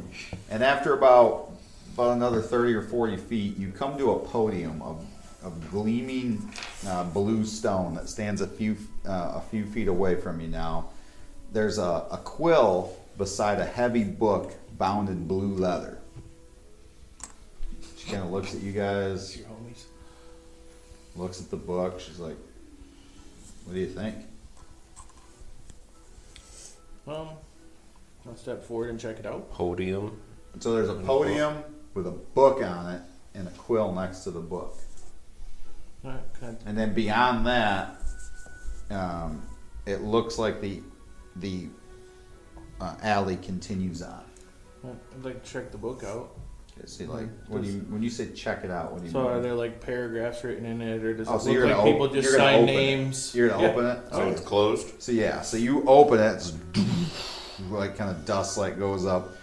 Speaker 1: and after about about another thirty or forty feet, you come to a podium of of gleaming uh, blue stone that stands a few uh, a few feet away from you now. There's a, a quill beside a heavy book bound in blue leather. She kind of looks at you guys,
Speaker 6: Your homies.
Speaker 1: looks at the book. She's like, "What do you think?"
Speaker 4: Um, I'll step forward and check it out.
Speaker 8: Podium.
Speaker 1: So there's a podium with a book on it and a quill next to the book.
Speaker 4: All right, can I-
Speaker 1: And then beyond that, um, it looks like the the uh, alley continues on.
Speaker 4: I'd like to check the book out.
Speaker 1: Okay, See, like when you when you say check it out, what do you
Speaker 4: Mm-hmm. So are
Speaker 1: mean?
Speaker 4: there like paragraphs written in it, or does it
Speaker 1: Oh, so
Speaker 4: look
Speaker 1: you're
Speaker 4: like
Speaker 1: gonna
Speaker 4: people
Speaker 1: op-
Speaker 4: just
Speaker 1: you're gonna
Speaker 4: sign
Speaker 1: open it.
Speaker 4: names?
Speaker 1: You're gonna
Speaker 4: Yeah.
Speaker 1: open it.
Speaker 2: Oh,
Speaker 8: So it's closed.
Speaker 1: So yeah, so you open it, it's like kind of dust like goes up,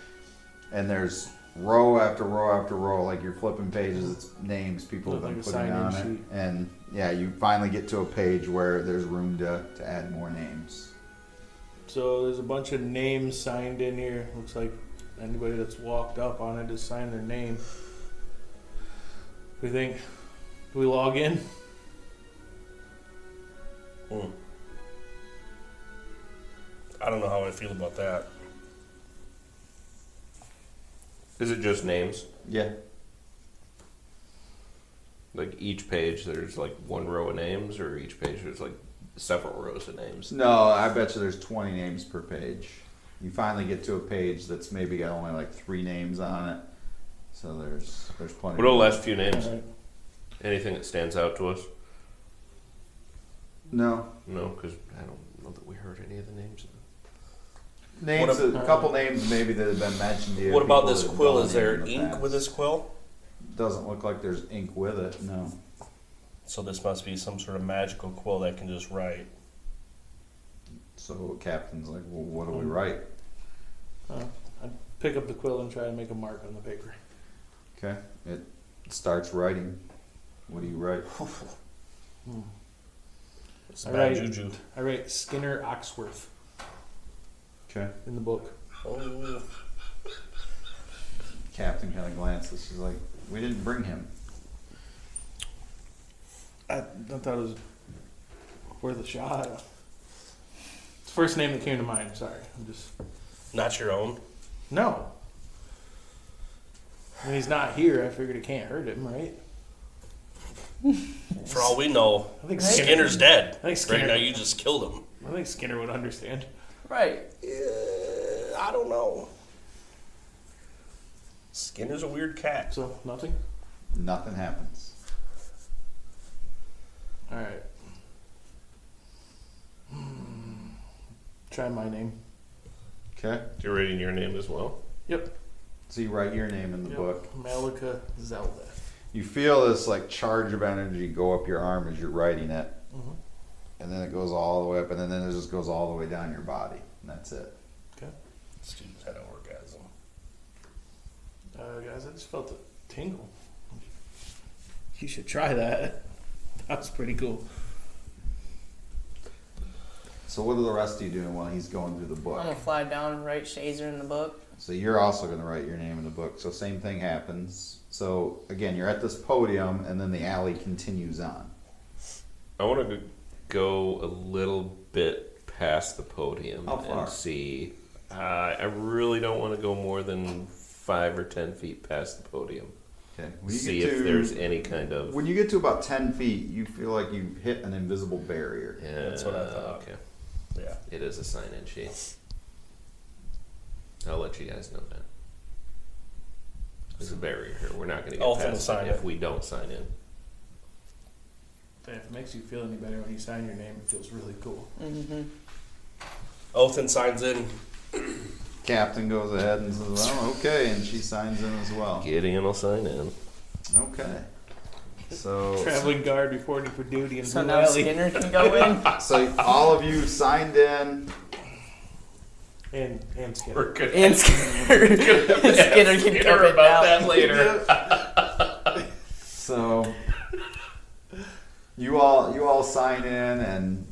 Speaker 1: and there's row after row after row, like you're flipping pages, it's names people have
Speaker 4: Look
Speaker 1: been
Speaker 4: like a
Speaker 1: putting on
Speaker 4: sign-in
Speaker 1: it,
Speaker 4: sheet.
Speaker 1: and yeah, you finally get to a page where there's room to, to add more names.
Speaker 4: So there's a bunch of names signed in here. Looks like anybody that's walked up on it has signed their name. We think. Do we log in?
Speaker 3: I don't know how I feel about that.
Speaker 8: Is it just names?
Speaker 1: Yeah,
Speaker 2: Like each page, there's like one row of names, or each page there's like several rows of names.
Speaker 1: No, I bet you there's 20 names per page. You finally get to a page that's maybe got only like three names on it. So there's there's plenty.
Speaker 2: What are the last few names?
Speaker 17: Alright.
Speaker 2: Anything that stands out to us?
Speaker 1: No
Speaker 2: No, because I don't know that we heard any of the names.
Speaker 1: names.
Speaker 3: What
Speaker 1: a couple names maybe that have been mentioned here.
Speaker 3: What about
Speaker 1: people
Speaker 3: this
Speaker 1: that have
Speaker 3: quill?
Speaker 1: done
Speaker 3: Is
Speaker 1: it
Speaker 3: there
Speaker 1: in the
Speaker 3: ink
Speaker 1: past.
Speaker 3: with this quill?
Speaker 1: Doesn't look like there's ink with it. No.
Speaker 3: So this must be some sort of magical quill that can just write.
Speaker 1: So captain's like, well, what do we write?
Speaker 4: Uh, Pick up the quill and try to make a mark on the paper.
Speaker 1: Okay. It starts writing. What do you write?
Speaker 3: It's
Speaker 4: All
Speaker 3: bad
Speaker 4: right.
Speaker 3: juju.
Speaker 4: Hmm. I write Skinner Oxworth
Speaker 1: Okay.
Speaker 4: in the book.
Speaker 3: Oh,
Speaker 1: Captain kind of glances. She's like, we didn't bring him.
Speaker 4: I, I thought it was worth a shot. It's the first name that came to mind. Sorry, I'm just
Speaker 3: not your own.
Speaker 4: no. When he's not here, I figured it can't hurt him, right?
Speaker 3: For all we know,
Speaker 4: I think
Speaker 3: Skinner's dead.
Speaker 4: think Skinner-
Speaker 3: Right now, you just killed him.
Speaker 4: I think Skinner would understand.
Speaker 3: Right. I don't know. Skinner's a weird cat.
Speaker 4: So nothing.
Speaker 1: Nothing happens.
Speaker 4: All right. Hmm. Try my name.
Speaker 1: Okay.
Speaker 2: You're reading your name as well.
Speaker 4: Yep.
Speaker 1: So you write your name in the
Speaker 4: yep.
Speaker 1: book.
Speaker 4: Malika Zelda.
Speaker 1: You feel this like charge of energy go up your arm as you're writing it,
Speaker 4: Mhm.
Speaker 1: and then it goes all the way up, and then it just goes all the way down your body, and that's it.
Speaker 3: This dude's had an orgasm.
Speaker 4: Uh, guys, I just felt a tingle.
Speaker 17: You should try that. That's pretty cool.
Speaker 1: So what are the rest of you doing while he's going through the
Speaker 5: I'm gonna
Speaker 1: book?
Speaker 5: fly down and write Shazer in the book.
Speaker 1: So you're also going to write your name in the book. So same thing happens. So again, you're at this podium, and then the alley continues on.
Speaker 2: I want to go a little bit past the podium
Speaker 1: How far?
Speaker 2: and see. Uh, I really don't want to go more than five or ten feet past the podium.
Speaker 1: Okay.
Speaker 2: see if there's any kind of.
Speaker 1: when you get to about ten feet, you feel like you hit an invisible barrier.
Speaker 2: Yeah,
Speaker 3: That's what I thought.
Speaker 2: Okay,
Speaker 3: Yeah.
Speaker 2: it is a sign-in sheet. I'll let you guys know that. There's a barrier here. We're not going to get
Speaker 3: Oh, from the
Speaker 2: past it
Speaker 3: sign-in.
Speaker 2: if we don't sign in.
Speaker 4: If it makes you feel any better when you sign your name, it feels really cool.
Speaker 3: Othin signs in.
Speaker 1: Captain goes ahead and says, "Well, okay," and she signs in as well.
Speaker 2: Gideon will sign in.
Speaker 1: Okay. So
Speaker 4: Traveling guard reporting for duty in
Speaker 5: So
Speaker 4: Blue
Speaker 5: now
Speaker 4: Alley.
Speaker 5: Skinner can go in.
Speaker 1: So all of you signed in.
Speaker 4: and and Skinner.
Speaker 2: We're good.
Speaker 5: <laughs> And <laughs> Skinner, Skinner can come in now.
Speaker 2: later.
Speaker 1: <laughs> So you all you all sign in and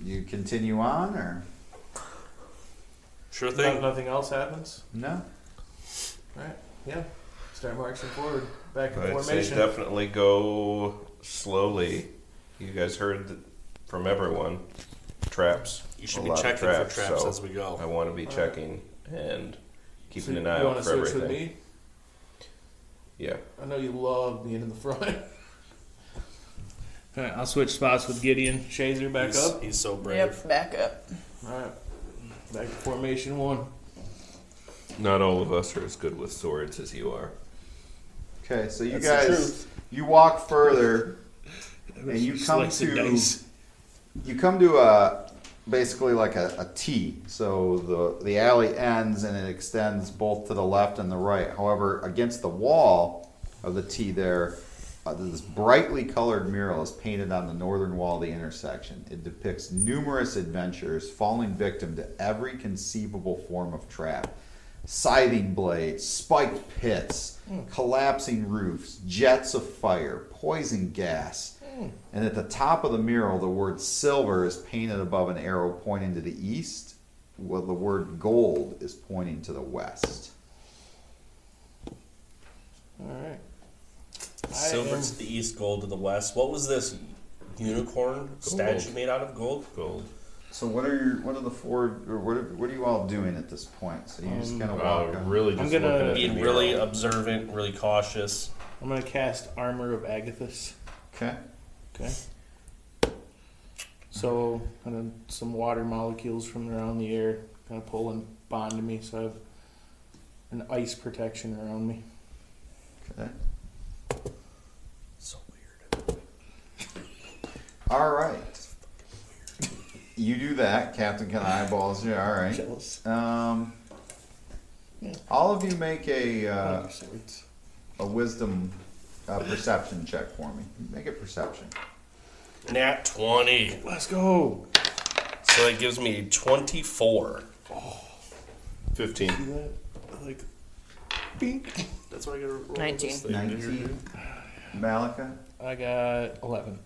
Speaker 1: you continue on or
Speaker 3: Sure
Speaker 4: No-
Speaker 3: thing.
Speaker 4: Nothing else happens.
Speaker 1: no?
Speaker 4: All right. Yeah. Start marching forward, back in
Speaker 2: I'd say
Speaker 4: formation.
Speaker 2: definitely go slowly. You guys heard th- from everyone traps.
Speaker 3: You should
Speaker 2: A
Speaker 3: be
Speaker 2: lot of
Speaker 3: checking
Speaker 2: traps,
Speaker 3: for traps
Speaker 2: so-
Speaker 3: as we
Speaker 2: I
Speaker 3: go.
Speaker 2: want to be checking and
Speaker 4: So
Speaker 2: keeping an
Speaker 4: you
Speaker 2: eye
Speaker 4: wanna
Speaker 2: out for
Speaker 4: switch
Speaker 2: everything.
Speaker 4: with me?
Speaker 2: Yeah,
Speaker 4: I know you love being in
Speaker 17: <laughs>
Speaker 4: the front.
Speaker 17: All right, I'll switch spots with Gideon.
Speaker 4: Shazer back
Speaker 3: He's,
Speaker 4: up.
Speaker 3: he's so brave.
Speaker 5: Yep, back up.
Speaker 4: All right. Back to formation one.
Speaker 2: not all of us are as good with swords as you are.
Speaker 1: Okay, so you
Speaker 3: That's the
Speaker 1: guys
Speaker 3: truth.
Speaker 1: you walk
Speaker 3: <laughs>
Speaker 1: further and you
Speaker 17: Just
Speaker 1: come
Speaker 17: slice the
Speaker 1: to
Speaker 17: dice.
Speaker 1: you come to a basically like a, a T. So the the alley ends and it extends both to the left and the right. However, against the wall of the T there, uh, this brightly colored mural is painted on the northern wall of the intersection. It depicts numerous adventures falling victim to every conceivable form of trap. Scything blades, spiked pits, collapsing roofs, jets of fire, poison gas, and at the top of the mural, the word silver is painted above an arrow pointing to the east, while the word gold is pointing to the west.
Speaker 4: All right. I
Speaker 3: Silver
Speaker 4: am-
Speaker 3: to the east, gold to the west. What was this unicorn statue made out of gold?
Speaker 2: Gold.
Speaker 1: So, what are your, what are the four, or what are, what are you all doing at this point? So you just kind of
Speaker 2: Wow,
Speaker 1: walk. on-
Speaker 2: uh, really
Speaker 17: I'm
Speaker 2: just
Speaker 17: gonna-
Speaker 2: looking at the
Speaker 3: Being
Speaker 2: mural.
Speaker 3: really observant, really cautious.
Speaker 17: I'm gonna cast Armor of Agathis.
Speaker 1: Okay.
Speaker 6: Okay. So, and then some water molecules from around the air kind of pull and bond to me, so I have an ice protection around me.
Speaker 1: Okay.
Speaker 3: So weird.
Speaker 1: <laughs> All right. You do that. Captain can eyeballs you. All right.
Speaker 6: Jealous.
Speaker 1: Um,
Speaker 6: Yeah.
Speaker 1: all of you make a uh,
Speaker 6: Swords.
Speaker 1: a wisdom uh, perception check for me. Make a perception.
Speaker 3: Nat 20.
Speaker 6: Let's go.
Speaker 3: So that gives me 24.
Speaker 2: 15.
Speaker 6: Do that. Like, beep.
Speaker 3: That's why I gotta roll.
Speaker 5: 19.
Speaker 1: Nineteen. Malika.
Speaker 6: I got 11.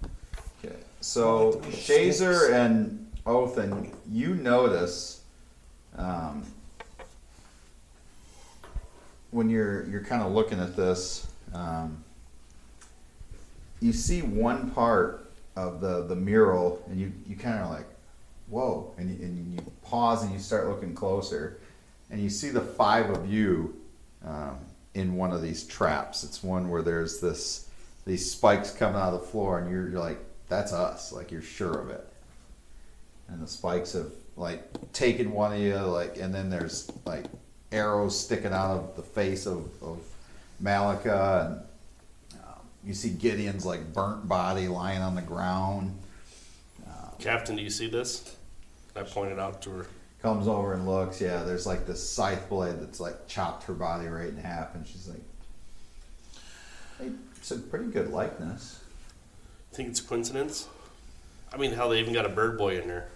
Speaker 1: Okay. So Shazer and Othan, you notice um, when you're you're kind of looking at this, um, you see one part of the the mural, and you you kind of like, whoa, and you, and you pause and you start looking closer, and you see the five of you um, in one of these traps. It's one where there's this these spikes coming out of the floor, and you're, you're like, that's us, like you're sure of it. And the spikes have like taken one of you, like, and then there's like arrows sticking out of the face of, of Malika, and you see Gideon's like burnt body lying on the ground.
Speaker 3: Captain, do you see this? I pointed out to her.
Speaker 1: Comes over and looks. Yeah, there's like this scythe blade that's like chopped her body right in half, and she's like, hey, "It's a pretty good likeness."
Speaker 3: Think it's a coincidence? I mean, hell, they even got a bird boy in there.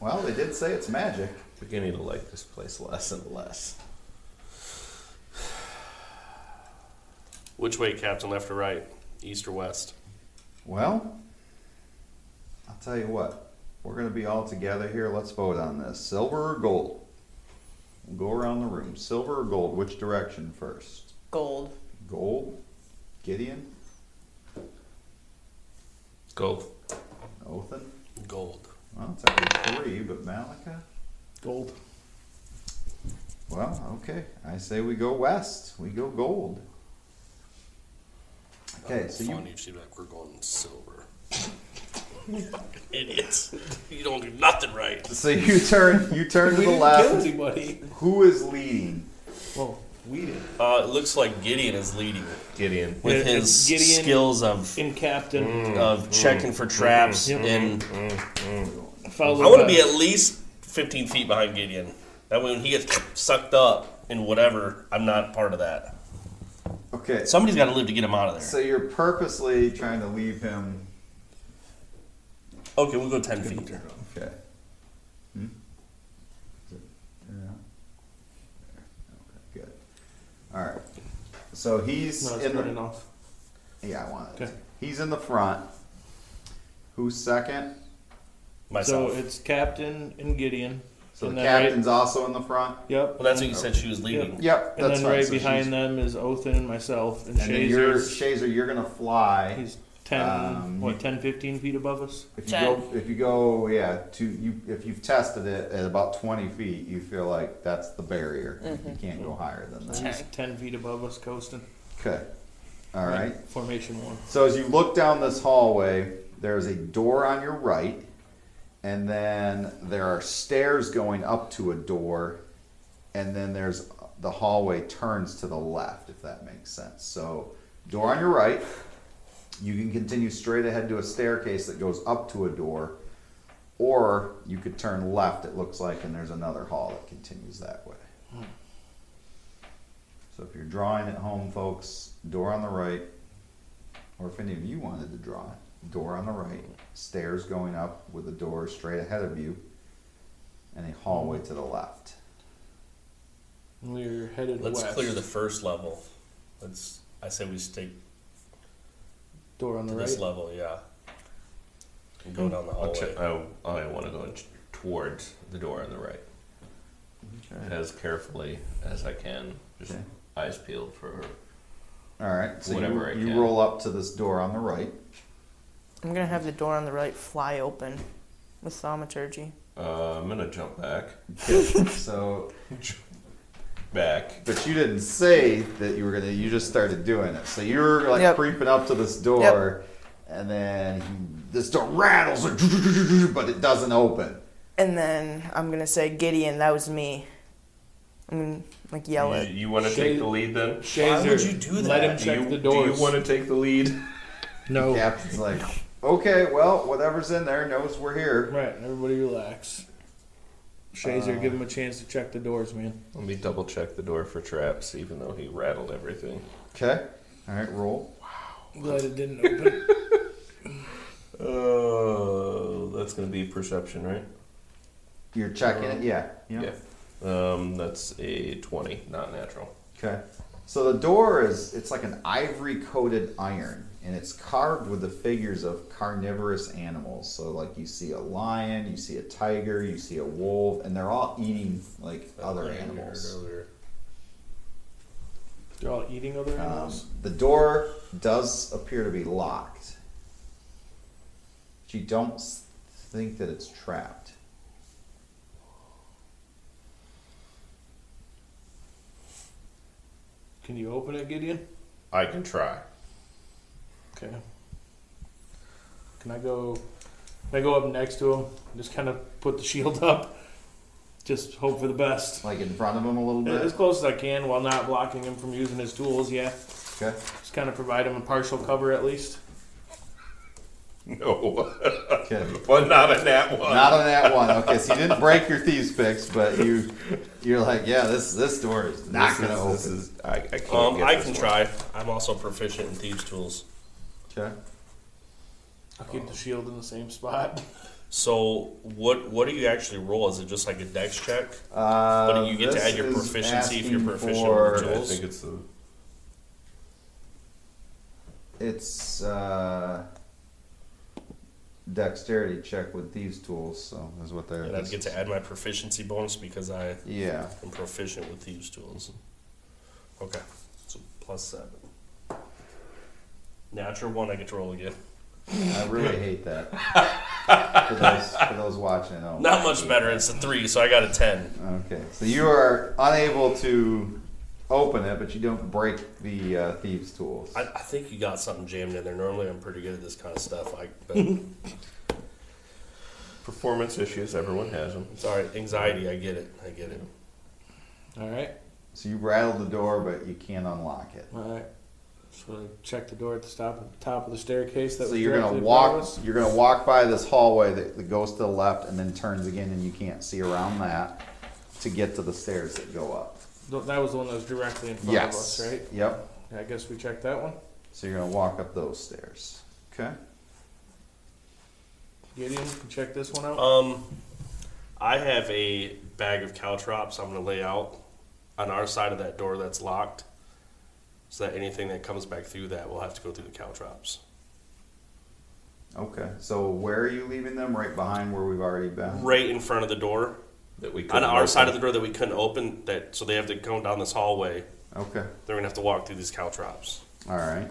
Speaker 1: Well, they did say it's magic.
Speaker 2: Beginning to like this place less and less.
Speaker 3: Which way, Captain? Left or right? East or west?
Speaker 1: Well, I'll tell you what. We're gonna be all together here. Let's vote on this: silver or gold. We'll go around the room. Silver or gold? Which direction first?
Speaker 5: Gold.
Speaker 1: Gold. Gideon.
Speaker 2: Gold.
Speaker 1: Othan.
Speaker 3: Gold.
Speaker 1: Well, it's only three, but Malika.
Speaker 6: Gold.
Speaker 1: Well, okay. I say we go west. We go gold. Okay, so you
Speaker 3: Funny if she'd be like, we're going silver. <laughs> Idiots. You don't do nothing right.
Speaker 1: so you turn you turn to the left.
Speaker 6: anybody.
Speaker 1: Who is leading?
Speaker 6: Well, we did.
Speaker 3: Uh, it looks like Gideon is leading
Speaker 2: Gideon.
Speaker 3: with
Speaker 6: Yeah,
Speaker 3: his
Speaker 6: Gideon-
Speaker 3: skills of
Speaker 6: In captain.
Speaker 3: of checking for traps.
Speaker 6: Yep.
Speaker 3: And
Speaker 6: Followed
Speaker 3: Mm-hmm. I want to
Speaker 6: by-
Speaker 3: be at least 15 feet behind Gideon. That way, when he gets sucked up in whatever, I'm not part of that.
Speaker 1: Okay, so,
Speaker 3: Somebody's got to live to get him out of there.
Speaker 1: you're purposely trying to leave him.
Speaker 3: Okay, we'll go 10 feet.
Speaker 1: Okay. Hmm? Is it- yeah. There. Okay, good. All right. So he's
Speaker 6: No, it's
Speaker 1: in the
Speaker 6: good enough.
Speaker 1: yeah. I want it.
Speaker 6: Okay.
Speaker 1: He's in the front. Who's second?
Speaker 3: Myself.
Speaker 6: So it's captain and Gideon.
Speaker 1: So
Speaker 6: And
Speaker 1: the
Speaker 6: then right-
Speaker 1: captain's also in the front.
Speaker 6: Yep.
Speaker 3: well, that's what you said she was leading.
Speaker 1: Yep,
Speaker 6: And
Speaker 1: that's
Speaker 6: then
Speaker 1: right.
Speaker 6: right
Speaker 1: So she's-
Speaker 6: behind them is Othan and myself. And,
Speaker 1: And then you're
Speaker 6: Shazer's.
Speaker 1: Shazer, you're gonna fly.
Speaker 6: He's 10,
Speaker 1: Um,
Speaker 6: what, 10, 15 feet above us?
Speaker 1: If you go, if you go, yeah, to you. If you've tested it at about twenty feet, you feel like that's the barrier. You can't go higher than that.
Speaker 6: He's 10 feet above us coasting.
Speaker 1: Okay. All right.
Speaker 6: Formation one.
Speaker 1: So as you look down this hallway, there's a door on your right, and then there are stairs going up to a door, and then there's the hallway turns to the left, if that makes sense. So door on your right, you can continue straight ahead to a staircase that goes up to a door, or you could turn left, it looks like, and there's another hall that continues that way. So if you're drawing at home, folks, door on the right, or if any of you wanted to draw it, door on the right, stairs going up with a door straight ahead of you, and a hallway to the left.
Speaker 6: And we're headed
Speaker 3: Let's
Speaker 6: west.
Speaker 3: clear the first level. Let's. I say we stick
Speaker 6: door on
Speaker 3: to
Speaker 6: the
Speaker 3: this
Speaker 6: right.
Speaker 3: level, yeah. And go down the
Speaker 2: I'll
Speaker 3: hallway.
Speaker 2: check, I, I want to go in t- towards the door on the right as carefully as I can. Just
Speaker 1: Okay.
Speaker 2: eyes peeled for
Speaker 1: All right, so
Speaker 2: Whatever I
Speaker 1: you, you
Speaker 2: can.
Speaker 1: roll up to this door on the right.
Speaker 5: I'm gonna have the door on the right fly open with thaumaturgy.
Speaker 2: Uh, I'm going to jump back.
Speaker 1: Okay, so
Speaker 2: back.
Speaker 1: But you didn't say that you were gonna. You just started doing it. So you're like
Speaker 5: Yep.
Speaker 1: creeping up to this door, and then this door rattles, but it doesn't open.
Speaker 5: And then I'm gonna say, Gideon, that was me. I'm gonna like yell
Speaker 2: You,
Speaker 5: it.
Speaker 2: you want to
Speaker 18: Shade-
Speaker 2: take the lead then?
Speaker 18: Shazer,
Speaker 3: would you do
Speaker 18: Let
Speaker 3: that?
Speaker 18: him
Speaker 2: Do
Speaker 18: check
Speaker 2: you,
Speaker 18: the
Speaker 2: do you
Speaker 18: doors.
Speaker 2: want to take the lead?
Speaker 4: No.
Speaker 1: Captain's like, okay, well, whatever's in there knows we're here.
Speaker 18: Right, everybody relax.
Speaker 4: Shazer, give him a chance to check the doors, man.
Speaker 2: Let me double check the door for traps, even though he rattled everything.
Speaker 1: Okay. All right, roll.
Speaker 4: I'm glad it
Speaker 6: <laughs>
Speaker 4: didn't open.
Speaker 2: Oh, that's going to be perception, right?
Speaker 1: You're checking it. Yeah.
Speaker 2: Yeah. Um, that's a 20, not natural.
Speaker 1: Okay. So the door is it's like an ivory coated iron and it's carved with the figures of carnivorous animals. So like you see a lion, you see a tiger, you see a wolf, and they're all eating like other animals.
Speaker 4: They're all eating other
Speaker 1: Um,
Speaker 4: animals.
Speaker 1: the door does appear to be locked. But you don't s- think that it's trapped.
Speaker 4: Can you open it, Gideon?
Speaker 2: I can try.
Speaker 4: Okay. Can I go? Can I go up next to him? Just kind of put the shield <laughs> up. Just hope for the best.
Speaker 1: Like in front of him a little
Speaker 4: As
Speaker 1: bit.
Speaker 4: close as I can while not blocking him from using his tools, yeah.
Speaker 1: Okay.
Speaker 4: Just kind of provide him a partial cover at least.
Speaker 2: <laughs> No,
Speaker 1: Okay.
Speaker 2: but not a nat one.
Speaker 1: Not on that one. Okay, so you didn't break your thieves picks, but you you're like, yeah, this this door is not
Speaker 2: This
Speaker 1: gonna
Speaker 2: is-
Speaker 1: open.
Speaker 2: This is, I, I can't
Speaker 3: Um,
Speaker 2: get
Speaker 3: I
Speaker 2: this
Speaker 3: can
Speaker 2: one.
Speaker 3: try. I'm also proficient in thieves' tools.
Speaker 1: Okay.
Speaker 4: I'll keep the shield in the same spot. <laughs>
Speaker 3: So what what do you actually roll? Is it just like a dex check?
Speaker 1: Uh,
Speaker 3: But you get to
Speaker 1: this
Speaker 3: add your
Speaker 1: is
Speaker 3: proficiency if you're
Speaker 1: asking
Speaker 3: proficient with
Speaker 1: for-
Speaker 3: jewelry.
Speaker 2: I think it's the.
Speaker 1: It's uh, dexterity check with thieves tools, so is what they're.
Speaker 3: And I get to add my proficiency bonus because I
Speaker 1: Yeah.
Speaker 3: am proficient with thieves' tools. Okay, so plus seven. Natural one, I get to roll again.
Speaker 1: I
Speaker 3: <laughs>
Speaker 1: really hate that. for those for those watching at home.
Speaker 3: Not much better. It's a three, so I got a ten.
Speaker 1: Okay, so you are unable to open it, but you don't break the uh, thieves tools.
Speaker 3: I, I think you got something jammed in there. Normally, I'm pretty good at this kind of stuff. I, but it's
Speaker 2: <laughs> Performance issues, everyone has them.
Speaker 3: all right. Anxiety, I get it. I get it.
Speaker 4: All right.
Speaker 1: So you rattle the door, but you can't unlock it.
Speaker 4: All right. So I check the door at the top of the top of the staircase. That
Speaker 1: So
Speaker 4: was
Speaker 1: you're gonna
Speaker 4: directly above
Speaker 1: walk.
Speaker 4: us.
Speaker 1: You're gonna walk by this hallway that, that goes to the left and then turns again, and you can't see around that to get to the stairs that go up.
Speaker 4: Th- That was the one that was directly in front
Speaker 1: yes.
Speaker 4: of us, right?
Speaker 1: Yep.
Speaker 4: Yeah, I guess we checked that one.
Speaker 1: So you're gonna walk up those stairs. Okay.
Speaker 4: Gideon, you check this one
Speaker 2: Oh.
Speaker 4: out.
Speaker 3: Um, I have a bag of caltrops. I'm gonna lay out on our side of that door that's locked, so that anything that comes back through that will have to go through the caltrops.
Speaker 1: Okay. So where are you leaving them? Right behind where we've already been.
Speaker 3: Right in front of the door,
Speaker 2: That we
Speaker 3: on our side of the door that we couldn't open. That so they have to go down this hallway.
Speaker 1: Okay.
Speaker 3: They're gonna have to walk through these caltrops.
Speaker 1: All right.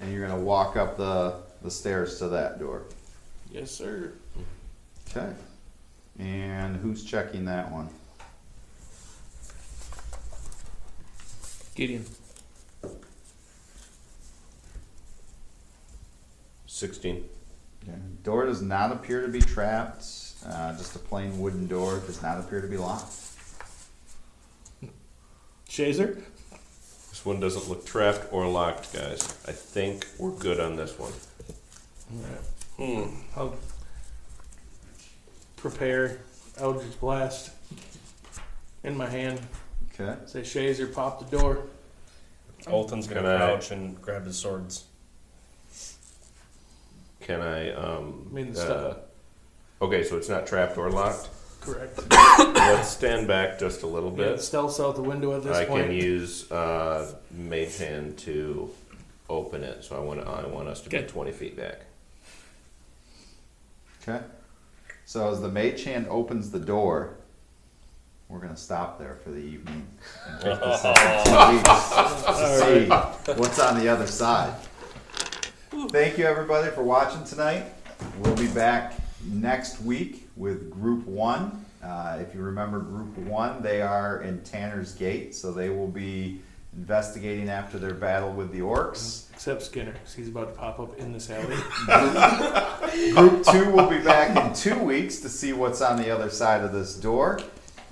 Speaker 1: And you're gonna walk up the the stairs to that door.
Speaker 4: yes, sir.
Speaker 1: Okay. And who's checking that one?
Speaker 4: Gideon.
Speaker 2: 16.
Speaker 1: Okay. Door does not appear to be trapped. Uh, just a plain wooden door does not appear to be locked.
Speaker 4: Shazer.
Speaker 2: This one doesn't look trapped or locked, guys. I think we're good on this one.
Speaker 4: I'll prepare Eldritch Blast in my hand.
Speaker 1: Okay.
Speaker 4: Say, Shazer, pop the door.
Speaker 3: Olton's gonna
Speaker 2: Can I-
Speaker 3: crouch and grab his swords.
Speaker 2: Can I? Um,
Speaker 4: I mean, the
Speaker 2: uh,
Speaker 4: stuff.
Speaker 2: Okay, so it's not trapped or locked.
Speaker 4: Correct.
Speaker 2: Let's stand back just a little
Speaker 4: Yeah,
Speaker 2: bit.
Speaker 4: stealth out the window at this
Speaker 2: I
Speaker 4: point.
Speaker 2: can use uh, mage hand to open it, so I want I want us to be
Speaker 4: Okay.
Speaker 2: twenty feet back.
Speaker 1: Okay. So as the mage hand opens the door, we're gonna stop there for the evening and take this up in two weeks to see what's on the other side. Thank you everybody for watching tonight. We'll be back next week with Group One. Uh, if you remember Group One, they are in Tanner's Gate, so they will be investigating after their battle with the orcs.
Speaker 4: Except Skinner, 'cause he's about to pop up in this alley.
Speaker 1: <laughs> Group two will be back in two weeks to see what's on the other side of this door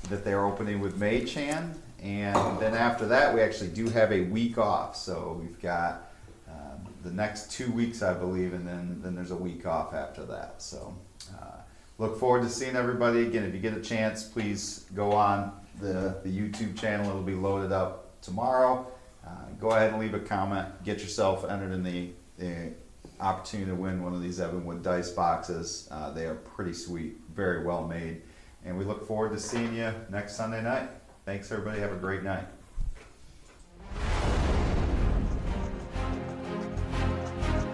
Speaker 1: that they're opening with May Chan. And then after that, we actually do have a week off. So we've got um, the next two weeks, I believe, and then, then there's a week off after that. So uh, look forward to seeing everybody again. If you get a chance, please go on the, the YouTube channel. It'll be loaded up tomorrow. Uh, go ahead and leave a comment. Get yourself entered in the, the opportunity to win one of these Evanwood dice boxes. Uh, they are pretty sweet, very well made, and we look forward to seeing you next Sunday night. Thanks, everybody. Have a great night.